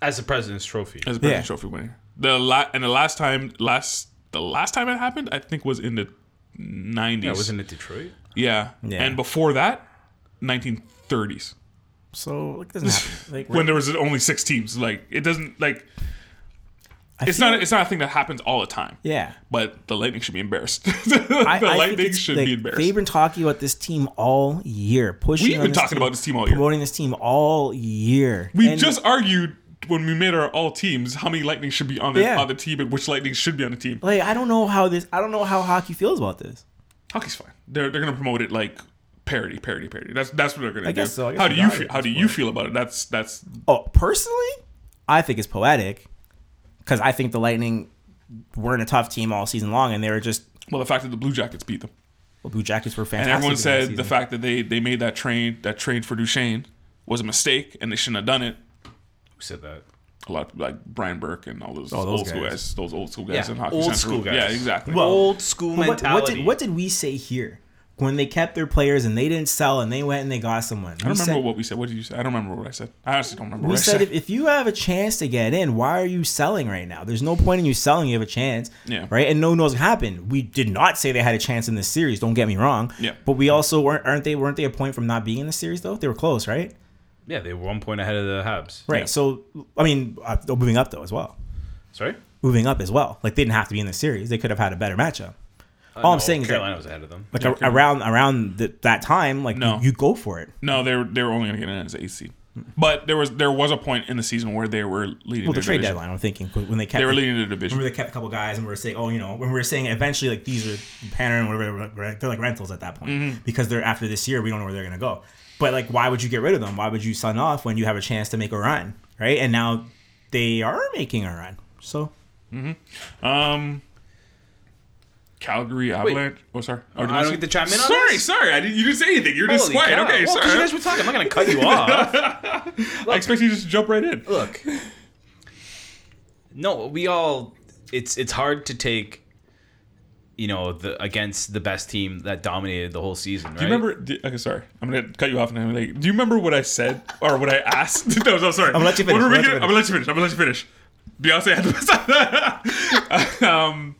As the president's trophy.
as a President's
Yeah.
Trophy winner. The la- and the last time last the last time it happened, I think was in the nineties.
Yeah, wasn't it Detroit?
Yeah.
Yeah.
And before that, 1930s,
So like, it doesn't happen. Like,
when there was only six teams. Like it doesn't like
I
it's
feel
not
like-
it's not a thing that happens all the time.
yeah.
But the Lightning should be embarrassed. the
I, I think
Lightning
it's,
should
like,
be embarrassed.
They've been talking about this team all year. Pushing.
We've
on
been
this
talking
team,
about this team all year.
Promoting this team all year.
we
And-
just argued when we made our all teams how many Lightning should be on the
Yeah.
on the team and which Lightning should be on the team.
like I don't know how this. I don't know how hockey feels about this.
Hockey's fine. They're they're gonna promote it like parody, parody, parody. That's that's what they're gonna
I
do.
guess so. I guess
how
we
do you
got it
feel?
at
How do you feel about it? That's that's
Oh, personally, I think it's poetic because I think the Lightning weren't a tough team all season long, and they were just
well the fact that the Blue Jackets beat them
well, Blue Jackets were fantastic.
and everyone
this
said
season.
the fact that they they made that train that trade for Duchesne was a mistake and they shouldn't have done it.
Who said that?
A lot of, like Brian Burke and all those,
Oh, those
old school
guys.
guys, those old school guys
Yeah,
in hockey
old
Central.
school guys.
Yeah, exactly.
Old school
But what,
mentality.
what did what did we say here? when they kept their players and they didn't sell and they went and they got someone.
I don't remember what we said. What did you say? I don't remember what I said. I honestly don't remember
We
what I
said
said.
if, if you have a chance to get in, why are you selling right now? There's no point in you selling. You have a chance,
Yeah.
right? And no one knows what happened. We did not say they had a chance in this series. Don't get me wrong.
Yeah.
But we also weren't aren't they weren't they a point from not being in the series though? They were close, right?
Yeah, they were one point ahead of the Habs.
Right.
Yeah.
So I mean, uh, they're moving up though as well.
Sorry.
Moving up as well. Like they didn't have to be in the series. They could have had a better matchup. All I'm saying
Uh, Carolina
is
was ahead of them.
that, like a- around around the, that time, like
No.
you, you go for it.
no, they were they were only going to get in as eighth seed. But there was there was a point in the season where they were leading.
Well, the
their
trade
division.
deadline. I'm thinking when they kept
They were leading the division.
remember they kept a couple guys and we were saying, oh, you know, when we were saying eventually like these are Panner and whatever, they're like rentals at that point
Mm-hmm.
because they're after this year, we don't know where they're gonna go. But like, why would you get rid of them? Why would you sign off when you have a chance to make a run, right? And now they are making a run. So
Calgary Avalanche. Oh, sorry. Oh, did
I don't
say-
get to chime in on
Sorry,
this?
sorry. I didn't, you didn't say anything. You're just
Holy
quiet.
cow.
Okay,
Well, 'cause
sorry.
You guys were talking. I'm not gonna cut you off.
I expect you just to jump right in.
Look. No, we all. It's it's hard to take. You know, the against the best team that dominated the whole season. Right?
Do you remember? do- okay, sorry. I'm gonna cut you off and I'm like, do you remember what I said or what I asked? no, no, sorry. I'm
gonna let you
I'm
finish,
gonna,
I'm gonna let you
I'm gonna let you finish. I'm gonna let you finish. Beyonce had the best. um,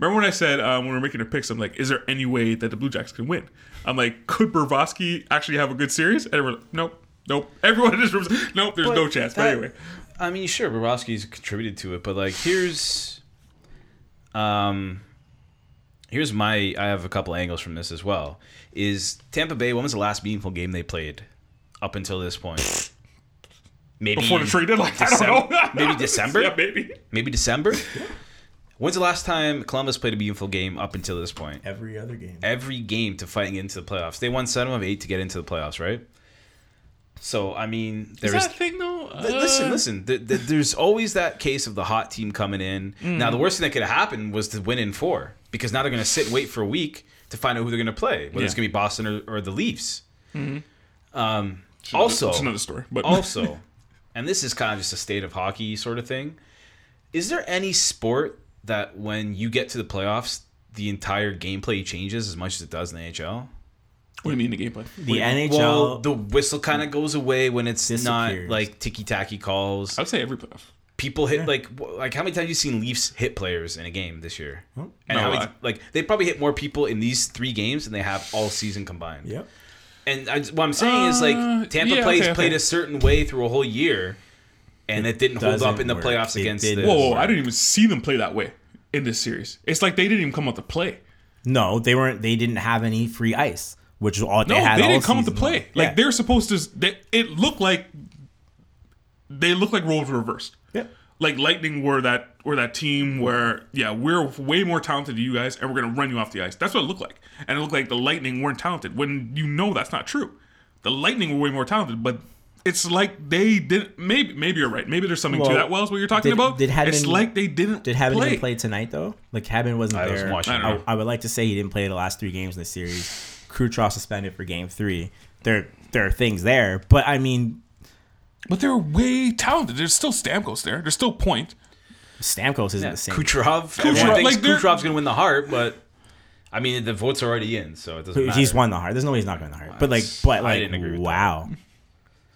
remember when I said um, when we were making our picks, I'm like, is there any way that the Blue Jackets can win? I'm like, could Brovosky actually have a good series? And everyone, nope, nope. Everyone in this room, was, nope. There's no chance. but
that-
anyway,
I mean, sure, Bobrovsky's contributed to it, but like, here's, um, here's my. I have a couple angles from this as well. Is Tampa Bay? When was the last meaningful game they played up until this point? Maybe
before the trade deadline, I
December-
don't know.
maybe December?
Yeah, maybe.
Maybe December. When's the last time Columbus played a meaningful game up until this point?
every other game,
every game to fighting into the playoffs. They won seven of eight to get into the playoffs, right? So I mean,
Is
there's
that a thing though? Uh,
Th- listen, listen. Th- th- there's always that case of the hot team coming in. Now, the
Mm.
worst thing that could happen was to win in four because now they're going to sit and wait for a week to find out who they're going to play, whether it's
Yeah. Mm-hmm.
going to be Boston or, or the Leafs. Um,
It's another-
Also,
it's another story. But
also, and this is kind of just a state of hockey sort of thing. Is there any sport that when you get to the playoffs, the entire gameplay changes as much as it does in the NHL?
what do you mean the gameplay?
the NHL.
Well, the whistle kind of goes away when it's not
Disappears.
like ticky tacky calls.
I'd say every playoff.
people hit like wh- like how many times have you seen Leafs hit players in a game this year? And
Not
how
a
many,
lot.
like they probably hit more people in these three games than they have all season combined.
yep.
And I, what I'm saying is
Uh,
like Tampa
yeah,
plays
okay, okay.
played a certain way through a whole year, and it, didn't hold up
doesn't
in the
work.
playoffs
It
against
didn't
the.
Whoa, whoa, I didn't even see them play that way in this series. It's like they didn't even come out to play.
No, they weren't. They didn't have any free ice, which is all they
No, they,
had. all
didn't come out to
season
play.
long.
Like
Yeah.
they're supposed to. They, it looked like they looked like roles reversed.
Yeah.
Like Lightning were that were that team where yeah we're way more talented than you guys and we're gonna run you off the ice. That's what it looked like. And it looked like the Lightning weren't talented when you know that's not true. The Lightning were way more talented, but. It's like they didn't. Maybe, maybe you're right. Maybe there's something to
Well,
that. Wells, what you're talking
did-
about.
did Hedman-
it's like they didn't.
Did Habin
play.
even play tonight though? Like Habin wasn't
I
there.
was watching.
I don't know.
I, I would like to say he didn't play the last three games in the series. Kucherov suspended for game three. There, there are things there, but I mean,
But they're way talented. There's still Stamkos there. There's still Point.
Stamkos isn't the same.
Kucherov. Everyone thinks
like, they're-
Kucherov's gonna win the heart, but I mean the votes are already in, so it doesn't matter.
he's won the heart. There's no way he's not going to the heart. But like,
That's- I
but like,
didn't agree with
wow,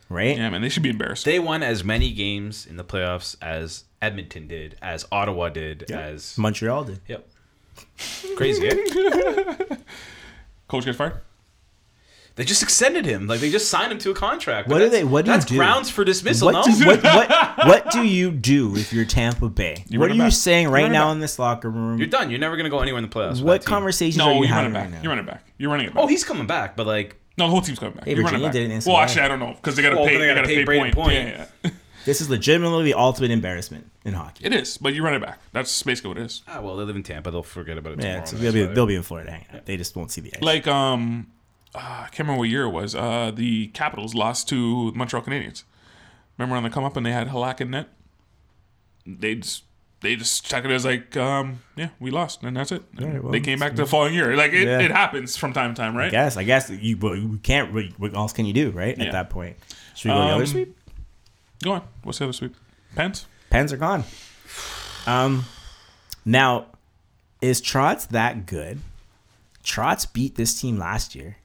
right?
Yeah, man, they should be embarrassed.
They won as many games in the playoffs as Edmonton did, as Ottawa did, as
Montreal did.
Yep. Crazy. eh?
Coach gets fired.
They just extended him. Like they just signed him to a contract.
What
But
do they-
that's-
what do you
That's
do?
grounds for dismissal.
What,
no.
do, what, what, what do you do if you're Tampa Bay? what
run
are
it
you
back.
saying right
run it
now
back.
in this locker
You're
room?
done. You're never gonna go anywhere in the playoffs. with
What
that team.
conversations
No,
are you
you run
having
it back.
right now?
You're running it back. You're running it back.
Oh, he's coming back, but like
no, the whole team's coming back.
Hey,
You're running
Virginia
it back.
did it in
well,
NCAA.
actually, I don't know because they got to
Well,
pay.
but
They got to pay,
Braden
point.
Point.
Yeah, yeah, yeah.
This is legitimately the ultimate embarrassment in hockey.
it is. But you run it back. That's basically what it is.
ah, well, they live in Tampa. They'll forget about it
Yeah,
tomorrow.
it's,
That's
they'll, be,
why.
they'll be in Florida hanging out. They just won't see the ice.
Like, um, uh, I can't remember what year it was. Uh, the Capitals lost to Montreal Canadiens. Remember on the come up and they had Halak in net. They just. They just check it as like, um, yeah, we lost, and that's it. And
right, well,
they came back the following year. Like it,
Yeah.
it happens from time to time, right?
guess I guess you but you can't. really- What else can you do, right?
Yeah.
At that point, should we go the other
Um,
sweep?
Go on. What's the other sweep? Pens.
Pens are gone. Um, now is Trotz that good? Trotz beat this team last year.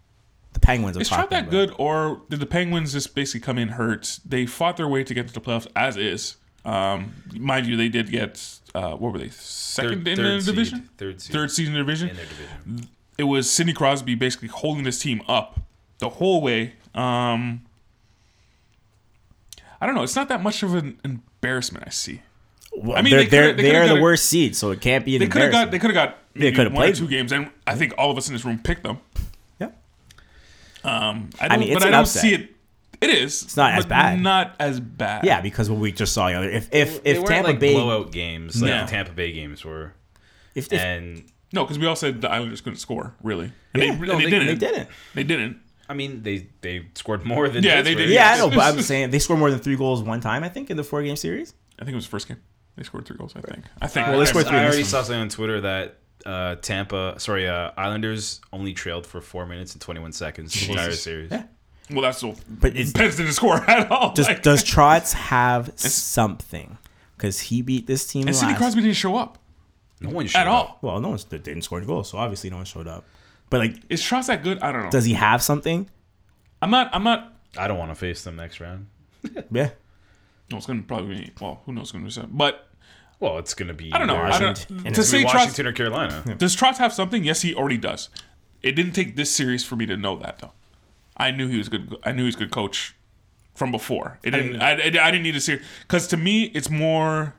The Penguins are
Is Trout that
about.
good, or did the Penguins just basically come in hurt? They fought their way to get to the playoffs as is. Um, mind you, they did get uh, what were they second in
third
the
seed.
division?
Third seed.
Third seed in the division.
in their division.
It was Sidney Crosby basically holding this team up the whole way. Um, I don't know. It's not that much of an embarrassment I see.
Well,
I mean,
they're
they
they're,
could've- they
they
could've
are
got-
the worst seed, so it can't be an
They could have got.
embarrassment.
They could have got. Maybe
could've
one or
played
two
them.
games, and I think all of us in this room picked them.
Yep.
I, don't,
mean, it's
but I
an
don't
upset.
see it. It is. It's
not as bad.
Not as bad.
Yeah, because what we just saw, the other if if
They
if
weren't
Tampa
like
Bay,
blowout games like
No.
the Tampa Bay games were,
if, if
and
No, because we all said the Islanders couldn't score really, and they, and
no,
they,
they-
didn't.
they didn't.
They didn't.
I mean they they scored more than
Yeah, they
Pittsburgh.
did.
Yeah, I know, but I'm saying they scored more than three goals one time. I think in the four game series.
I think it was the first game. They scored three goals. I think. I think.
I-
I-
scored three
I
in this
already
one.
saw something on Twitter that uh, Tampa, sorry, uh, Islanders only trailed for four minutes and twenty one seconds the entire series.
Well, that's all.
But it's-
Pens didn't score at all.
Does
like-
does Trotz have something? Because he beat this team
and
last.
Sidney Crosby didn't show up
No one showed
at
up.
all.
Well, no one's they didn't score any goals, so obviously no one showed up. But like,
Is Trotz that good? I don't know.
does he have something?
I'm not. I'm not.
I don't want to face them next round.
Yeah.
No, it's gonna probably be. Well, who knows? What's gonna be said. But
Well, it's gonna be.
I don't know. I
Washington.
don't.
And
To
It's gonna
say
be
Trotz
Washington or Carolina.
Does Trotz have something? Yes, he already does. It didn't take this series for me to know that though. I knew he was good. I knew he was a good coach from before. It didn't. I, I- I didn't need to see because to me it's more.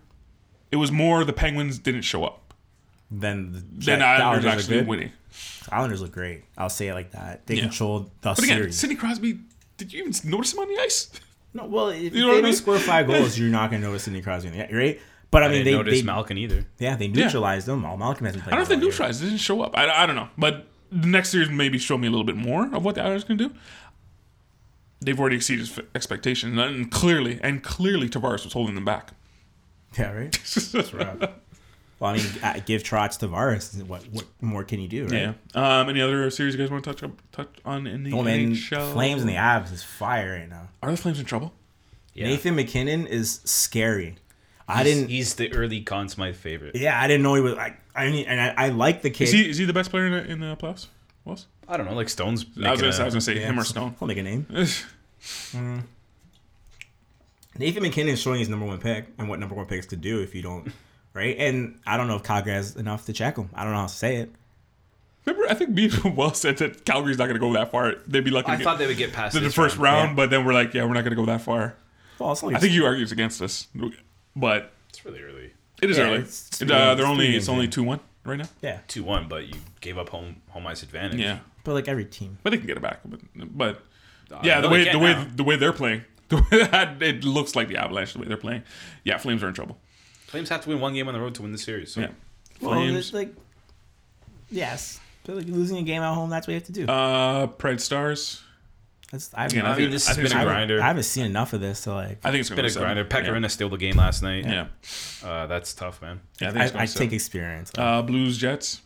It was more the Penguins didn't show up.
Then the,
Then
the
Islanders
are
actually
good.
winning.
Islanders look great. I'll say it like that. They
Yeah.
controlled the
But again,
series.
Sidney Crosby. Did you even notice him on the ice?
no, well, if
know what I
they don't
mean?
score five goals, you're not going to notice Sidney Crosby, yeah, right? But I,
I
mean,
didn't
they,
notice
they
Malkin either.
yeah they neutralized them. All Malcolm hasn't played.
I don't know if they
all year.
neutralized. It didn't show up. I, I don't know. But the next series maybe show me a little bit more of what the Islanders can do. They've already exceeded f- expectations, and clearly, and clearly, Tavares was holding them back.
Yeah, right. Well, I mean, uh, give Trotz Tavares. What what more can you do, right?
Yeah. Um, any other series you guys want to touch up, touch on in the
Well, then
NHL?
Oh, Flames and the Avs is fire right now.
Are the Flames in trouble?
Yeah.
Nathan McKinnon is scary. e- I
I didn't.
didn't.
He's the early Conn Smythe favorite.
yeah, I didn't know he was. I, I mean, and I, I like the kid.
Is he is he the best player in the, in the playoffs? Was
I don't know. Like Stone's.
I was,
making
gonna, say- I
a-
was gonna say him or Stone.
I'll make a name. Nathan McKinnon is showing his number one pick and what number one picks could do if you don't, right? And I don't know if Calgary has enough to check him. I don't know how to say it.
Remember, I think me and Well said that Calgary's not gonna go that far. They'd be lucky.
I
to
thought
get
they would get past
to the
this
first round,
Yeah.
but then we're like, yeah, we're not gonna go that far.
Well, it's only
I think you argues against us, but
It's really early.
it is
Yeah,
early.
it's- it's
It,
three
uh,
games-
they're
three
only
games
it's only
in.
two one right now.
yeah,
Two one, but you gave up home home ice advantage.
Yeah,
but like every team.
but they can get it back. But, but yeah, the
Uh, no, they
way
can't
the way
now.
the way they're playing, the way that it looks like the Avalanche, the way they're playing, yeah, Flames are in trouble.
Flames have to win one game on the road to win the series. So.
Yeah.
Well, it's
Flames.
like yes, but like losing a game at home, that's what you have to do.
Uh, Pride Stars.
that's I've,
Again, I,
I
think,
mean, this
I think
has been
it's
a
gonna-
grind. grinder.
I haven't seen enough of this to like.
I think it's
Been
going
a
to be
grinder.
Yeah,
Pecorino stole the game last night.
yeah.
Uh, that's tough, man.
Yeah, I think it's
I, I
going to
take
be
experience.
uh, Blues Jets.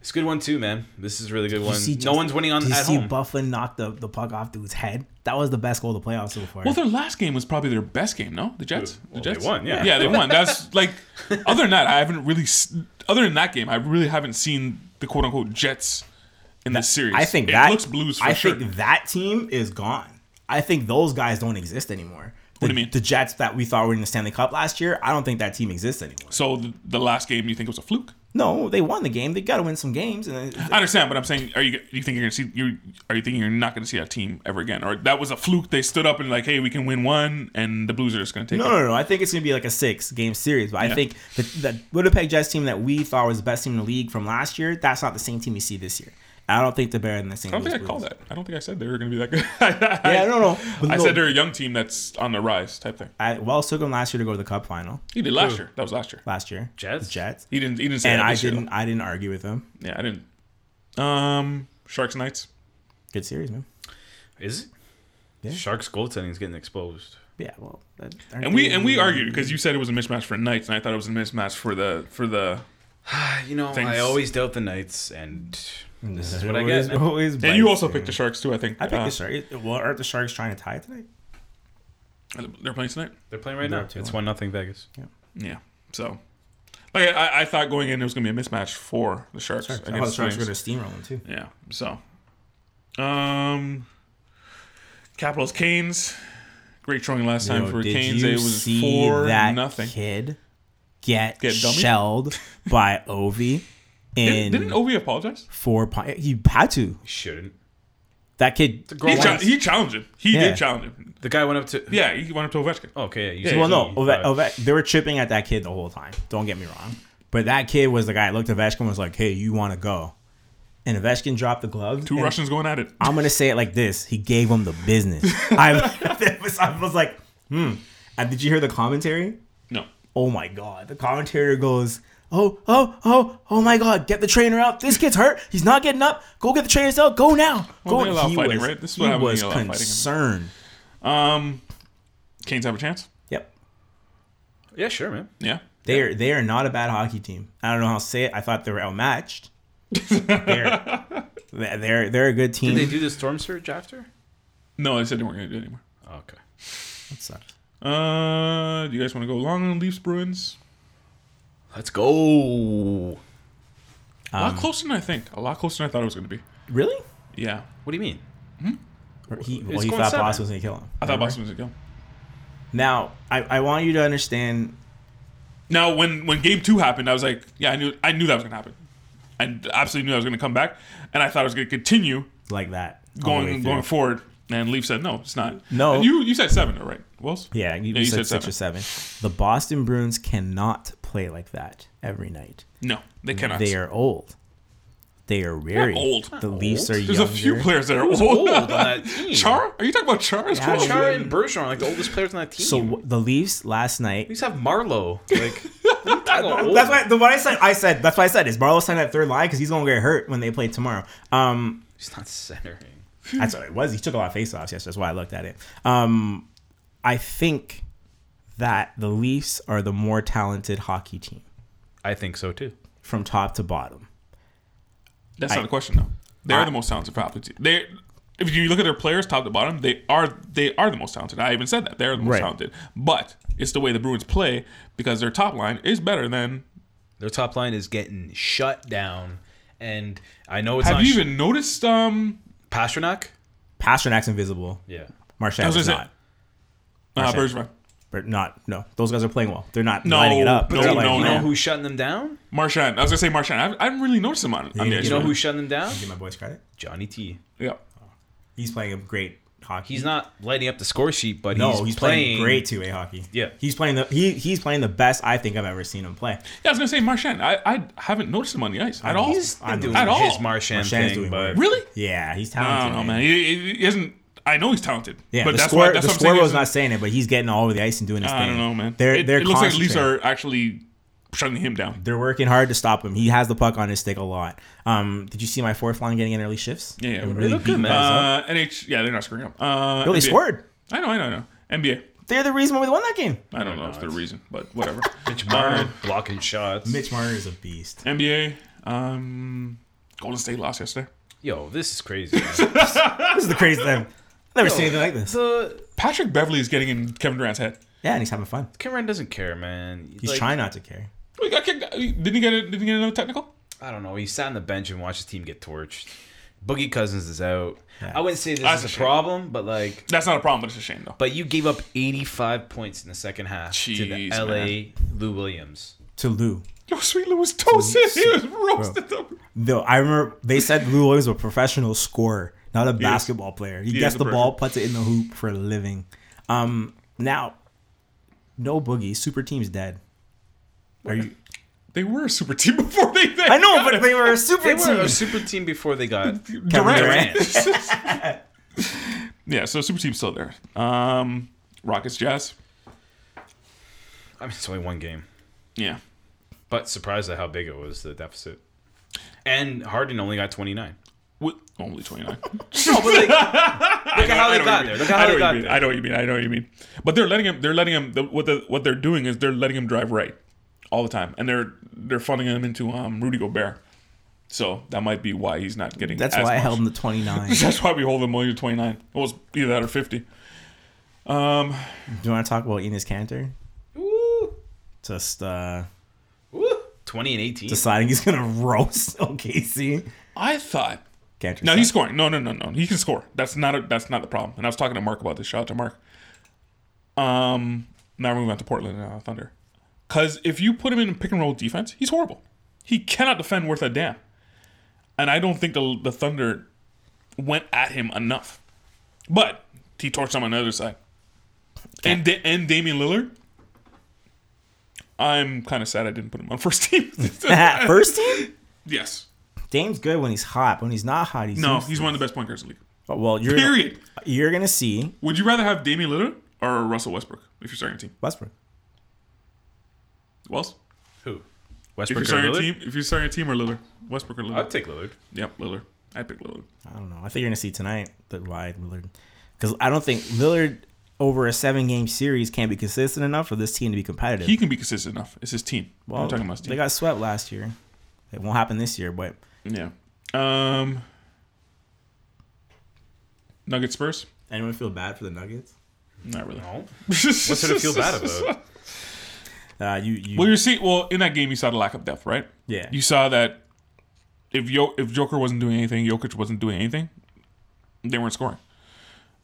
It's a good one too, man. This is a really good
Did you
one.
see
no
Justin-
one's winning on
Did you
at
see
home.
Bufflin knock the, the puck off dude's head? That was the best goal of the playoffs so far.
Well, their last game was probably their best game. No, the Jets. The
Well, they
Jets
won, yeah.
yeah, they won. That's like other than that, I haven't really. s- Other than that game, I really haven't seen the quote unquote Jets in this series.
I think
it
that
looks Blues for
I
sure.
think that team is gone. I think those guys don't exist anymore. The,
What do you mean?
The Jets that we thought were in the Stanley Cup last year, I don't think that team exists anymore.
so the, the last game, you think was a fluke?
No, they won the game. They got to win some games, and then-
I understand, but I'm saying, are you you think you're going to see you? Are you thinking you're not going to see that team ever again? Or that was a fluke? They stood up and like, hey, we can win one, and the Blues are just going to take
No,
it.
no, no. I think it's gonna be like a six game series. But I think the, the Winnipeg Jets team that we thought was the best team in the league from last year, that's not the same team we see this year. I don't think they're better than the same.
I don't think I called that. I don't think I said they were going to be that good. I,
Yeah, no, no. But
I
no,
said they're a young team that's on the rise type thing.
I, Wells took them last year to go to the Cup final
He did last year. That was last year.
last year.
Jets?
Jets.
He didn't. He didn't say
And
that
I
this year,
didn't. I didn't argue with them.
though. yeah, I didn't. Um, Sharks Knights.
Good series, man.
Is it? Sharks goaltending is getting exposed.
Yeah, well, that-
And we and we argued because you said it was a mismatch for Knights, and I thought it was a mismatch for the for the.
You know,
Thanks.
I always doubt the Knights, and this is what I
Always-
get. man.
always
And you
biased,
also
man.
picked the Sharks too, I think.
I picked
Uh,
the Sharks. Well, aren't the Sharks trying to tie tonight?
They're playing tonight.
They're playing right
They're
now.
up 2-1.
It's one nothing Vegas.
Yeah. So Like I, I thought going in, it was going to be a mismatch for the Sharks.
I
against
was trying to
Flames.
go to steamrolling too.
Yeah. So, um, Capitals Canes. Great showing last time
Yo,
for
did
Canes.
you
It was
see
four
that
nothing.
kid get,
Get dummied?
shelled by Ovi in
Didn't, didn't Ovi apologize?
four pi- He had to.
Shouldn't.
That kid.
He,
Once.
cha- he challenged him. He
Yeah.
did challenge him.
The guy went up to. oh,
Yeah, he went up to Ovechkin.
Okay. Yeah, you
Yeah,
said
Well, no,
he-
Ove-
uh,
Ove- they were tripping at that kid the whole time. Don't get me wrong, but that kid was the guy. that Looked at Ovechkin and was like, "Hey, you want to go?" And Ovechkin dropped the glove.
Two
and
Russians going at it.
I'm gonna say it like this: He gave him the business. I, that was, I was like, "Hmm." And did you hear the commentary?
No.
Oh my god! The commentator goes, "Oh, oh, oh, oh my god! Get the trainer out. This kid's hurt. He's not getting up. Go get the trainers out. Go now. Go."
Well, they allow
he
fighting,
was,
right? This is what
he
happened when
was
they allow fighting.
concerned.
Um, Canes have a chance.
Yep.
yeah, sure, man.
Yeah.
They are they are not a bad hockey team. I don't know how to say it. I thought they were outmatched. they're, they're they're a good team.
Did they do the storm surge after? Oh,
No, they said they weren't going to do it anymore.
Okay.
That sucks.
Uh, do you guys want to go long on Leafs Bruins?
Let's go.
A
Um,
lot closer than I think. A lot closer than I thought it was going to be.
Really?
Yeah.
What do you mean?
Or He, well,
It's
he
going
thought
seven.
Boston was gonna kill him.
I thought Boston was going to go.
Now I, I want you to understand.
Now, when when game two happened, I was like, yeah, I knew I knew that was gonna happen. I absolutely knew I was gonna come back, and I thought it was gonna continue
Like that all the way
going
through.
going forward. And Leaf said, no, it's not.
No.
And you you said seven, all right, Wells?
Yeah, you,
Yeah,
you
you
said,
said
six or seven. The Boston Bruins cannot play like that every night.
No, they cannot.
They are old. They are very
old.
The Leafs are
There's
younger.
a few players that are old.
Old on that team.
Char? Are you talking about Char? as well?
Char and Bergeron, like the oldest players on that team.
So w- the Leafs last night
These have Marlowe. Like, what are you talking about old?
That's why the what I said. I said that's why I said is Marlowe signed that third line because he's gonna get hurt when they play tomorrow. Um,
he's not centering.
that's what it was. He took a lot of faceoffs. Yes, that's why I looked at it. Um, I think that the Leafs are the more talented hockey team
I think so too.
from top to bottom.
That's
I-
not a question though. They're
I-
the most talented hockey team. They, if you look at their players top to bottom, they are they are the most talented. I even said that they're the most
Right.
talented. But it's the way the Bruins play because their top line is better than.
Their top line is getting shut down, and I know it's
Have
not
you even noticed? Um,
Pasternak.
Pasternak's invisible.
Yeah,
Marchand
I was
is
gonna say-
not.
uh,
Marchand.
Bergeron,
But not no. Those guys are playing well. They're not
No,
lining it up.
no,
They're
no,
you know
no.
man.
who's shutting them down?
Marchand. I was gonna say Marchand. I haven't- I haven't really noticed him on. on the
You
ice
You know
really.
who's shutting them down?
Give my boys credit.
Johnny T.
Yeah.
He's playing a great hockey.
He's not lighting up the score sheet, but
No,
he's,
he's,
playing,
playing great two-way hockey.
Yeah.
he's playing the he he's playing the best I think I've ever seen him play.
Yeah, I was gonna say Marchand. I, I haven't noticed him on the ice at all.
He's
I
been
know.
doing
At all.
his Marchand
Marchand's
thing,
doing
but
work.
really?
Yeah, he's
I
talented.
don't know, man. He, he- he isn't. I know he's talented.
Yeah,
but
the
that's
score,
why that's
the
what I'm saying.
score was
isn't-
not saying it, but he's getting all over the ice and doing his thing.
I don't know, man.
They're
it,
they're
it looks like the Leafs
concentrating.
are actually shutting him down.
They're working hard to stop him. He has the puck on his stick a lot. Um, did you see my fourth line getting in early shifts?
Yeah, yeah.
It would
They
really
look good,
beat
man.
guys up.
Uh, NH. Yeah, they're not screwing up. Uh,
Really
NBA.
scored.
I know, I know, I know. NBA.
They're the reason why we won that game.
I don't know if the reason, but whatever.
Mitch
Uh,
Marner blocking shots.
Marner is a beast.
NBA. Um, Golden State lost yesterday.
Yo, this is crazy. man.
This is the craziest thing. I've never seen anything like this.
the
Patrick Beverly is getting in Kevin Durant's head.
Yeah, and he's having fun.
Cameron doesn't care, man.
He's
Like,
trying not to care.
We got kicked. out. Didn't he get? A, didn't he get another technical?
I don't know. He sat on the bench and watched his team get torched. Boogie Cousins is out. I wouldn't say this
That's
is
a
a
shame.
problem, but like,
That's not a problem, but it's a shame though.
but you gave up 85 points in the second half to the
Jeez,
LA Lou Williams.
To Lou.
Yo, Sweet Lou was toasted. He was roasted. up.
Though I remember they said Lou Williams was a professional scorer, not a basketball player. He,
is
gets
a
the
pro-
ball, puts it in the hoop for a living. Um, now, no boogie. Super team's dead. Are you?
They were a super team before they. they
I know, but they were a super
They
team.
were a super team before they got
Durant.
Durant.
yeah, so super team's still there. Um, Rockets, Jazz.
I mean, it's only one game,
Yeah.
but surprised at how big it was the deficit. And Harden only got 29.
With, only 29.
No, but like, look at how
I
they
know what you
got there.
mean.
Look at
I
how
know
they
what
got
you mean.
there.
I know what you mean. I know what you mean. But they're letting him. They're letting him. The, what the what they're doing is they're letting him drive right all the time, and they're they're funneling him into um, Rudy Gobert. So that might be why he's not getting.
That's
as
why I
much.
held him to 29. Do
That's why we hold him only to 29. It was either that or 50. Um,
you want to talk about Enos Cantor?
Woo,
Just uh,
woo. 20 and 18.
deciding he's gonna roast OKC.
I thought
Can't you
No,
say?
he's scoring. No, no, no, no. He can score. That's not a, that's not the problem. And I was talking to Mark about this. Shout out to Mark. Um, now we're moving on to Portland uh, Thunder, because if you put him in pick and roll defense, he's horrible. He cannot defend worth a damn. And I don't think the the Thunder went at him enough. But he torched him on the other side. And da- and Damian Lillard. I'm kind of sad I didn't put him on first team.
First team?
yes.
Dame's good when he's hot. But when he's not hot, he's
No, he's one of the best point guards in the league.
well. You're
Period.
you're gonna see
Would you rather have Damian Lillard or Russell Westbrook if you're starting a team?
Westbrook.
Wells?
Who?
If
Westbrook
you're
or
starting a
Lillard?
team, if you're starting a team or Lillard, Westbrook or Lillard?
I'd take Lillard.
yep, Lillard. I pick Lillard.
I don't know. I think you're gonna see tonight that why Lillard, because I don't think Lillard over a seven game series can't be consistent enough for this team to be competitive.
He can be consistent enough. It's his team. I'm talking about his
they
team.
got swept last year. It won't happen this year, but
yeah. Um. Nuggets Spurs?
anyone feel bad for the Nuggets?
Not really.
No.
What's
What's there to feel bad about?
Uh, you, you
Well, you see, well in that game you saw the lack of depth, right?
Yeah.
You saw that if Yo- if Joker wasn't doing anything, Jokic wasn't doing anything, they weren't scoring.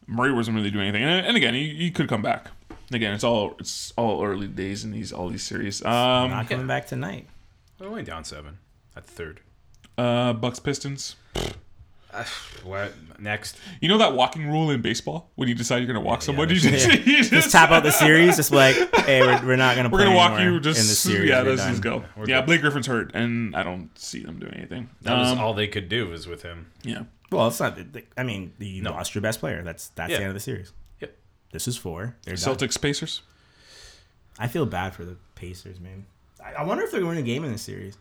Murray wasn't really doing anything, and, and again, he, he could come back. Again, it's all it's all early days in these all these series. Um,
not coming back tonight.
We're only down seven at third.
uh, Bucks Pistons.
What? Next.
You know that walking rule in baseball when you decide you're gonna walk somebody, you just, you
Just
just-
tap out the series. Just like, hey, we're, we're not gonna.
We're gonna
play
walk
anymore
you just
in the series.
yeah.
We're
Let's just
done.
go.
we're
Yeah,
done.
Blake Griffin's hurt, and I don't see them doing anything.
That was
Um,
all they could do was with him.
yeah.
Well, it's not. I mean, you lost your best player. That's that's
Yeah.
the end of the series.
Yep.
This is four. They're done.
Celtics Pacers.
I feel bad for the Pacers, man. I, I wonder if they're going to win a game in this series.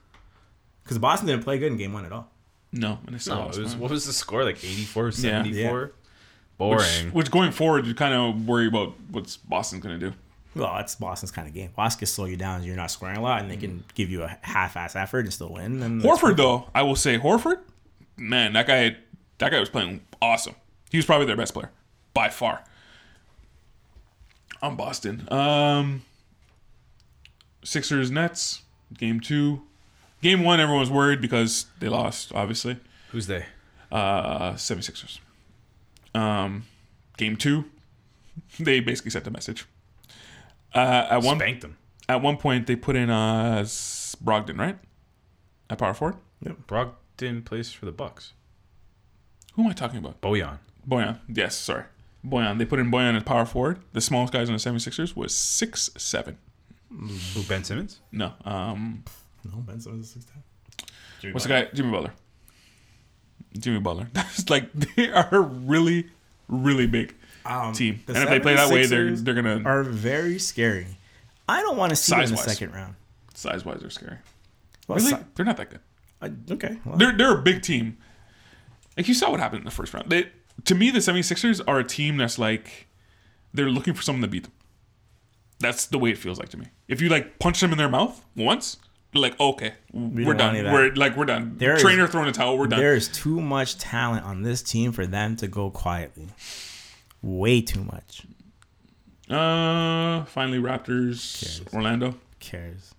Because Boston didn't play good in game one at all.
No, and it's
No,
not.
it was, what was the score? Like 84, 74?
Which,
Boring.
which going forward, you kind of worry about what's Boston's going to do.
Well, that's Boston's kind of game. Boston can slow you down. You're not scoring a lot, and they can give you a half-ass effort and still win. And
Horford, though, I will say Horford, man, that guy, that guy was playing awesome. He was probably their best player by far. I'm Boston. Um, Sixers Nets game two, game one. Everyone was worried because they lost, obviously.
Who's they?
Uh, 76ers. Um, game two, they basically sent a message. Uh, at one
Spanked them.
at one point they put in uh S- Brogdon, right? At power forward.
Brogdon plays for the Bucks.
Who am I talking about?
Bojan.
Boyan. Yes, sorry. Boyan. They put in Boyan at power forward. The smallest guys on the 76ers was six seven.
Who, Ben Simmons?
No. Um
no, Ben Simmons is six time.
what's the guy? Jimmy Butler. Jimmy Butler. That's like they are really, really big
Um,
team.
the
and if they play that way, they're
76ers
they're gonna
Are very scary. I don't want to see them in the
Size-wise.
second round.
size wise they're scary.
Well,
Really?
si-
They're not that good.
I- okay. Well,
They're they're a big team. Like you saw what happened in the first round. They to me the 76ers are a team that's like they're looking for someone to beat them. That's the way it feels like to me. If you like punch them in their mouth once, you're like okay, we are
don't want
done.
any of that.
We're like we're done.
There is-
Trainer throwing a towel. We're done.
There is too much talent on this team for them to go quietly. Way too much.
Uh, finally Raptors
Cares.
Orlando.
Cares.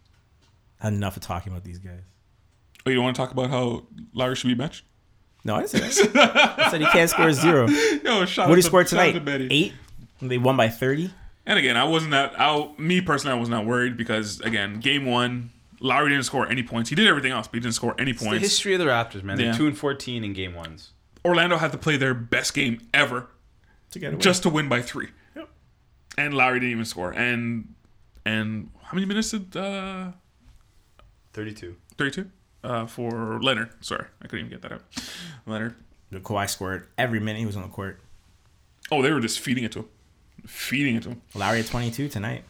Had enough of talking about these guys.
Oh, you don't want to talk about how Larry should be benched?
No, I didn't say that. I said he can't score zero. What
Yo, shout
did
out
he
to-
score
shout out
tonight?
to Betty.
Eight. They won by thirty.
And again, I wasn't that. I me personally, I was not worried because again, game one, Lowry didn't score any points. He did everything else, but he didn't score any
The
points.
history of the Raptors, man.
Yeah.
They're 2 and 14 in game ones.
Orlando had to play their best game ever
To get away.
just to win by three. And Lowry didn't even score. And and how many minutes did uh,
32.
thirty-two uh, for Leonard? Sorry, I couldn't even get that out. Leonard.
Kawhi scored every minute he was on the court.
Oh, they were just feeding it to him, feeding it to him.
Lowry at twenty two tonight.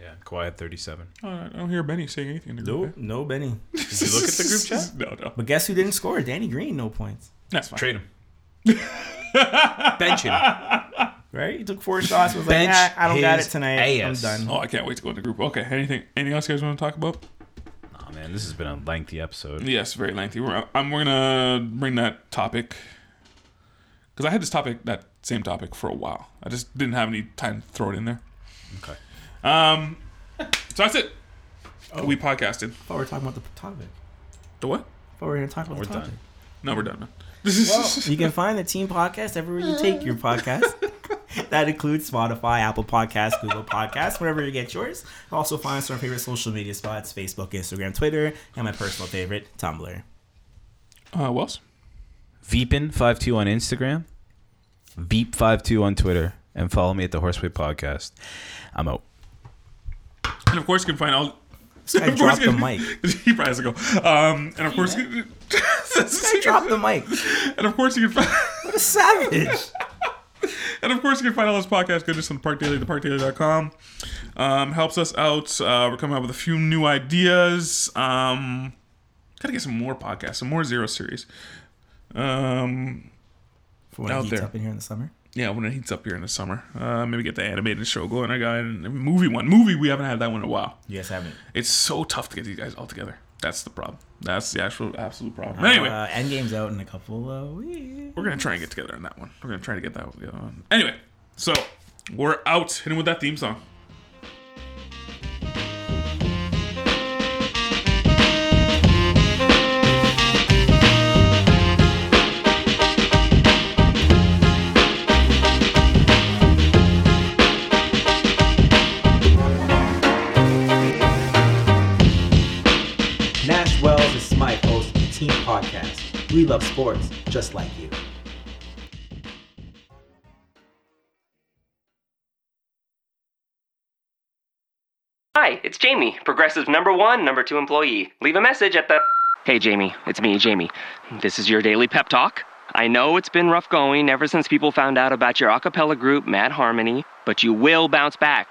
Yeah. Kawhi had 37.
Oh, I don't hear Benny saying anything. In the group.
No Benny.
Did you look at the group chat?
No, no,
But guess who didn't score? Danny Green, no points.
that's fine.
Trade him. Bench him.
Right? He took four shots. Was
Bench
like, "Ah, I don't got
his
it tonight.
ass."
I'm done.
Oh, I can't wait to go in the group. Okay, anything? Anything else you guys want to talk about?
Oh, man. This has been a lengthy episode.
Yes, very lengthy. We're, I'm we're gonna bring that topic because I had this topic, that same topic, for a while. I just didn't have any time to throw it in there.
Okay.
Um, so that's it. We podcasted.
thought we were talking about the topic.
The what?
I thought we were going to talk about
We're
the topic.
done.
No, we're done. This
You can find the Team Podcast everywhere you take your podcast. that includes Spotify, Apple Podcasts, Google Podcasts, wherever you get yours. Also find us on our favorite social media spots, Facebook, Instagram, Twitter, and my personal favorite, Tumblr.
uh, Wells.
Veepin52 on Instagram, Veep52 on Twitter, and follow me at the Horseway Podcast. I'm out.
And of course, you can find all.
guy
of course
dropped
you
the
can- he probably has to go. Um, and of course,
Drop the mic.
and of course, you can find.
Savage.
And of course, you can find all this podcast goodness on the Park Daily, theparkdaily.com. Um, helps us out. Uh, we're coming up with a few new ideas. Um, gotta get some more podcasts, some more Zero Series. Um,
For when it
Out
heats
there.
up in here in the summer.
yeah, when it heats up here in the summer, uh, maybe get the animated show going. I got a movie one. Movie, we haven't had that one in a while.
You guys haven't.
It's so tough to get these guys all together. That's the problem. That's the actual absolute problem. Anyway,
Uh, Endgame's out in a couple of weeks.
we're gonna try and get together on that one. We're gonna try to get that one. together. Anyway, so we're out. Hitting with that theme song.
Nash Wells and Smythe host the Team Podcast. We love sports just like you.
Hi, it's Jamie, Progressive number one, number two employee. Leave a message at the. Hey, Jamie, it's me, Jamie. This is your daily pep talk. I know it's been rough going ever since people found out about your a cappella group, Mad Harmony, but you will bounce back.